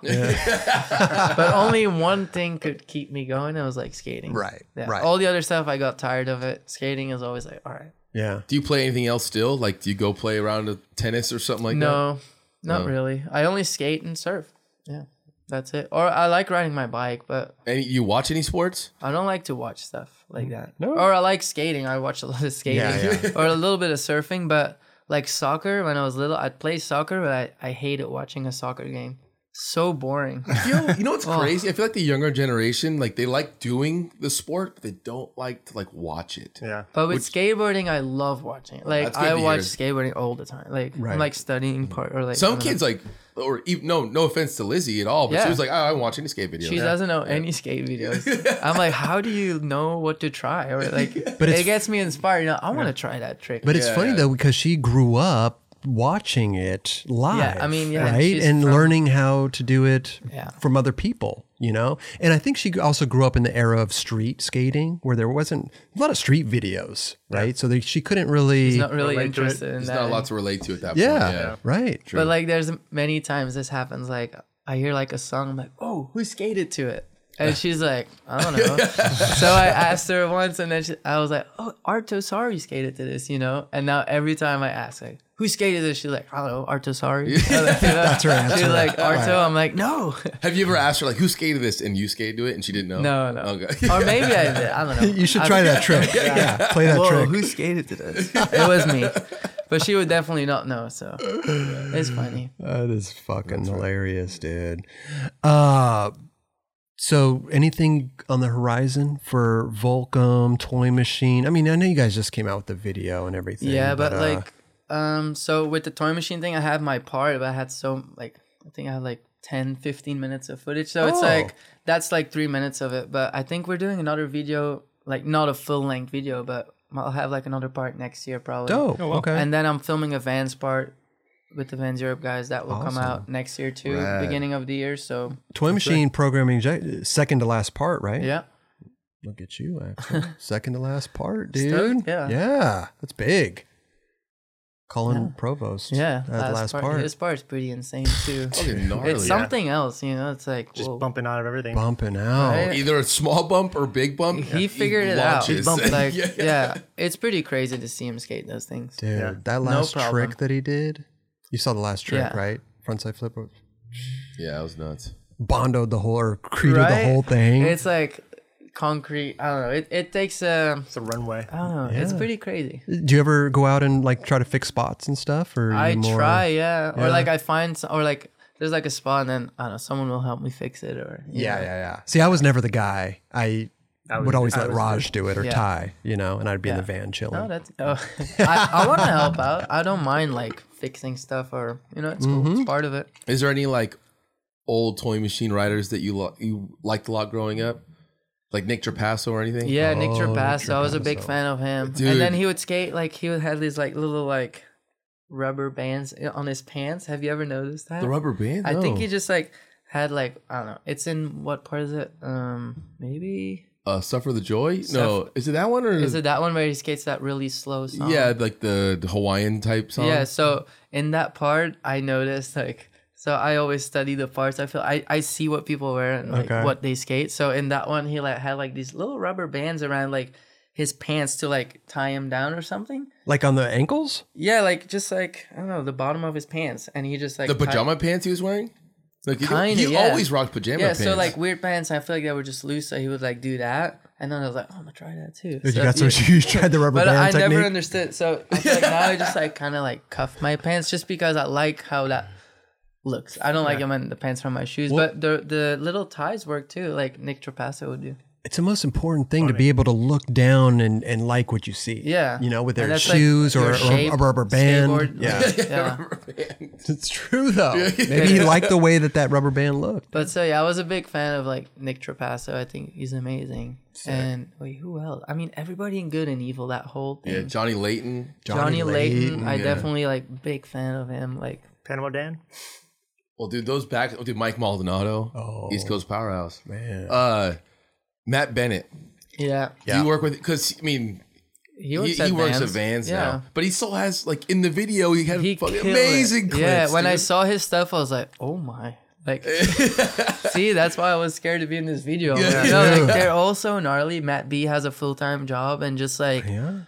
S2: but only one thing could keep me going. It was like skating.
S1: Right,
S2: Yeah.
S1: right.
S2: All the other stuff, I got tired of it. Skating is always like, all right.
S1: Yeah.
S3: do you play anything else still? Like, do you go play around of tennis or something like that?
S2: No, not
S3: Oh.
S2: really. I only skate and surf. Yeah. That's it. Or I like riding my bike, but
S3: Any, you watch any sports?
S2: I don't like to watch stuff like that. Or I like skating. I watch a lot of skating or a little bit of surfing, but like soccer, when I was little, I'd play soccer, but I, I hated watching a soccer game. So boring.
S3: You know, you know
S2: Oh.
S3: what's crazy? I feel like the younger generation, like they like doing the sport, but they don't like to like watch it.
S4: Yeah.
S2: But with skateboarding, I love watching. it. Like
S3: That's good
S2: I
S3: to
S2: watch
S3: hear. Mm-hmm.
S2: skateboarding all the time. Like
S1: Right.
S2: I'm like studying part or like I
S3: Some
S2: don't know.
S3: kids like, or even no, no offense to Lizzie at all, but she
S2: Yeah.
S3: was like, oh, I'm watching a skate video.
S2: She doesn't know any skate videos. I'm like, how do you know what to try? Or like,
S1: But
S2: but
S1: it's-
S2: it gets me inspired. You know, I want to try that trick.
S1: But it's
S3: Yeah,
S1: funny
S3: yeah.
S1: though because she grew up watching it live.
S2: I mean, yeah,
S1: right,
S2: she's
S1: and
S2: from-
S1: learning how to do it
S2: Yeah.
S1: from other people. You know, and I think she also grew up in the era of street skating, where there wasn't a lot of street videos, right? So they, she couldn't really,
S2: she's not really
S4: relate to it.
S2: interested in
S3: There's
S2: that.
S3: not a lot to relate to at that
S1: yeah,
S3: point. Yeah.
S1: right,
S2: but like, there's many times this happens. Like, I hear like a song. I'm like, oh, who skated to it? And she's like, I don't know. so I asked her once, and then she, I was like, oh, Artosari skated to this, you know. And now every time I ask, like, who skated this, she's like, I don't know, Artosari. That's
S1: her answer.
S2: She's like, Arto. I'm like, no.
S3: Have you ever asked her like who skated this and you skated to it and she didn't know?
S2: No, no.
S3: Okay.
S2: Or maybe I did. I don't know.
S1: You should try that trick. Yeah, play that
S2: Whoa,
S1: trick.
S2: who skated to this? it was me. But she would definitely not know, so it's funny.
S1: That is fucking hilarious, dude. Uh so anything on the horizon for Volcom, Toy Machine? I mean, I know you guys just came out with the video and everything.
S2: Yeah, but,
S1: uh,
S2: like, um, so with the toy machine thing, I had my part, but I had so like I think I had like 10, 15 minutes of footage. So it's
S1: Oh.
S2: like that's like three minutes of it. But I think we're doing another video, like not a full length video, but I'll have like another part next year probably.
S1: dope. okay.
S2: And then I'm filming a Vans part with the Vans Europe guys that will come out next year too,
S3: Rad.
S2: beginning of the year. So
S1: Toy Machine programming programming, second to last part, right?
S2: yeah.
S1: Look at you, Axel. second to last part,
S2: Stoked,
S1: dude.
S2: yeah.
S1: yeah, that's big. Colin Provost.
S2: Yeah,
S1: that last, part.
S2: His part's pretty insane too.
S3: Fucking gnarly.
S2: it's something else, you know. It's like
S4: Just
S2: whoa.
S4: bumping out of everything.
S1: Bumping out.
S2: Right?
S3: Either a small bump or big bump.
S2: He figured it out.
S3: Um, launches.
S2: Like
S3: Yeah.
S2: yeah. it's pretty crazy to see him skate those things.
S1: Dude,
S4: Yeah.
S1: that
S2: No
S1: last
S2: problem.
S1: trick that he did, you saw the last trick,
S2: Yeah.
S1: right? Frontside flip, or
S3: Yeah, it was nuts.
S1: bondoed the whole or created
S2: Right?
S1: the whole thing.
S2: It's like concrete. I don't know. It it takes a.
S4: It's a runway.
S2: I don't know. It's pretty crazy.
S1: Do you ever go out and like try to fix spots and stuff? Or are
S2: I
S1: you more-
S2: try, yeah. Or like I find, some, or like there's like a spot, and then I don't know. Someone will help me fix it, or you
S1: Yeah,
S2: know.
S1: yeah, yeah. See, I was never the guy. I, would
S4: was-
S1: always
S4: I
S1: let
S4: was-
S1: Raj do it or
S2: Yeah.
S1: Ty, you know, and I'd be in the
S2: Yeah.
S1: van chilling.
S2: No, that's. Oh, I, I want to help out. I don't mind like fixing stuff, or you know, it's cool. It's part of it.
S3: Is there any like old toy machine riders that you lo- you liked a lot growing up? Like Nick Trapasso or anything?
S2: Yeah, Nick
S1: Oh, Nick
S2: Trapasso. I was a big
S1: Trapasso.
S2: fan of him.
S3: Dude.
S2: And then he would skate like he would have these like little like rubber bands eh, on his pants. Have you ever noticed that?
S3: The rubber band?
S2: I think
S3: No.
S2: he just like had like I don't know. It's in what part is it? Um, maybe
S3: uh, Suffer the Joy? No. Is it that one or
S2: is it that one where he skates that really slow song?
S3: Hmm. Yeah, like the, the Hawaiian type song.
S2: Yeah, so in that part, I noticed like so I always study the parts. I feel I, I see what people wear and like
S1: Okay.
S2: what they skate. So in that one, he like had like these little rubber bands around like his pants to like tie him down or something.
S1: Like on the ankles?
S2: Yeah, like just like I don't know the bottom of his pants, and he just like
S3: The
S2: tied-
S3: pajama pants he was wearing? Like he,
S2: Kinda,
S3: he
S2: yeah.
S3: always rocked pajama
S2: Yeah,
S3: pants.
S2: so like weird pants. I feel like they were just loose, so he would like do that, and then I was like, oh, I'm gonna try that too.
S1: Dude,
S2: So-
S1: you got so you tried the rubber
S2: but
S1: band
S2: I
S1: technique.
S2: never understood. So I feel like now I just like kind of like cuff my pants just because I like how that looks. I don't like it when the pants are on my shoes, but the the little ties work too, like Nick Trapasso would do.
S1: it's the most important thing to be able to look down and, and like what you see.
S2: Yeah.
S1: You know, with
S2: And
S1: their
S2: that's like
S1: shoes
S2: your
S1: or,
S2: shape,
S1: or a rubber band.
S2: skateboard.
S1: Yeah.
S2: yeah.
S1: it's true, though. Maybe he liked the way that that rubber band looked.
S2: But so yeah, I was a big fan of like Nick Trapasso. I think he's amazing. And wait, who else? I mean, everybody in Good and Evil. That whole thing.
S3: Yeah, Johnny Layton.
S2: Johnny,
S1: Johnny
S2: Layton.
S1: Layton,
S2: I
S3: yeah.
S2: definitely like big fan of him. Like
S4: Panama Dan.
S3: Well, dude, those back. Oh, dude, Mike Maldonado,
S1: Oh.
S3: East Coast powerhouse.
S1: Man.
S3: Uh, Matt Bennett.
S2: yeah,
S3: Do you work with? Because I mean,
S2: he
S3: he
S2: works
S3: he,
S2: at
S3: works
S2: Vans.
S3: at Vans
S2: yeah.
S3: now, but he still has like in the video he had
S2: He
S3: fucking
S2: killed it.
S3: amazing clips.
S2: Yeah, when I
S3: dude.
S2: saw his stuff, I was like, oh my. Like, see, that's why I was scared to be in this video.
S3: Yeah.
S2: You know, like, they're all so gnarly. Matt B has a full time job and just like,
S1: Yeah.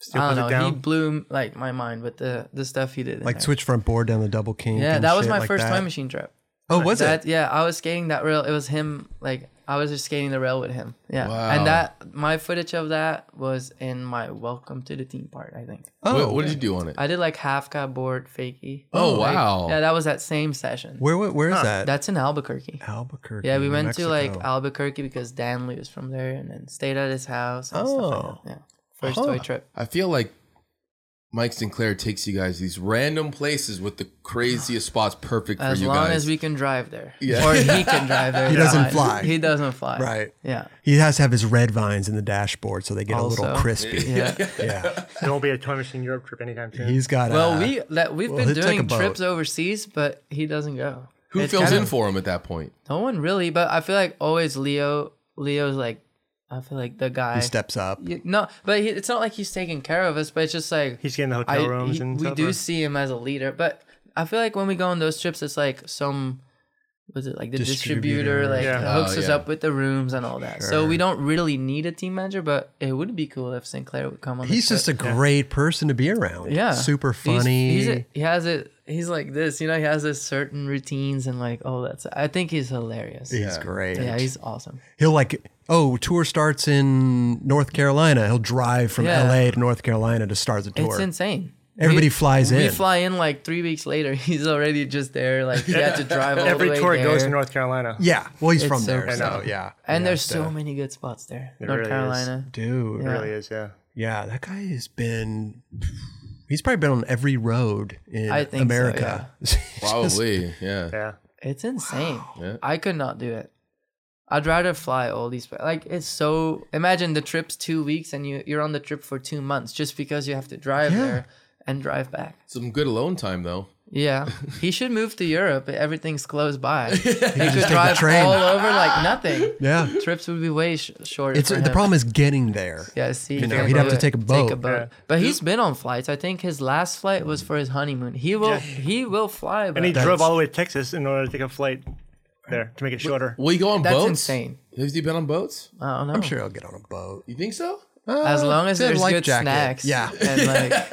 S4: Still
S2: I
S4: put
S2: don't
S4: it
S2: know, he
S4: down.
S2: blew like my mind with the the stuff he did. in
S1: Like
S2: there.
S1: switch front board down the double king.
S2: Yeah,
S1: and
S2: that was
S1: shit
S2: my
S1: like
S2: first
S1: that.
S2: time machine trip.
S1: Oh, was
S2: that,
S1: it?
S2: Yeah, I was skating that rail. It was him. Like I was just skating the rail with him. Yeah,
S3: Wow.
S2: and that my footage of that was in my welcome to the team part. I think
S1: Oh.
S3: What, what did you do on it?
S2: Oh. I did like half cut board fakie.
S3: Oh,
S2: Like,
S3: wow.
S2: Yeah, that was that same session.
S1: Where, where, where is that?
S2: That's in Albuquerque.
S1: Albuquerque.
S2: Yeah, we
S1: New
S2: went
S1: Mexico.
S2: to like Albuquerque because Dan Lee was from there, and then stayed at his house. And
S1: Oh.
S2: stuff like that. yeah, first toy trip.
S3: I feel like Mike Sinclair takes you guys these random places with the craziest spots, perfect for
S2: As
S3: you
S2: long
S3: guys.
S2: as we can drive there,
S3: Yeah.
S2: or he can drive there.
S1: He
S2: it's
S1: doesn't
S2: fine.
S1: fly.
S2: He doesn't fly.
S1: Right.
S2: Yeah.
S1: He has to have his red vines in the dashboard so they get a little
S2: Also.
S1: crispy.
S2: Yeah.
S1: yeah.
S4: There won't be a time machine Europe trip anytime soon.
S1: He's got
S2: Well,
S1: a,
S2: we that we've
S1: well,
S2: been
S1: he'll take a
S2: doing
S1: boat.
S2: trips overseas, but he doesn't go.
S3: Who
S2: It's
S3: fills
S2: kinda-
S3: in for him at that point?
S2: No one really, but I feel like always Leo. Leo's like, I feel like the guy.
S1: he steps up.
S2: You- no, but he, it's not like he's taking care of us, but it's just like
S4: He's getting the
S2: I,
S4: hotel rooms
S2: he-
S4: and
S2: we
S4: stuff.
S2: do
S4: or-
S2: see him as a leader. But I feel like when we go on those trips, it's like some was it like the distributor,
S1: Distributor.
S2: like
S4: Yeah.
S2: hooks
S3: Oh,
S2: us
S3: yeah.
S2: up with the rooms and all that. So we don't really need a team manager, but it would be cool if Sinclair would come on. the
S1: He's
S2: trip.
S1: just a great person to be around.
S2: Yeah.
S1: Super
S2: He's-
S1: funny.
S2: He's, a- he has it. He's like this, you know. He has this certain routines and like, oh, that's. I think he's hilarious. Yeah,
S1: He's great.
S2: he's awesome.
S1: He'll like, oh, tour starts in North Carolina. He'll drive from
S2: Yeah.
S1: LA to North Carolina to start the tour.
S2: It's insane.
S1: Everybody
S2: We-
S1: flies
S2: we
S1: in.
S2: fly in like three weeks later. He's already just there. Like he had to drive all
S4: Every
S2: the way
S4: tour
S2: there.
S4: goes to North Carolina.
S1: yeah. Well, he's
S2: It's
S1: from
S2: so
S1: there.
S2: cool.
S1: So, yeah.
S2: And
S1: Yeah,
S2: there's
S1: it's,
S2: so
S1: uh,
S2: many good spots there.
S4: There
S2: North
S4: really is.
S2: Carolina.
S1: Dude.
S4: It
S1: Yeah.
S4: really is, yeah.
S1: That guy has been, he's probably been on every road in
S2: I think so,
S1: America.
S3: Probably, yeah.
S4: Yeah.
S2: It's insane.
S3: Yeah.
S2: I could not do it. I'd rather fly all these. Like it's so. Imagine the trip's two weeks and you you're on the trip for two months just because you have to drive there and drive back.
S3: Some good alone time though.
S2: Yeah, he should move to Europe. Everything's close by. he could
S1: the
S2: drive
S1: train.
S2: all over like nothing.
S1: yeah.
S2: Trips would be way sh- shorter.
S1: It's
S2: for
S1: the
S2: him.
S1: problem is getting there.
S2: Yeah, see,
S1: know,
S2: can't
S1: he'd have
S2: do
S1: to
S2: it.
S1: take a boat.
S2: But he's been on flights. I think his last flight was for his honeymoon. He will, he will fly. But
S4: And he drove all the way to Texas in order to take a flight there to make it shorter.
S3: Will you go on
S2: that's
S3: boats?
S2: insane.
S3: Has he been on boats?
S2: I don't know.
S1: I'm sure he'll get on a boat.
S3: You think so?
S2: As
S1: Uh,
S2: long as
S1: it's a
S2: there's
S1: life
S2: good
S1: jacket.
S2: snacks.
S1: Yeah.
S2: And like,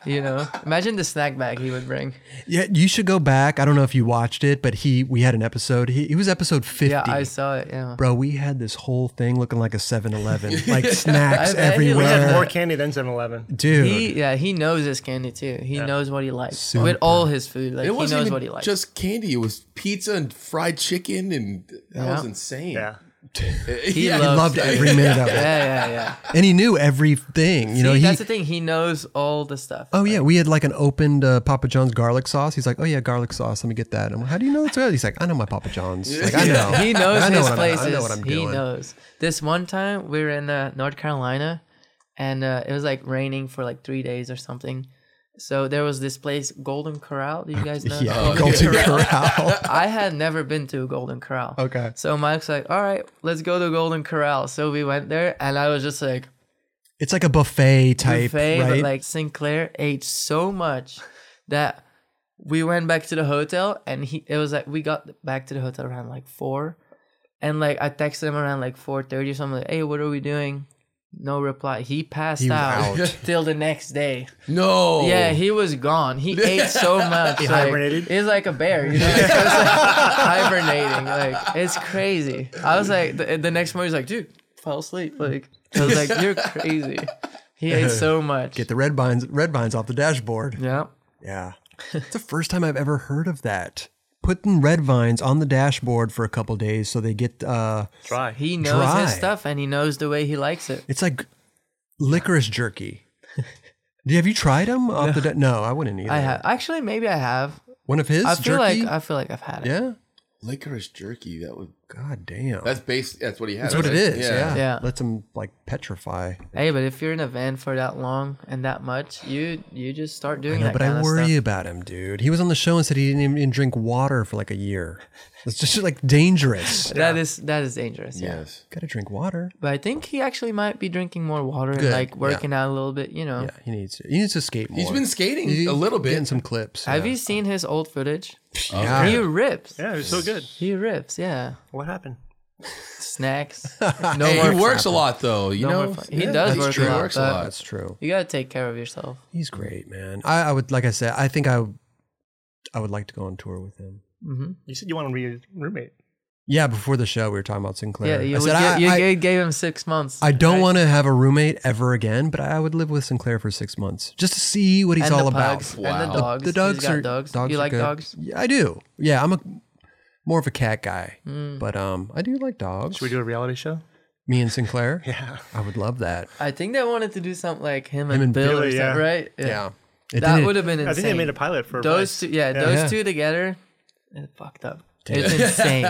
S2: you know, imagine the snack bag he would bring.
S1: Yeah, you should go back. I don't know if you watched it, but he we had an episode. He, he was episode 50.
S2: Yeah, I saw it. Yeah.
S1: Bro, we had this whole thing looking like a 7-Eleven. Like snacks
S2: I bet he
S4: We had more
S1: everywhere.
S4: candy than 7 Eleven.
S1: Dude.
S2: He, yeah, he knows his candy too. He knows what he likes with
S1: Super.
S2: all his food. Like
S3: It
S2: he
S3: wasn't
S2: knows
S3: even
S2: what he likes.
S3: just candy. It was pizza and fried chicken, and that was insane.
S4: Yeah.
S2: he
S1: he
S2: loves
S1: loved
S2: it.
S1: every minute of it.
S2: Yeah, yeah, yeah.
S1: And he knew everything. You know,
S2: See,
S1: he
S2: that's the thing. He knows all the stuff.
S1: Oh yeah, we had like an opened uh, Papa John's garlic sauce. He's like, "Oh yeah, garlic sauce. Let me get that." I'm like, "How do you know that's good?" He's like, "I know my Papa John's. Like, I know.
S2: He knows
S1: I know
S2: his
S1: what I'm-
S2: places.
S1: I know what I'm
S2: he
S1: doing.
S2: knows. This one time we were in uh, North Carolina, and uh, it was like raining for like three days or something. So there was this place, Golden Corral. Do you guys know?
S1: Yeah, Golden Corral.
S2: I had never been to a Golden Corral.
S1: Okay.
S2: So Mike's like, "All right, let's go to Golden Corral." So we went there, and I was just like,
S1: It's like a buffet type,
S2: buffet,
S1: right?
S2: but like Sinclair ate so much that we went back to the hotel and he it was like we got back to the hotel around like four and like I texted him around like four thirty or something like, hey, what are we doing? No reply. He passed
S1: He was
S2: out,
S1: out.
S2: till the next day.
S3: No.
S2: Yeah,
S1: Oh.
S2: he was gone. He ate so much. He
S4: hibernated?
S2: He's like a bear, you know? He was, like, hibernating. Like it's crazy. I was like the, the next morning he's like, dude, fell asleep. Like I was like, you're crazy. He ate so much.
S1: get the red vines, red vines off the dashboard.
S2: Yeah.
S1: Yeah, it's the first time I've ever heard of that. putting red vines on the dashboard for a couple days so they get uh,
S4: Try.
S2: He knows
S1: Dry.
S2: his stuff and he knows the way he likes it.
S1: it's like licorice jerky. Have you tried them? Off The da- no, I wouldn't either.
S2: I have actually maybe I have.
S1: One of his
S2: I feel
S1: jerky?
S2: like I feel like I've had it.
S1: yeah.
S3: Licorice jerky. That would.
S1: God damn.
S3: That's based. That's what he has.
S1: That's what it
S3: right?
S1: is. Yeah.
S2: Yeah.
S1: Lets them like petrify.
S2: Hey, but if you're in a van for that long and that much, you you just start doing
S1: No,
S2: that.
S1: but
S2: kind
S1: I
S2: of
S1: worry
S2: stuff.
S1: about him, dude. He was on the show and said he didn't even drink water for like a year. It's just like dangerous.
S2: That is that is dangerous. Yeah.
S3: Yes.
S1: Gotta drink water.
S2: But I think he actually might be drinking more water
S1: Good,
S2: and like
S1: yeah.
S2: working out a little bit. You know.
S1: Yeah, he needs to. He needs to skate more.
S3: He's been skating
S1: He-
S3: a little bit. Oh,
S1: getting some clips.
S2: Have you seen his old footage?
S1: Oh, Yeah.
S2: He rips.
S4: Yeah, it was so good.
S2: He rips. Yeah.
S4: What happened?
S2: Snacks.
S3: No, hey, he
S2: more
S3: works a lot though. You
S2: No
S3: know,
S2: more- he does
S3: that's
S2: work a
S3: true.
S2: lot,
S3: He works a
S2: but-
S3: lot.
S1: That's true.
S2: You gotta take care of yourself.
S1: He's great, man. I, I would, like I said, I think I, I would like to go on tour with him.
S2: Mm-hmm.
S4: You said you want to be his roommate.
S1: Yeah, before the show, we were talking about Sinclair.
S2: Yeah. You,
S1: I
S2: would
S1: said
S2: get-
S1: I,
S2: you
S1: I-
S2: gave- gave him six months.
S1: I don't want to have a roommate ever again, but I would live with Sinclair for six months just to see what he's
S2: and
S1: all
S2: the
S1: about.
S2: pugs,
S3: Wow.
S2: And
S3: The-
S2: the dogs.
S1: The dogs
S2: He's got
S1: are
S2: dogs.
S1: are
S2: you like
S1: good.
S2: dogs?
S1: Yeah, I do. Yeah, I'm a more of a cat guy,
S2: Hmm.
S1: but um, I do like dogs.
S4: Should we do a reality show?
S1: Me and Sinclair. yeah, I would love that.
S2: I think they wanted to do something like him, and
S1: and
S2: Bill, or
S4: Billy, yeah.
S2: something, right?
S1: Yeah, It
S2: That
S1: did-
S2: would have been insane.
S4: I think they made a pilot for
S2: those
S4: those.
S2: two, yeah, those
S1: Yeah.
S2: two together, it fucked up. It's insane.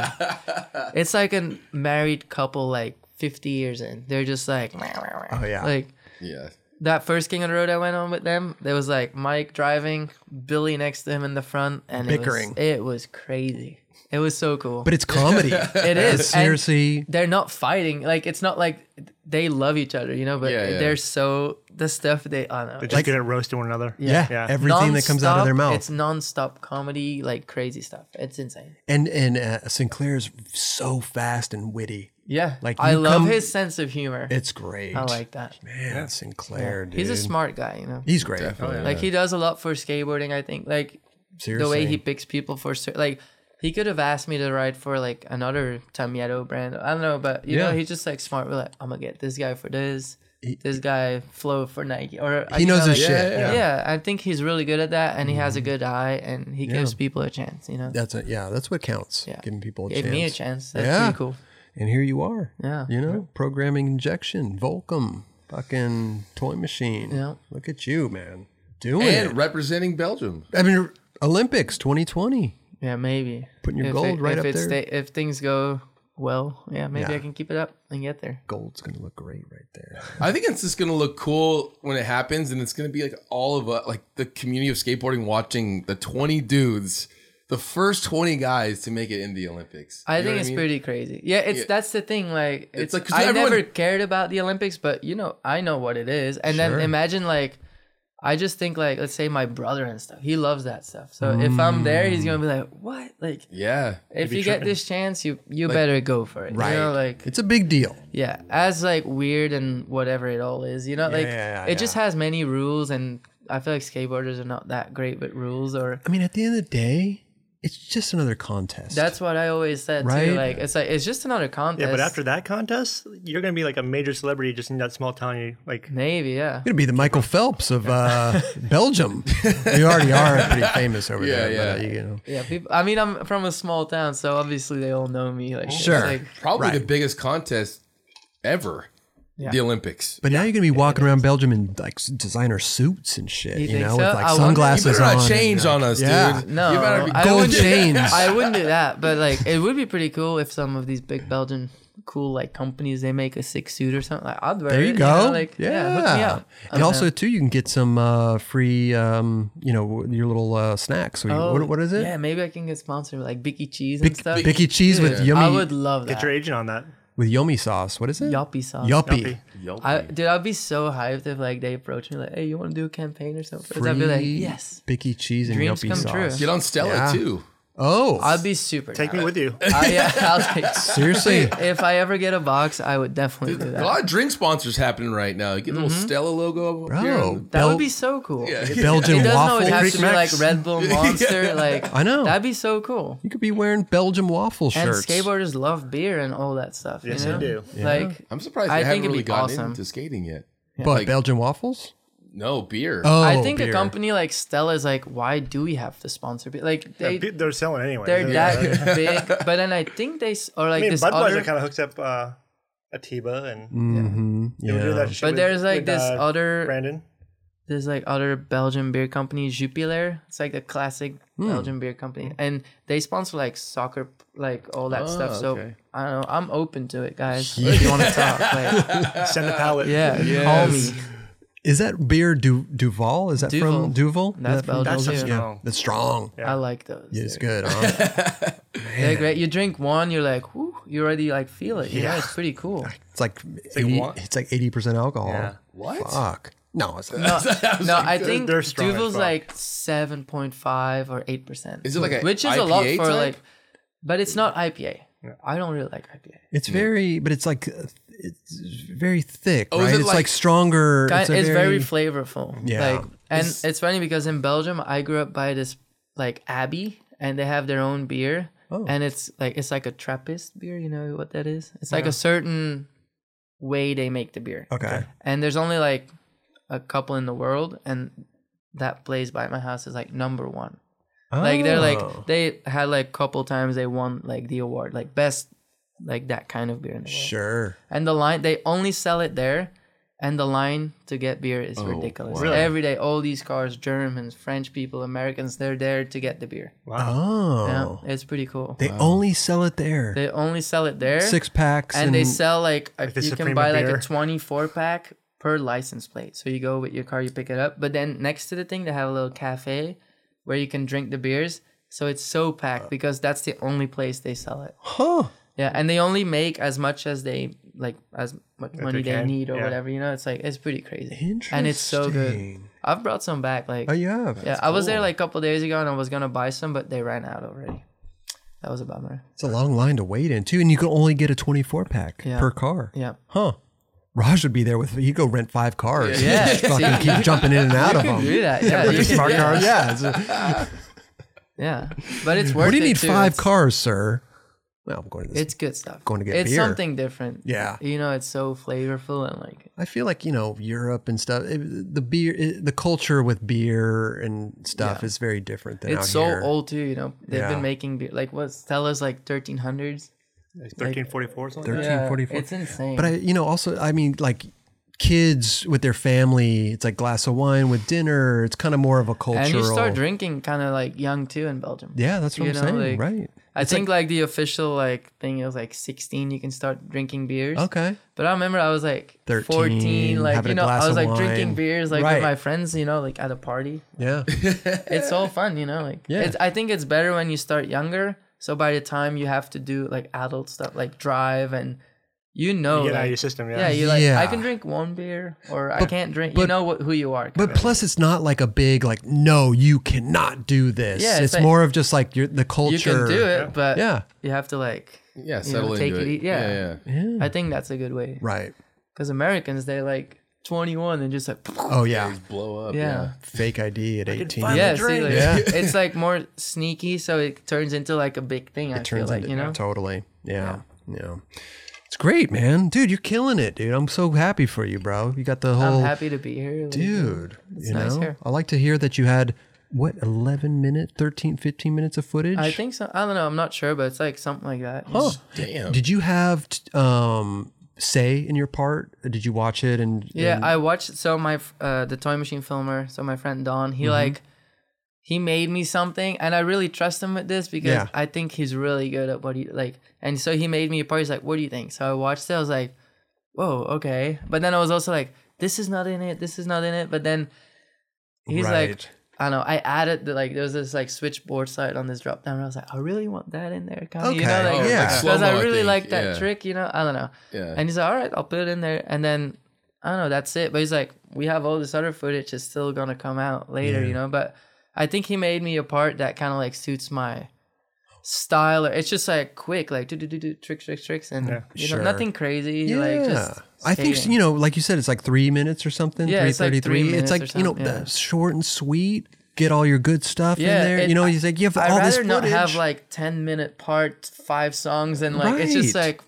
S2: it's like a married couple, like fifty years in. They're just like,
S1: Oh yeah,
S2: like
S3: Yeah.
S2: that first King of the Road I went on with them. There was like Mike driving, Billy next to him in the front, and
S1: Bickering.
S2: It was, it was crazy. It was so cool.
S1: but it's comedy.
S2: it is
S1: It's
S2: and-
S1: seriously.
S2: they're not fighting. Like it's not like they love each other, you know. But
S3: Yeah, yeah.
S2: they're so the stuff they. I don't
S4: They
S2: know.
S4: just good at roasting one another.
S1: Yeah,
S4: Yeah.
S1: everything that comes out of their
S2: Nonstop,
S1: mouth,
S2: It's nonstop comedy, like crazy stuff. It's insane.
S1: and and uh, Sinclair's so fast and witty.
S2: Yeah,
S1: Like,
S2: like I
S1: you
S2: love
S1: come-
S2: his sense of humor.
S1: It's great.
S2: I like that.
S1: man Sinclair. Dude.
S2: He's a smart guy, you know.
S1: He's great.
S3: Definitely.
S2: Like he does a lot for skateboarding. I think like
S1: Seriously,
S2: the way he picks people for cer- like he could have asked me to ride for like another Tamiyato brand. I don't know, but you
S1: Yeah.
S2: know he's just like smart. We're like, I'm gonna get this guy for this, this guy flow for Nike, or
S1: He
S2: you know,
S1: knows his
S2: like-
S1: shit.
S2: Yeah, I think he's really good at that, and he has a good eye, and he gives people a chance. You know,
S1: That's it. Yeah, that's what counts.
S2: Yeah.
S1: Giving people a
S2: gave
S1: chance.
S2: me a chance. That's
S1: Yeah.
S2: pretty cool.
S1: And here you are.
S2: Yeah.
S1: You know, programming injection, Volcom, fucking toy machine.
S2: Yeah.
S1: Look at you, man. Doing it.
S3: And representing Belgium.
S1: I mean, Olympics 2020.
S2: Yeah, maybe
S1: Putting your gold right
S2: if
S1: up
S2: it
S1: there.
S2: stay- if things go well, yeah, maybe
S1: Yeah.
S2: I can keep it up and get there.
S1: Gold's going to look great right there.
S3: I think it's just gonna look cool when it happens, and it's gonna be like all of us, like the community of skateboarding watching the twenty dudes, the first twenty guys to make it in the Olympics.
S2: I
S3: You know
S2: think
S3: what
S2: it's
S3: mean?
S2: pretty crazy. Yeah, it's
S3: Yeah.
S2: that's the thing. Like, it's,
S3: like,
S2: like
S3: 'cause
S2: I never
S3: everyone-
S2: cared about the Olympics, but you know, I know what it is. And then imagine like, I just think like, let's say my brother and stuff. He loves that stuff. So if I'm there, he's gonna be like, what? Like,
S3: Yeah,
S2: if you get this chance, you you better go for it.
S1: Right.
S2: You know, like
S1: it's a big deal.
S2: yeah, as like weird and whatever it all is. You know, like
S1: yeah, yeah,
S2: it just has many rules, and I feel like skateboarders are not that great with rules or
S1: I mean, at the end of the day, it's just another contest.
S2: That's what I always said
S1: Right?
S2: too. Like it's like it's just another contest.
S4: Yeah, but after that contest, you're gonna be like a major celebrity just in that small town. You like
S2: maybe
S1: You're
S2: yeah.
S1: going to be the Michael Phelps of uh, Belgium. You already are pretty famous over
S3: Yeah,
S1: there.
S3: yeah.
S1: But, uh, you know.
S2: Yeah, people, I mean, I'm from a small town, so obviously they all know me. Like, it's
S1: Sure.
S2: like-
S3: probably the biggest contest ever, the Olympics.
S1: But now you're going to be walking around Belgium in like s- designer suits and shit, you,
S2: think
S1: know,
S2: so?
S1: with
S2: I
S1: like
S2: wonder-
S3: You
S1: sunglasses
S3: better
S1: on.
S3: not
S1: and,
S3: change
S1: like,
S3: on us,
S1: Yeah.
S3: dude.
S2: no,
S3: you better be
S2: I
S1: gold
S2: wouldn't do-
S1: chains.
S2: I wouldn't do that, but like, it would be pretty cool if some of these big Belgian cool like companies they make a six suit or something. Like, I'd wear
S1: There
S2: it.
S1: you
S2: know,
S1: go.
S2: like, yeah. hook me up.
S1: And also too, you can get some uh, free, um, you know, your little uh, snacks. So you- what, what is it?
S2: Oh, Yeah, maybe I can get sponsored with, like Bicky Cheese and
S1: Bic-
S2: stuff.
S1: Bicky cheese with
S3: Yeah.
S2: I
S1: yummy
S2: would love
S4: get
S2: that.
S4: your agent on that.
S1: with yummy sauce. What is it?
S2: Yuppie sauce.
S1: Yuppie.
S4: Yuppie.
S2: I, dude, I'd be so hyped if like they approached me like, "Hey, you want to do a campaign or something?"
S1: Free
S2: I'd be like, "Yes."
S1: Bicky cheese and
S2: Dreams
S1: yuppie
S2: come true.
S1: sauce.
S3: Get on Stella
S1: Yeah.
S3: too.
S1: Oh,
S2: I'd be super.
S4: Take me with you.
S2: I, yeah, I'll take.
S1: seriously.
S2: if I ever get a box, I would definitely do
S3: A
S2: that. Mm-hmm.
S3: lot of drink sponsors happening right now. You get a little Stella logo up
S1: Bro,
S3: here.
S2: That
S1: Bel-
S2: would be so cool. It
S1: Belgian
S2: doesn't always
S1: waffle.
S2: have
S1: Creek
S2: to be
S1: Max.
S2: like Red Bull Monster. Like
S1: I know.
S2: that'd be so cool.
S1: You could be wearing Belgian waffle
S2: And
S1: shirts.
S2: skateboarders love beer and all that stuff. you
S4: Yes, they
S2: know?
S4: do.
S2: Like
S3: I'm surprised they
S2: I think
S3: haven't
S2: it'd
S3: really
S2: be
S3: gotten
S2: awesome.
S3: into skating yet.
S1: but
S3: like-
S1: Belgian waffles.
S3: No beer.
S1: Oh,
S2: I think
S1: beer.
S2: a company like Stella is like, why do we have to sponsor? beer? Like they,
S4: They, are selling anyway.
S2: they're
S4: Yeah.
S2: that big. But then I think they s- or
S4: I
S2: like
S4: mean,
S2: this
S4: Budweiser
S2: other.
S4: kind of hooks up uh, Atiba and
S1: Mhm,
S4: they would do
S1: yeah.
S4: that shit
S2: but
S4: with-
S2: there's like
S4: with,
S2: this
S4: uh,
S2: other
S4: Brandon.
S2: there's like other Belgian beer company, Jupiler. It's like a classic
S1: Hmm.
S2: Belgian beer company, and they sponsor like soccer, like all
S1: Oh,
S2: that stuff. So
S3: okay.
S2: I don't know. I'm open to it, guys. If you want to talk, like,
S4: Send the pallet.
S2: yeah, call me.
S1: Is that beer du- Duval? Is that
S2: Duvel.
S1: from Duval? Is
S2: That's
S1: that from-
S2: Belgium Oh.
S4: That's
S2: too.
S4: yeah.
S1: Yeah, that's strong. Yeah.
S2: I like those.
S1: It's good. Huh?
S2: They're great. You drink one, you're like, whew, you already like feel it. Yeah,
S4: Yeah.
S2: it's pretty cool.
S1: It's like
S4: like
S1: 80,
S4: what?
S1: it's like eighty percent alcohol.
S4: Yeah.
S3: What?
S1: Fuck. No, it's
S2: No,
S1: not.
S2: no I think
S4: they're strong as
S2: Duvel's
S4: fuck.
S2: like seven point five or eight percent.
S3: Is it like a
S2: which is a lot
S3: IPA
S2: for
S3: type?
S2: like, but it's not IPA. I don't really like IPA.
S1: It's very, but it's like uh, it's very thick.
S3: Oh, is
S1: right?
S3: it
S1: it's
S3: like-
S1: like stronger.
S2: Kind-
S1: it's
S2: it's,
S1: a
S2: very, flavorful.
S1: Yeah.
S2: Like, and it's, funny because in Belgium, I grew up by this like abbey, and they have their own beer,
S3: Oh.
S2: and it's like it's like a Trappist beer. You know what that is? It's like a certain way they make the beer,
S1: okay.
S2: and there's only like a couple in the world, and that place by my house is like number one. Like they're
S1: Oh.
S2: like they had like couple times they won like the award, like best like that kind of beer in the world.
S1: sure.
S2: And the line they only sell it there, and the line to get beer is
S1: Oh,
S2: ridiculous. Every day, all these cars, Germans, French people, Americans, they're there to get the beer.
S1: Oh,
S2: Yeah, it's pretty cool.
S1: they only sell it there.
S2: They only sell it there,
S1: Six packs,
S2: and
S1: and,
S2: they sell like, a,
S4: the
S2: you can
S4: Suprema
S2: buy like
S4: beer.
S2: a twenty-four pack per license plate. So you go with your car, you pick it up, but then next to the thing they have a little cafe where you can drink the beers. So it's so packed because that's the only place they sell it.
S1: huh?
S2: Yeah, and they only make as much as they like as much money they,
S4: can,
S2: need or
S4: yeah.
S2: whatever. You know, it's like it's pretty crazy.
S1: Interesting.
S2: And it's so good. I've brought some back. Like
S1: Oh, you have.
S2: yeah, I was there like a couple days ago and I was gonna buy some, but they ran out already. That was a bummer.
S1: It's a long line to wait in too, and you can only get a twenty-four pack
S2: Yeah.
S1: per car.
S2: Yeah.
S1: Huh. Raj would be there with you. Go rent five cars.
S2: Yeah.
S1: Just fucking keep jumping in and out of them.
S2: Do that. Yeah. you can- yeah.
S1: Yeah. it's a-
S2: yeah. But it's worth
S1: What do you
S2: it
S1: need
S2: too.
S1: five
S2: It's-
S1: cars, sir? Well, I'm going to this.
S2: It's good stuff.
S1: Going to get
S2: it's
S1: beer.
S2: something different.
S1: Yeah.
S2: You know, it's so flavorful and like
S1: I feel like you know Europe and stuff. It, the beer, it, the culture with beer and stuff is very different than out
S2: it's so
S1: here.
S2: old too, you know. They've
S1: Yeah.
S2: been making beer like what Stella's like thirteen hundreds.
S4: Thirteen forty four or something. like that.
S1: 1344.
S2: It's insane.
S1: But I, you know, also, I mean, like kids with their family, it's like glass of wine with dinner. It's kind of more of a cultural.
S2: and you start drinking kind of like young too in Belgium.
S1: Yeah, that's what
S2: you
S1: I'm
S2: know,
S1: saying.
S2: like-
S1: right.
S2: I think like, the official like thing it was like 16 you can start drinking beers.
S1: Okay.
S2: But I remember I was like
S1: 13,
S2: 14 like
S1: having
S2: you
S1: a
S2: know
S1: glass
S2: I was
S1: of
S2: like drinking
S1: wine.
S2: beers like
S1: Right.
S2: with my friends, you know, like at a party.
S1: Yeah.
S2: It's all fun, you know, like
S1: Yeah.
S2: it's I think it's better when you start younger. So by the time you have to do like adult stuff like drive and you know
S4: You get out
S2: like,
S4: of your system.
S2: yeah,
S4: Yeah.
S2: you like
S1: Yeah.
S2: I can drink one beer or I can't drink. you
S1: but-
S2: know what, who you are.
S1: But
S2: kinda.
S1: plus, it's not like a big like. No, you cannot do this.
S2: Yeah,
S1: it's,
S2: it's like-
S1: more of just like your the culture.
S2: you can do it, but
S1: Yeah.
S2: you have to like
S3: Yeah,
S2: you know,
S3: settle
S2: take
S3: into
S2: it
S3: it.
S2: e- yeah.
S3: yeah, yeah.
S2: I think that's a good way.
S1: Right.
S2: Because Americans, they're like 21 and just like,
S1: Oh yeah.
S3: Blow up.
S2: yeah.
S1: Fake ID at eighteen.
S4: find-
S2: Yeah,
S4: the
S2: see,
S4: drink.
S2: like,
S1: Yeah.
S2: it's like more sneaky, so it turns into like a big thing. I feel
S1: turns
S2: like
S1: into-
S2: you know,
S1: totally yeah, yeah it's great man dude you're killing it dude i'm so happy for you bro you got the whole
S2: I'm happy to be here, like,
S1: dude
S2: It's
S1: you
S2: nice
S1: know
S2: here.
S1: i like to hear that you had what 11 minute 13 15 minutes of footage
S2: I think so. I don't know. I'm not sure, but it's like something like that.
S3: Oh. Damn.
S1: did you have t- um say in your part did you watch it and
S2: Yeah, I watched. So my f- uh, the toy machine filmer. So my friend Don,
S1: Mm-hmm.
S2: he like he made me something, and I really trust him with this because
S1: Yeah.
S2: I think he's really good at what he like. And so he made me a part. He's like, "What do you think?" So I watched it. I was like, "Whoa, okay." But then I was also like, "This is not in it. This is not in it." But then he's like.
S1: Right.
S2: I don't know. I added the, like there was this like switchboard side on this drop down. And I was like, I really want that in there, kind of. You know,
S1: Okay,
S2: like,
S1: yeah.
S2: because
S3: Slow-mo,
S2: I
S3: I
S2: really
S3: think,
S2: like that
S3: yeah.
S2: trick. You know, I don't know.
S3: Yeah.
S2: And he's like, all right, I'll put it in there. And then I don't know, that's it. But he's like, we have all this other footage that's still gonna come out later, you know. But I think he made me a part that kind of like suits my style. Or It's just like quick, like do do do do tricks, tricks, tricks, and you know,
S1: Sure.
S2: nothing crazy.
S1: yeah
S2: Like just
S1: I think
S2: skating.
S1: you know, like you said, it's like three minutes or something.
S2: Yeah,
S1: three
S2: it's like three
S1: thirty-three. It's
S2: minutes
S1: like,
S2: or
S1: you know,
S2: something, yeah.
S1: the short and sweet. Get all your good stuff
S2: Yeah,
S1: in there.
S2: it-
S1: you know, you like you have
S2: I'd
S1: all
S2: rather
S1: this
S2: not have
S1: footage.
S2: like ten minute part, five songs, and like it's just
S1: Right.
S2: like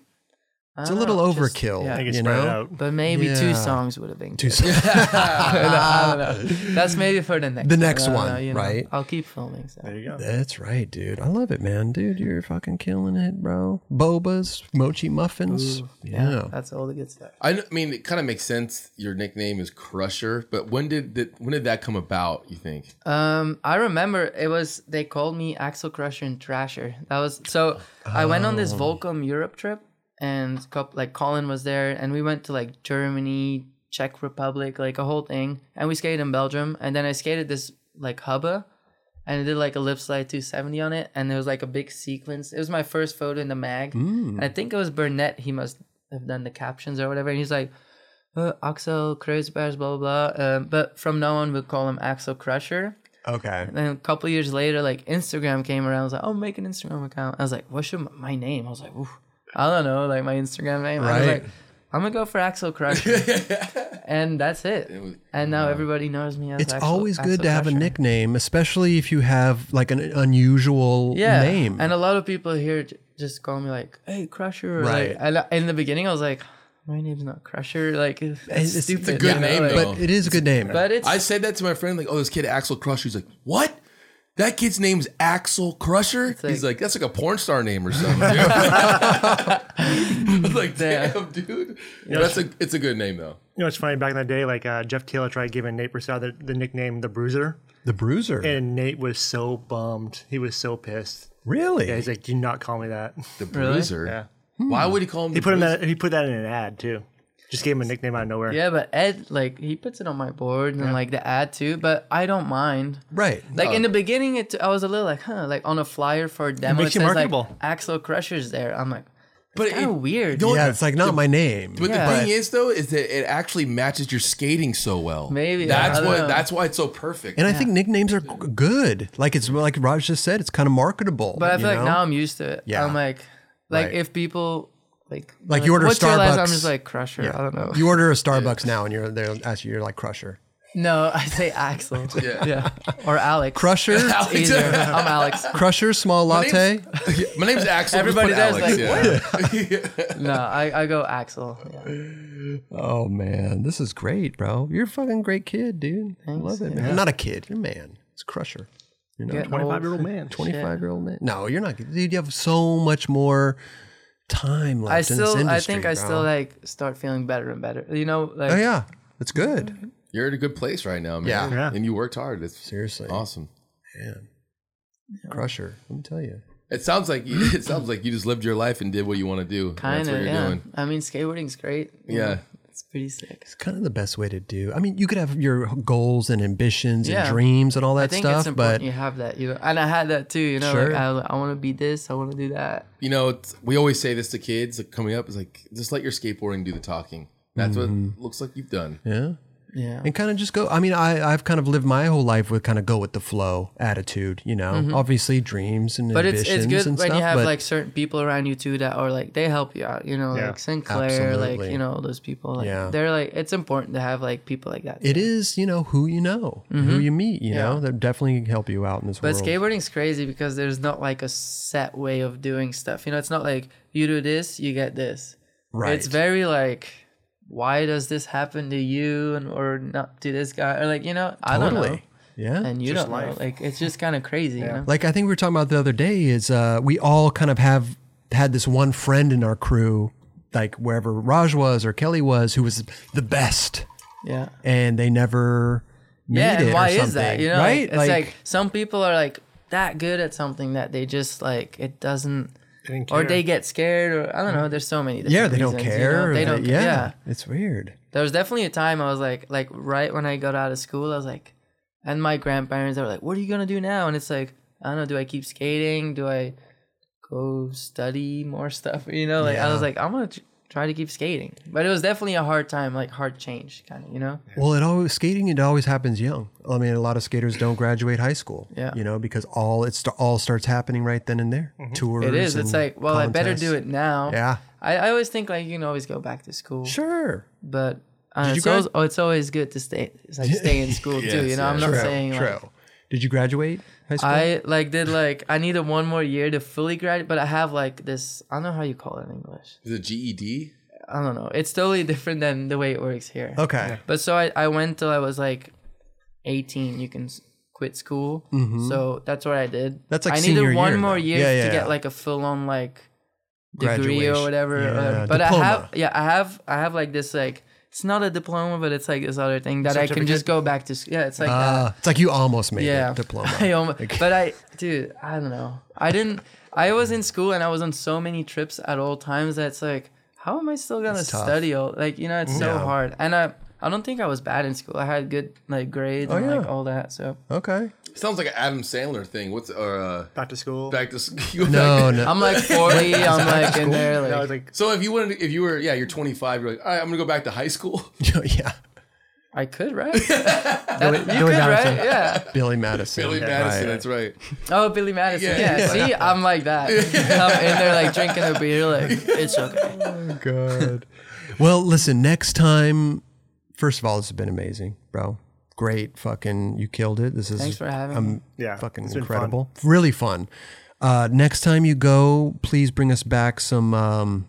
S1: It's a little
S2: Oh, just-
S1: overkill.
S2: yeah. I
S4: think it's
S1: you
S4: spread
S1: know?
S4: out.
S2: But maybe two
S1: Yeah.
S2: songs would have been.
S1: Two
S2: good.
S1: songs.
S2: I don't know. That's maybe for the next.
S1: The next
S2: I don't
S1: one,
S2: know,
S1: right?
S2: I'll keep filming. So.
S4: There you go.
S1: That's right, dude. I love it, man. Dude, you're fucking killing it, bro. Bobas, mochi muffins. yeah.
S2: That's all the good stuff.
S3: I kn- mean, it kind of makes sense. Your nickname is Crusher, but when did that, when did that come about? You think?
S2: Um, I remember it was they called me Axel Crusher and Thrasher. That was so. I went on this Volcom Europe trip, and cou- like Colin was there, and we went to like Germany, Czech Republic, like a whole thing, and we skated in Belgium, and then I skated this like hubba, and I did like a lip slide 270 on it, and there was like a big sequence. It was my first photo in the mag, and I think it was Burnett. He must have done the captions or whatever, and he's like uh, Axel Crazy Bears, blah blah blah. Um, but from now on, we'll call him Axel Crusher.
S1: Okay.
S2: And then a couple years later, like Instagram came around. I was like, "Oh, make an Instagram account." I was like, "What should m- my name?" I was like, Oof, "I don't know, like my Instagram name." I was
S1: Right.
S2: like, "I'm gonna go for Axel Crusher," and that's it. and now everybody knows me as.
S1: It's
S2: Axel-
S1: always good
S2: Axel
S1: to have a
S2: Crusher.
S1: nickname, especially if you have like an unusual
S2: Yeah,
S1: name.
S2: and a lot of people here j- just call me like, "Hey, Crusher." or,
S1: Right.
S2: Like, I, li- in the beginning, I was like, "My name's not Crusher." Like, it's,
S1: It's- it's
S2: stupid.
S1: a
S3: good name,
S2: like-
S3: though.
S1: but it is a good name.
S2: But it's
S3: I said that to my friend, like, oh, this kid Axel Crusher. He's like, what? That kid's name's Axel Crusher.
S2: like-
S3: He's like, that's like a porn star name or something. Dude. I was like, damn, dude. That's a it's a good name though.
S4: You know, it's funny. Back in the day, like uh, Jeff Taylor tried giving Nate Broussard the, the nickname the Bruiser,
S1: the Bruiser.
S4: and Nate was so bummed. He was so pissed.
S1: really?
S4: Yeah, he's like, "Do not call me that."
S3: The Bruiser. Hmm.
S4: Yeah.
S3: Why would he call him?
S4: He put him that. He put that in an ad too. Just gave him a nickname out of nowhere.
S2: Yeah, but Ed, like, he puts it on my board and like the ad too. But I don't mind.
S1: right.
S2: Like in the beginning, it I was a little like, huh, like on a flyer for a demo,
S4: makes
S2: it
S4: you
S2: says like
S4: marketable.
S2: Axel Crusher's there. I'm like,
S3: But
S2: kind
S3: it-
S2: of weird.
S3: don't-
S1: yeah, it's like not my name.
S3: But
S2: Oh, Yeah.
S3: the thing is, though, is that it actually matches your skating so well.
S2: Maybe, yeah,
S3: that's
S2: I don't
S3: what.
S2: know.
S3: That's why it's so perfect.
S1: and I think nicknames are g- good. Like it's like Raj just said, it's kind of marketable.
S2: but I
S1: you
S2: feel like
S1: know?
S2: now I'm used to it.
S1: Yeah.
S2: I'm like, like
S1: Right.
S2: if people like
S1: Like, you order
S2: what's your last- I'm
S1: Starbucks.
S2: just like Crusher. I don't know.
S1: you order a Starbucks now, and you're there. Actually, you're like Crusher.
S2: no, I say Axel.
S3: Yeah.
S2: yeah. or Alex.
S1: Crusher,
S2: It's easier. I'm Alex.
S1: Crusher, small latte.
S3: My name's Axel.
S2: Everybody
S3: Just put
S2: there's
S3: Alex, yeah.
S2: No, I, I go Axel. Yeah.
S1: Oh man, this is great, bro. You're a fucking great kid, dude. I love it, man. Not a kid, you're a man. It's Crusher. You know,
S2: Getting old.
S4: Twenty-five-year-old man.
S1: 25 year old man. No, you're not. Dude, you have so much more time left
S2: I
S1: in this
S2: still,
S1: industry.
S2: I think I
S1: bro.
S2: still like start feeling better and better. You know, like
S1: Oh yeah, it's good.
S3: You're in a good place right now, man.
S1: Yeah.
S4: Yeah.
S3: And you worked hard. That's
S1: Seriously,
S3: awesome.
S1: man. Crusher. Let me tell you.
S3: It sounds like you, it sounds like you just lived your life and did what you want to do. and
S2: kind
S3: That's what
S2: of
S3: you're
S2: yeah.
S3: doing.
S2: I mean, skateboarding's great. you
S3: Yeah.
S2: know, it's pretty sick.
S1: It's kind of the best way to do. I mean, you could have your goals and ambitions and
S2: Yeah.
S1: dreams and all that
S2: I think
S1: stuff,
S2: it's important
S1: but
S2: you have that, you know. And I had that too, you know.
S1: Sure.
S2: Like, I, I want to be this, I want to do that.
S3: You know, it's, we always say this to kids like, coming up. It's like just let your skateboarding do the talking. That's what it looks like you've done.
S1: Mm-hmm. yeah.
S2: Yeah.
S1: and kind of just go. I mean, I I've kind of lived my whole life with kind of go with the flow attitude. You know, obviously dreams and
S2: Mm-hmm. But it's
S1: ambitions
S2: it's good when
S1: and stuff.
S2: you have
S1: but
S2: like certain people around you too that are like they help you out, you know,
S4: Yeah.
S2: like Sinclair,
S1: Absolutely.
S2: like you know all those people. Like,
S1: Yeah.
S2: They're like it's important to have like people like that.
S1: it is, you know, who you know, who you meet. You know, that definitely help you out in this
S2: Mm-hmm. but
S1: world.
S2: skateboarding's crazy because there's not like a set way of doing stuff. You know, it's not like you do this, you get this.
S1: right?
S2: It's very like why does this happen to you and or not to this guy or like you know I don't know.
S1: totally. Yeah.
S2: and you don't know. Like it's just kind of crazy. You know?
S1: like I think we were talking about the other day is uh, we all kind of have had this one friend in our crew, like wherever Raj was or Kelly was, who was the best,
S2: yeah.
S1: and they never made
S2: Yeah.
S1: it.
S2: And
S1: or
S2: why
S1: something,
S2: is that? You know,
S1: right?
S2: like, it's like, some people are like that good at something that they just like it doesn't,
S4: They didn't
S2: or
S4: care.
S2: they get scared, or I don't know. There's so many.
S1: yeah,
S2: different
S1: they don't
S2: reasons, you
S1: care.
S2: know? They
S1: or
S2: don't.
S1: yeah,
S2: Yeah. yeah.
S1: it's weird.
S2: There was definitely a time I was like, like right when I got out of school, I was like, and my grandparents they were like, "What are you gonna do now?" And it's like, I don't know. Do I keep skating? Do I go study more stuff? You know, like I was like, I'm gonna tr- try to keep skating, but it was definitely a hard time, like hard change, kind of. You know.
S1: Well, it always skating. It always happens young. I mean, a lot of skaters don't graduate high school.
S2: Yeah.
S1: you know, because all it's all starts happening right then and there.
S3: Mm-hmm.
S1: Tours.
S2: It is. It's
S1: and
S2: like, well, I better do
S1: contests.
S2: it now.
S1: Yeah,
S2: I, I always think like you can always go back to school,
S1: sure.
S2: but uh,
S1: you
S2: it's, always,
S1: grad-
S2: oh, it's always good to stay. It's like stay in school too. You know, I'm not
S3: True,
S2: saying like
S1: Did you graduate high school?
S2: I like did like I needed one more year to fully graduate, but I have like this. I don't know how you call it in English.
S3: Is it E GED?
S2: I don't know. It's totally different than the way it works here.
S1: okay.
S2: But so I, I went till I was like 18. You can s- quit school. So that's what I did.
S1: Mm-hmm. That's like
S2: I needed
S1: senior
S2: one
S1: year,
S2: more
S1: though.
S2: year
S1: Yeah,
S2: to
S1: yeah, yeah.
S2: get like a full on like degree
S1: Graduation.
S2: or whatever.
S1: Yeah,
S2: uh, but
S1: diploma.
S2: I have yeah I have I have like this like it's not a diploma but it's like this other thing that I can just go back to school. Yeah, it's like that.
S1: Ah, it's like you almost made
S2: Yeah,
S1: it diploma.
S2: I almost, but I, dude, I don't know. I didn't. I was in school and I was on so many trips at all times that it's like, how am I still gonna
S1: It's tough.
S2: study all? Like you know, it's so hard. And I, I don't think I was bad in school. I had good like grades and like
S1: Oh, yeah.
S2: all that. So
S1: okay.
S3: Sounds like an Adam Sandler thing. What's or uh,
S4: Back to school.
S3: back to school?
S1: No, no.
S2: I'm like 40. I'm like in there.
S4: no, I was
S2: Like
S4: like,
S3: So if you wanted, to, if you were, yeah, you're 25. You're like, All right, I'm gonna go back to high school.
S1: yeah.
S2: I could right. That-
S1: Billy
S2: you could
S1: Madison.
S2: right. Yeah.
S1: Billy Madison.
S3: Billy
S1: Right.
S3: Madison. That's right.
S2: Oh, Billy Madison.
S3: Yeah,
S2: Yeah. See, I'm like that. I'm in there like drinking a beer. Like it's okay.
S1: God. well, listen, next time, first of all, this has been amazing, bro. Great. Fucking, you killed it. This is
S2: Thanks for having me.
S4: Yeah,
S1: fucking
S4: it's been
S1: incredible. Really fun. Uh, next time you go, please bring us back some. Um,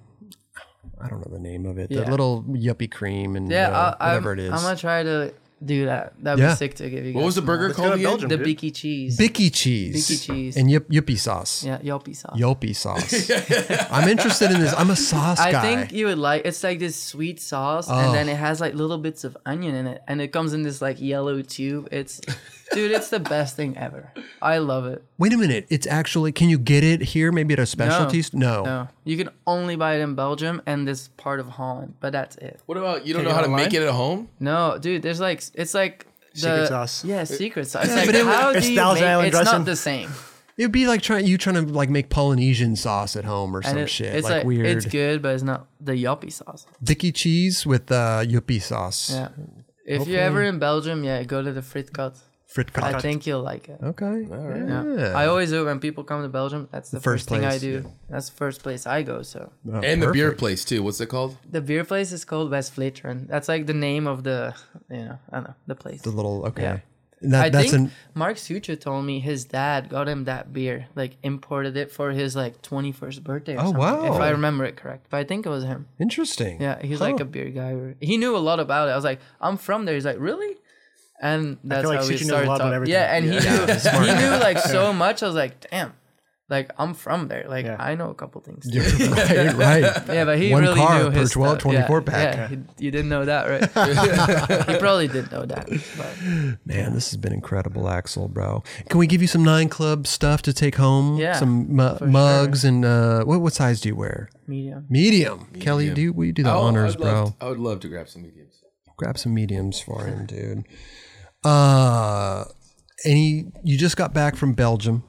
S1: I don't know the name of it.
S2: Yeah.
S1: The little yuppie cream and
S2: Yeah,
S1: uh,
S2: I'll,
S1: whatever
S2: I'm,
S1: it is.
S2: I'm gonna try to do that. That'd
S1: Yeah.
S2: be sick to give you.
S3: What
S2: guys
S3: was the
S2: some
S3: burger
S2: more.
S4: go to
S3: called again?
S4: Belgium.
S2: The
S4: dude.
S2: Bicky cheese.
S1: Bicky cheese.
S2: Bicky cheese.
S1: And yup, yuppie sauce.
S2: yeah, Yelpy sauce.
S1: Yelpy sauce. I'm interested in this. I'm a sauce
S2: I
S1: guy.
S2: think you would like. It's like this sweet sauce, and then it has like little bits of onion in it, and it comes in this like yellow tube. It's, dude, it's the best thing ever. I love it.
S1: Wait a minute. It's actually, can you get it here? Maybe at a specialty? s- No. no.
S2: No, you can only buy it in Belgium and this part of Holland, but that's it.
S3: What about you? Don't know
S4: Can you
S3: how to
S4: online?
S3: make it at home?
S2: No, dude, there's like it's like. The,
S4: Secret sauce.
S2: Yeah, secret sauce. It's like,
S1: but it-
S2: how do
S4: It's
S2: you
S4: Thousand
S2: make-
S4: Island
S2: It's not
S4: dressing.
S2: the same.
S1: It'd be like trying you trying to like make Polynesian sauce at home or some
S2: And it-
S1: shit.
S2: it's
S1: like,
S2: like
S1: weird.
S2: It's good, but it's not the yuppie sauce.
S1: Dicky cheese with uh, yuppie sauce.
S2: Yeah. If you're ever in Belgium, yeah, go to the Fritkat.
S1: Fritka.
S2: I think you'll like it.
S1: Okay.
S2: Yeah.
S1: Yeah.
S2: I always do when people come to Belgium. That's the,
S1: first
S2: first, thing I
S1: place,
S2: do. That's the first place I go. So
S1: Oh,
S3: and the beer
S1: perfect.
S3: place too. What's it called?
S2: the beer place is called West Vleteren. That's like the name of the, you know, I don't know, the place.
S1: The little okay.
S2: Yeah.
S1: And That,
S2: I
S1: that's
S2: think
S1: an
S2: Mark Sucha told me his dad got him that beer, like imported it for his like 21st birthday. Or
S1: Oh,
S2: something,
S1: wow.
S2: If I remember it correct, but I think it was him.
S1: interesting.
S2: Yeah, he's
S1: Huh.
S2: like a beer guy. or- He knew a lot about it. I was like, I'm from there. He's like, really? And that's
S4: like
S2: how we
S4: Sushi
S2: started
S4: knows a lot about
S2: talking.
S4: everything.
S2: Yeah, and he knew he knew like so much. I was like, damn, like I'm from there. Like
S4: Yeah.
S2: I know a couple things. too."
S1: right, right.
S2: Yeah, but he
S1: One
S2: really
S1: car
S2: knew
S1: per
S2: his
S1: 12,
S2: stuff. Yeah,
S1: 24 pack.
S2: Yeah, he- you didn't know that, right? he probably did know that. But
S1: Man, this has been incredible, Axel, bro. Can we give you some Nine Club stuff to take home?
S2: Yeah,
S1: Some mu- mugs and uh, what, what size do you wear?
S2: medium.
S1: Medium. Kelly, do you, will you do the honors,
S3: Oh, I'd
S1: bro?
S3: Love to- I would love to grab some mediums.
S1: grab some mediums for him, dude. Uh, any you just got back from Belgium,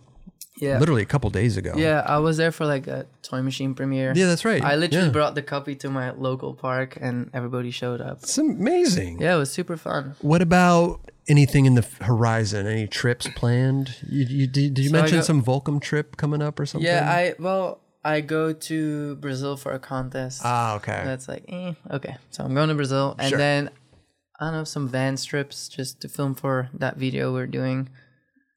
S2: Yeah.
S1: literally a couple days ago.
S2: Yeah, I was there for like a toy machine premiere.
S1: yeah, that's right.
S2: I literally
S1: yeah.
S2: brought the copy to my local park, and everybody showed up.
S1: It's amazing.
S2: Yeah, it was super fun.
S1: What about anything in the f- horizon? Any trips planned? You, you did, did you
S2: So I
S1: mention
S2: go-
S1: some Volcom trip coming up or something?
S2: Yeah, I well, I go to Brazil for a contest.
S1: ah okay.
S2: That's like eh, okay. So I'm going to Brazil, and then I don't know some van strips just to film for that video we're doing,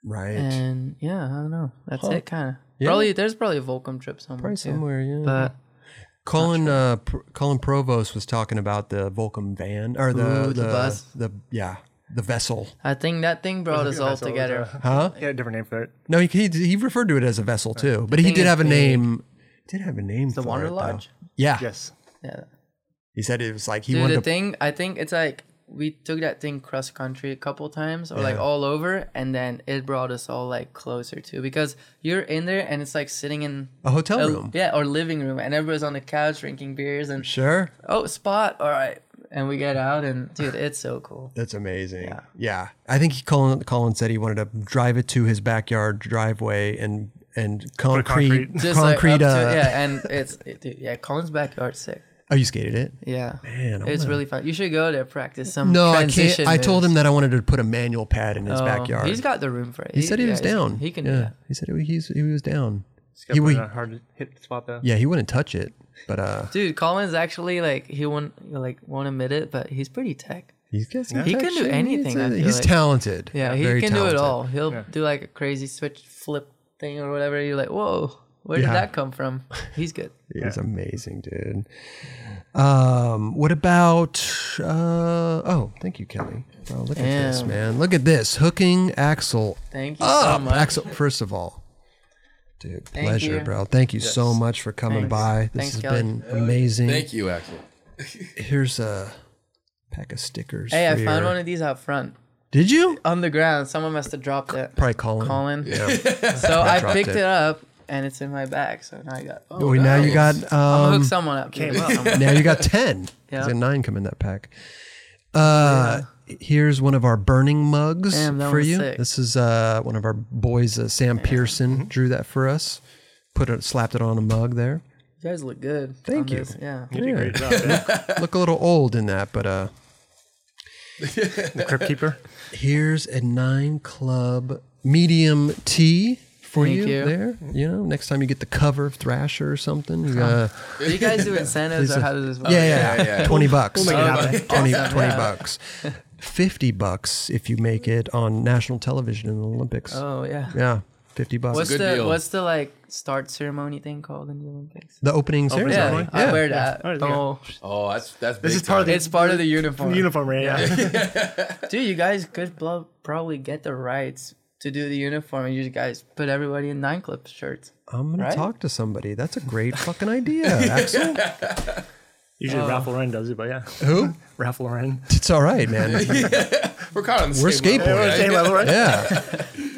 S1: right.
S2: and yeah, I don't know. That's it, kind of. Probably there's probably a Volcom trip somewhere.
S1: Probably
S2: too.
S1: somewhere. Yeah.
S2: But
S1: Colin uh, Pr- Colin Provost was talking about the Volcom van or the
S2: Ooh, the bus.
S1: the yeah the vessel.
S2: I think that thing brought us all
S4: that's all it was,
S2: together.
S4: yeah, a different name for it.
S1: No, he, he he referred to it as a vessel too, but he
S2: thing
S1: did
S2: is
S1: have a
S2: big.
S1: name. Did have a name.
S2: The
S1: for
S2: Water
S1: it, though.
S2: Lodge.
S1: Yeah.
S4: Yes.
S2: Yeah.
S1: He said it was like he
S2: Dude,
S1: wanted
S2: the
S1: to.
S2: thing I think it's like we took that thing cross country a couple times or like all over, and then it brought us all like closer to because you're in there and it's like sitting in
S1: A hotel
S2: a-
S1: room.
S2: yeah, or living room, and everybody's on the couch drinking beers and
S1: Sure.
S2: oh spot, all right, and we get out and dude, it's so cool.
S1: That's amazing. Yeah. I think he, Colin Colin said he wanted to drive it to his backyard driveway and and concrete concrete.
S2: Just like up
S1: uh,
S2: to, yeah, and it's it, dude, yeah, Colin's backyard sick.
S1: Oh, you skated it?
S2: Yeah,
S1: Man, I
S2: it's
S1: wanna-
S2: really fun. You should go there practice some.
S1: No, I can't.
S2: transition
S1: I told
S2: moves.
S1: him that I wanted to put a manual pad in his
S2: Oh,
S1: backyard.
S2: He's got the room for it.
S1: he said he
S2: yeah,
S1: was
S2: he's-
S1: down.
S2: He can. do
S1: Yeah.
S2: that.
S1: He said he, he's, he was down.
S4: It's
S1: He
S4: got
S1: would-
S4: a Uh, hard to hit spot though.
S1: Yeah, he wouldn't touch it, but uh,
S2: Dude, Colin's actually like he won't like won't admit it, but he's pretty tech.
S1: He's got some
S2: He can
S1: type
S2: do
S1: shit.
S2: anything,
S1: He's,
S2: I
S1: a-
S2: feel
S1: he's
S2: like.
S1: talented.
S2: Yeah, he
S1: Very
S2: can do
S1: talented.
S2: it all. He'll do like a crazy switch flip thing or whatever. You're like, whoa, where
S1: Yeah.
S2: did that come from? He's good.
S1: He's amazing, dude. Um, what about? Uh, oh, thank you, Kelly. Oh, look at this,
S2: Damn.
S1: man. Look at this hooking Axel
S2: Thank you so
S1: up.
S2: much.
S1: Axel, first of all, dude,
S2: Thank
S1: pleasure,
S2: you.
S1: bro. Thank you so much for coming
S2: Thanks.
S1: by. This
S2: Thanks,
S1: has
S2: Kelly.
S1: been amazing.
S3: Thank you, Axel.
S1: Here's a pack of stickers.
S2: Hey,
S1: for
S2: I found
S1: your-
S2: one of these out front
S1: Did you?
S2: on the ground. Someone must have dropped it.
S1: Probably Colin.
S2: Colin.
S1: Yeah.
S2: So I
S1: dropped
S2: picked
S1: it.
S2: it. up and it's in my bag. So now I got.
S1: Oh, now you got.
S2: I'm gonna
S1: Um,
S2: hook someone up. Came
S4: up.
S1: now you got 10
S2: Yeah.
S1: there's a 9 come in that pack uh here's one of our burning mugs
S2: Damn, that
S1: for
S2: one's
S1: you
S2: sick.
S1: this is uh one of our boys uh, sam
S4: Mm-hmm.
S1: pearson drew that for us put it slapped it on a mug there
S2: You guys look good.
S1: Thank
S2: on
S1: you.
S2: this. Yeah.
S4: You did a great job.
S1: look a little old in that but uh
S4: The Crypt Keeper.
S1: here's a nine club medium tea for
S2: Thank
S1: you,
S2: you.
S1: there you know next time you get the cover of thrasher or something you gotta
S2: Do you guys do incentives or how does this work?
S1: Oh, yeah, yeah,
S3: yeah, yeah.
S1: 20 bucks.
S4: We'll make it happen.
S1: 20, 20 bucks. 50 bucks if you make it on national television in the Olympics.
S2: Oh yeah.
S1: yeah, 50 bucks.
S2: What's
S3: good
S2: the
S3: deal.
S2: what's the like start ceremony thing called in the Olympics?
S1: the opening ceremony.
S2: Yeah,
S1: Oh, Yeah.
S2: I wear that.
S4: Oh, yeah.
S2: Oh,
S3: Oh, that's that's
S4: This
S3: big
S4: is part of
S3: time.
S4: the
S2: it's part of the uniform.
S4: uniform, right? Yeah.
S2: Dude, you guys could blo- probably get the rights to do the uniform, and you guys put everybody in nine clip shirts.
S1: I'm going to
S2: Right?
S1: talk to somebody. That's a great fucking idea, Axel.
S4: Usually Ralph Lauren does it, but yeah.
S1: Who?
S4: Ralph Lauren.
S1: It's all right, man.
S3: we're kind of on the
S1: We're
S3: same level,
S1: skateboarding.
S3: right?
S4: Same level, right?
S1: Yeah.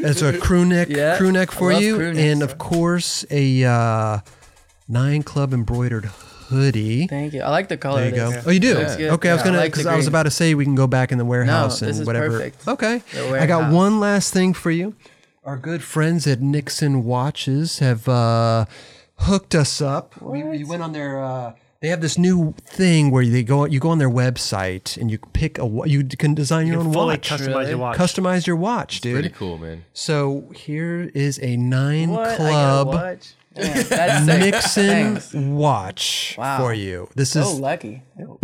S1: That's a crew neck,
S2: Yeah,
S1: crew neck
S2: I
S1: for
S2: love
S1: you.
S2: crew necks.
S1: and of course, a uh, Nine Club embroidered hoodie.
S2: Thank you. I like the color.
S1: There you go.
S2: of this.
S1: Oh, you do.
S2: Looks good.
S1: Okay, I was
S2: Yeah, I
S1: gonna
S2: like the
S1: because I, was
S2: green.
S1: about to say we can go back in the warehouse
S2: No,
S1: and
S2: this is
S1: whatever.
S2: perfect.
S1: Okay,
S2: The
S1: I got
S2: warehouse.
S1: one last thing for you. Our good friends at Nixon Watches have uh, hooked us up. We, we went on their. Uh, they have this new thing where they go. You go on their website and you pick a. wa- You can design your
S4: You
S1: own
S4: can fully
S1: watch.
S4: customize your watch.
S1: Customize your watch, dude.
S3: Pretty cool, man.
S1: So here is a nine
S2: What? I gotta
S1: club
S2: watch. Yeah, that's sick.
S1: Nixon
S2: Thanks.
S1: watch
S2: Wow. Oh,
S1: for you. This is
S2: So lucky.
S4: You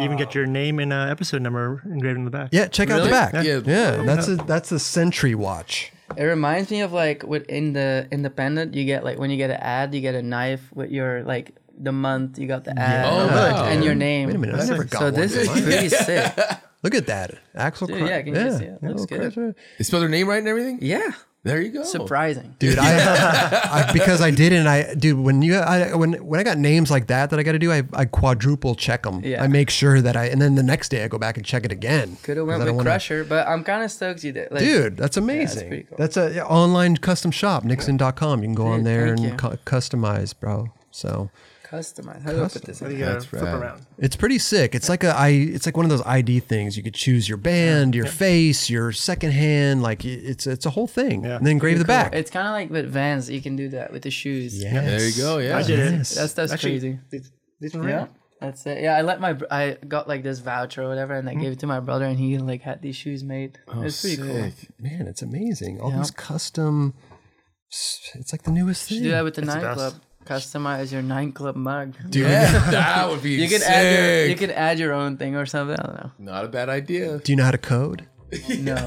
S4: even get your name and uh, episode number engraved in the back.
S1: Yeah, check out the
S3: Really?
S1: back. Yeah,
S3: Yeah.
S1: that's a that's a Sentry watch.
S2: It reminds me of like with in the independent, you get like when you get an ad, you get a knife with your like the month you got the ad
S3: Oh, wow.
S2: and your name.
S1: Wait a minute, I never got
S2: so
S1: one.
S2: this
S1: of
S2: is
S1: mine.
S2: pretty sick.
S1: Look at that, Axel.
S2: Dude,
S1: Cro-
S2: yeah, can you see it? Looks
S1: Oh,
S2: good.
S1: Christ.
S3: They spell their name right and everything.
S2: Yeah,
S1: Oh.
S3: There you go.
S2: surprising.
S1: Dude, I, I because I didn't. I dude, when you I, when when I got names like that that I got to do, I, I quadruple check them.
S2: Yeah.
S1: I make sure that I, and then the next day I go back and check it again.
S2: Could have
S1: 'cause I
S2: went
S1: don't
S2: with
S1: wanna-
S2: Crusher, but I'm kind of stoked you did. Like,
S1: Dude, that's amazing.
S2: pretty cool.
S1: that's, a yeah, online custom shop, Nixon.com. You can go on
S2: Dude,
S1: there
S2: thank
S1: and
S2: you.
S1: cu- customize, bro. So
S2: customize. How do I put this?
S4: You
S2: In?
S4: gotta
S3: That's
S4: flip
S3: rad.
S4: around.
S1: It's pretty sick. It's like a I. It's like one of those ID things. You could choose your band, your face, your second hand. Like i- it's it's a whole thing.
S4: Yeah.
S1: And then engrave the back.
S2: It's kind of like with Vans, you can do that with the shoes.
S1: Yes.
S3: There you go. Yeah.
S4: I did it.
S1: Yes.
S2: that stuff's
S4: Actually,
S2: crazy.
S4: these- these ones right
S2: Yeah,
S4: here.
S2: that's it. Yeah, I let my br- I got like this voucher or whatever, and I
S4: Hmm?
S2: gave it to my brother, and he like had these shoes made. it's pretty cool.
S3: sick.
S1: Man, it's amazing. All these custom. It's like the newest thing.
S2: Do that with the
S4: the
S2: nine
S4: best.
S2: club. Customize your nine club mug.
S3: Dude, that would be
S2: You can
S3: sick.
S2: add your you can add your own thing or something. I don't know.
S3: Not a bad idea.
S1: Do you know how to code?
S2: No.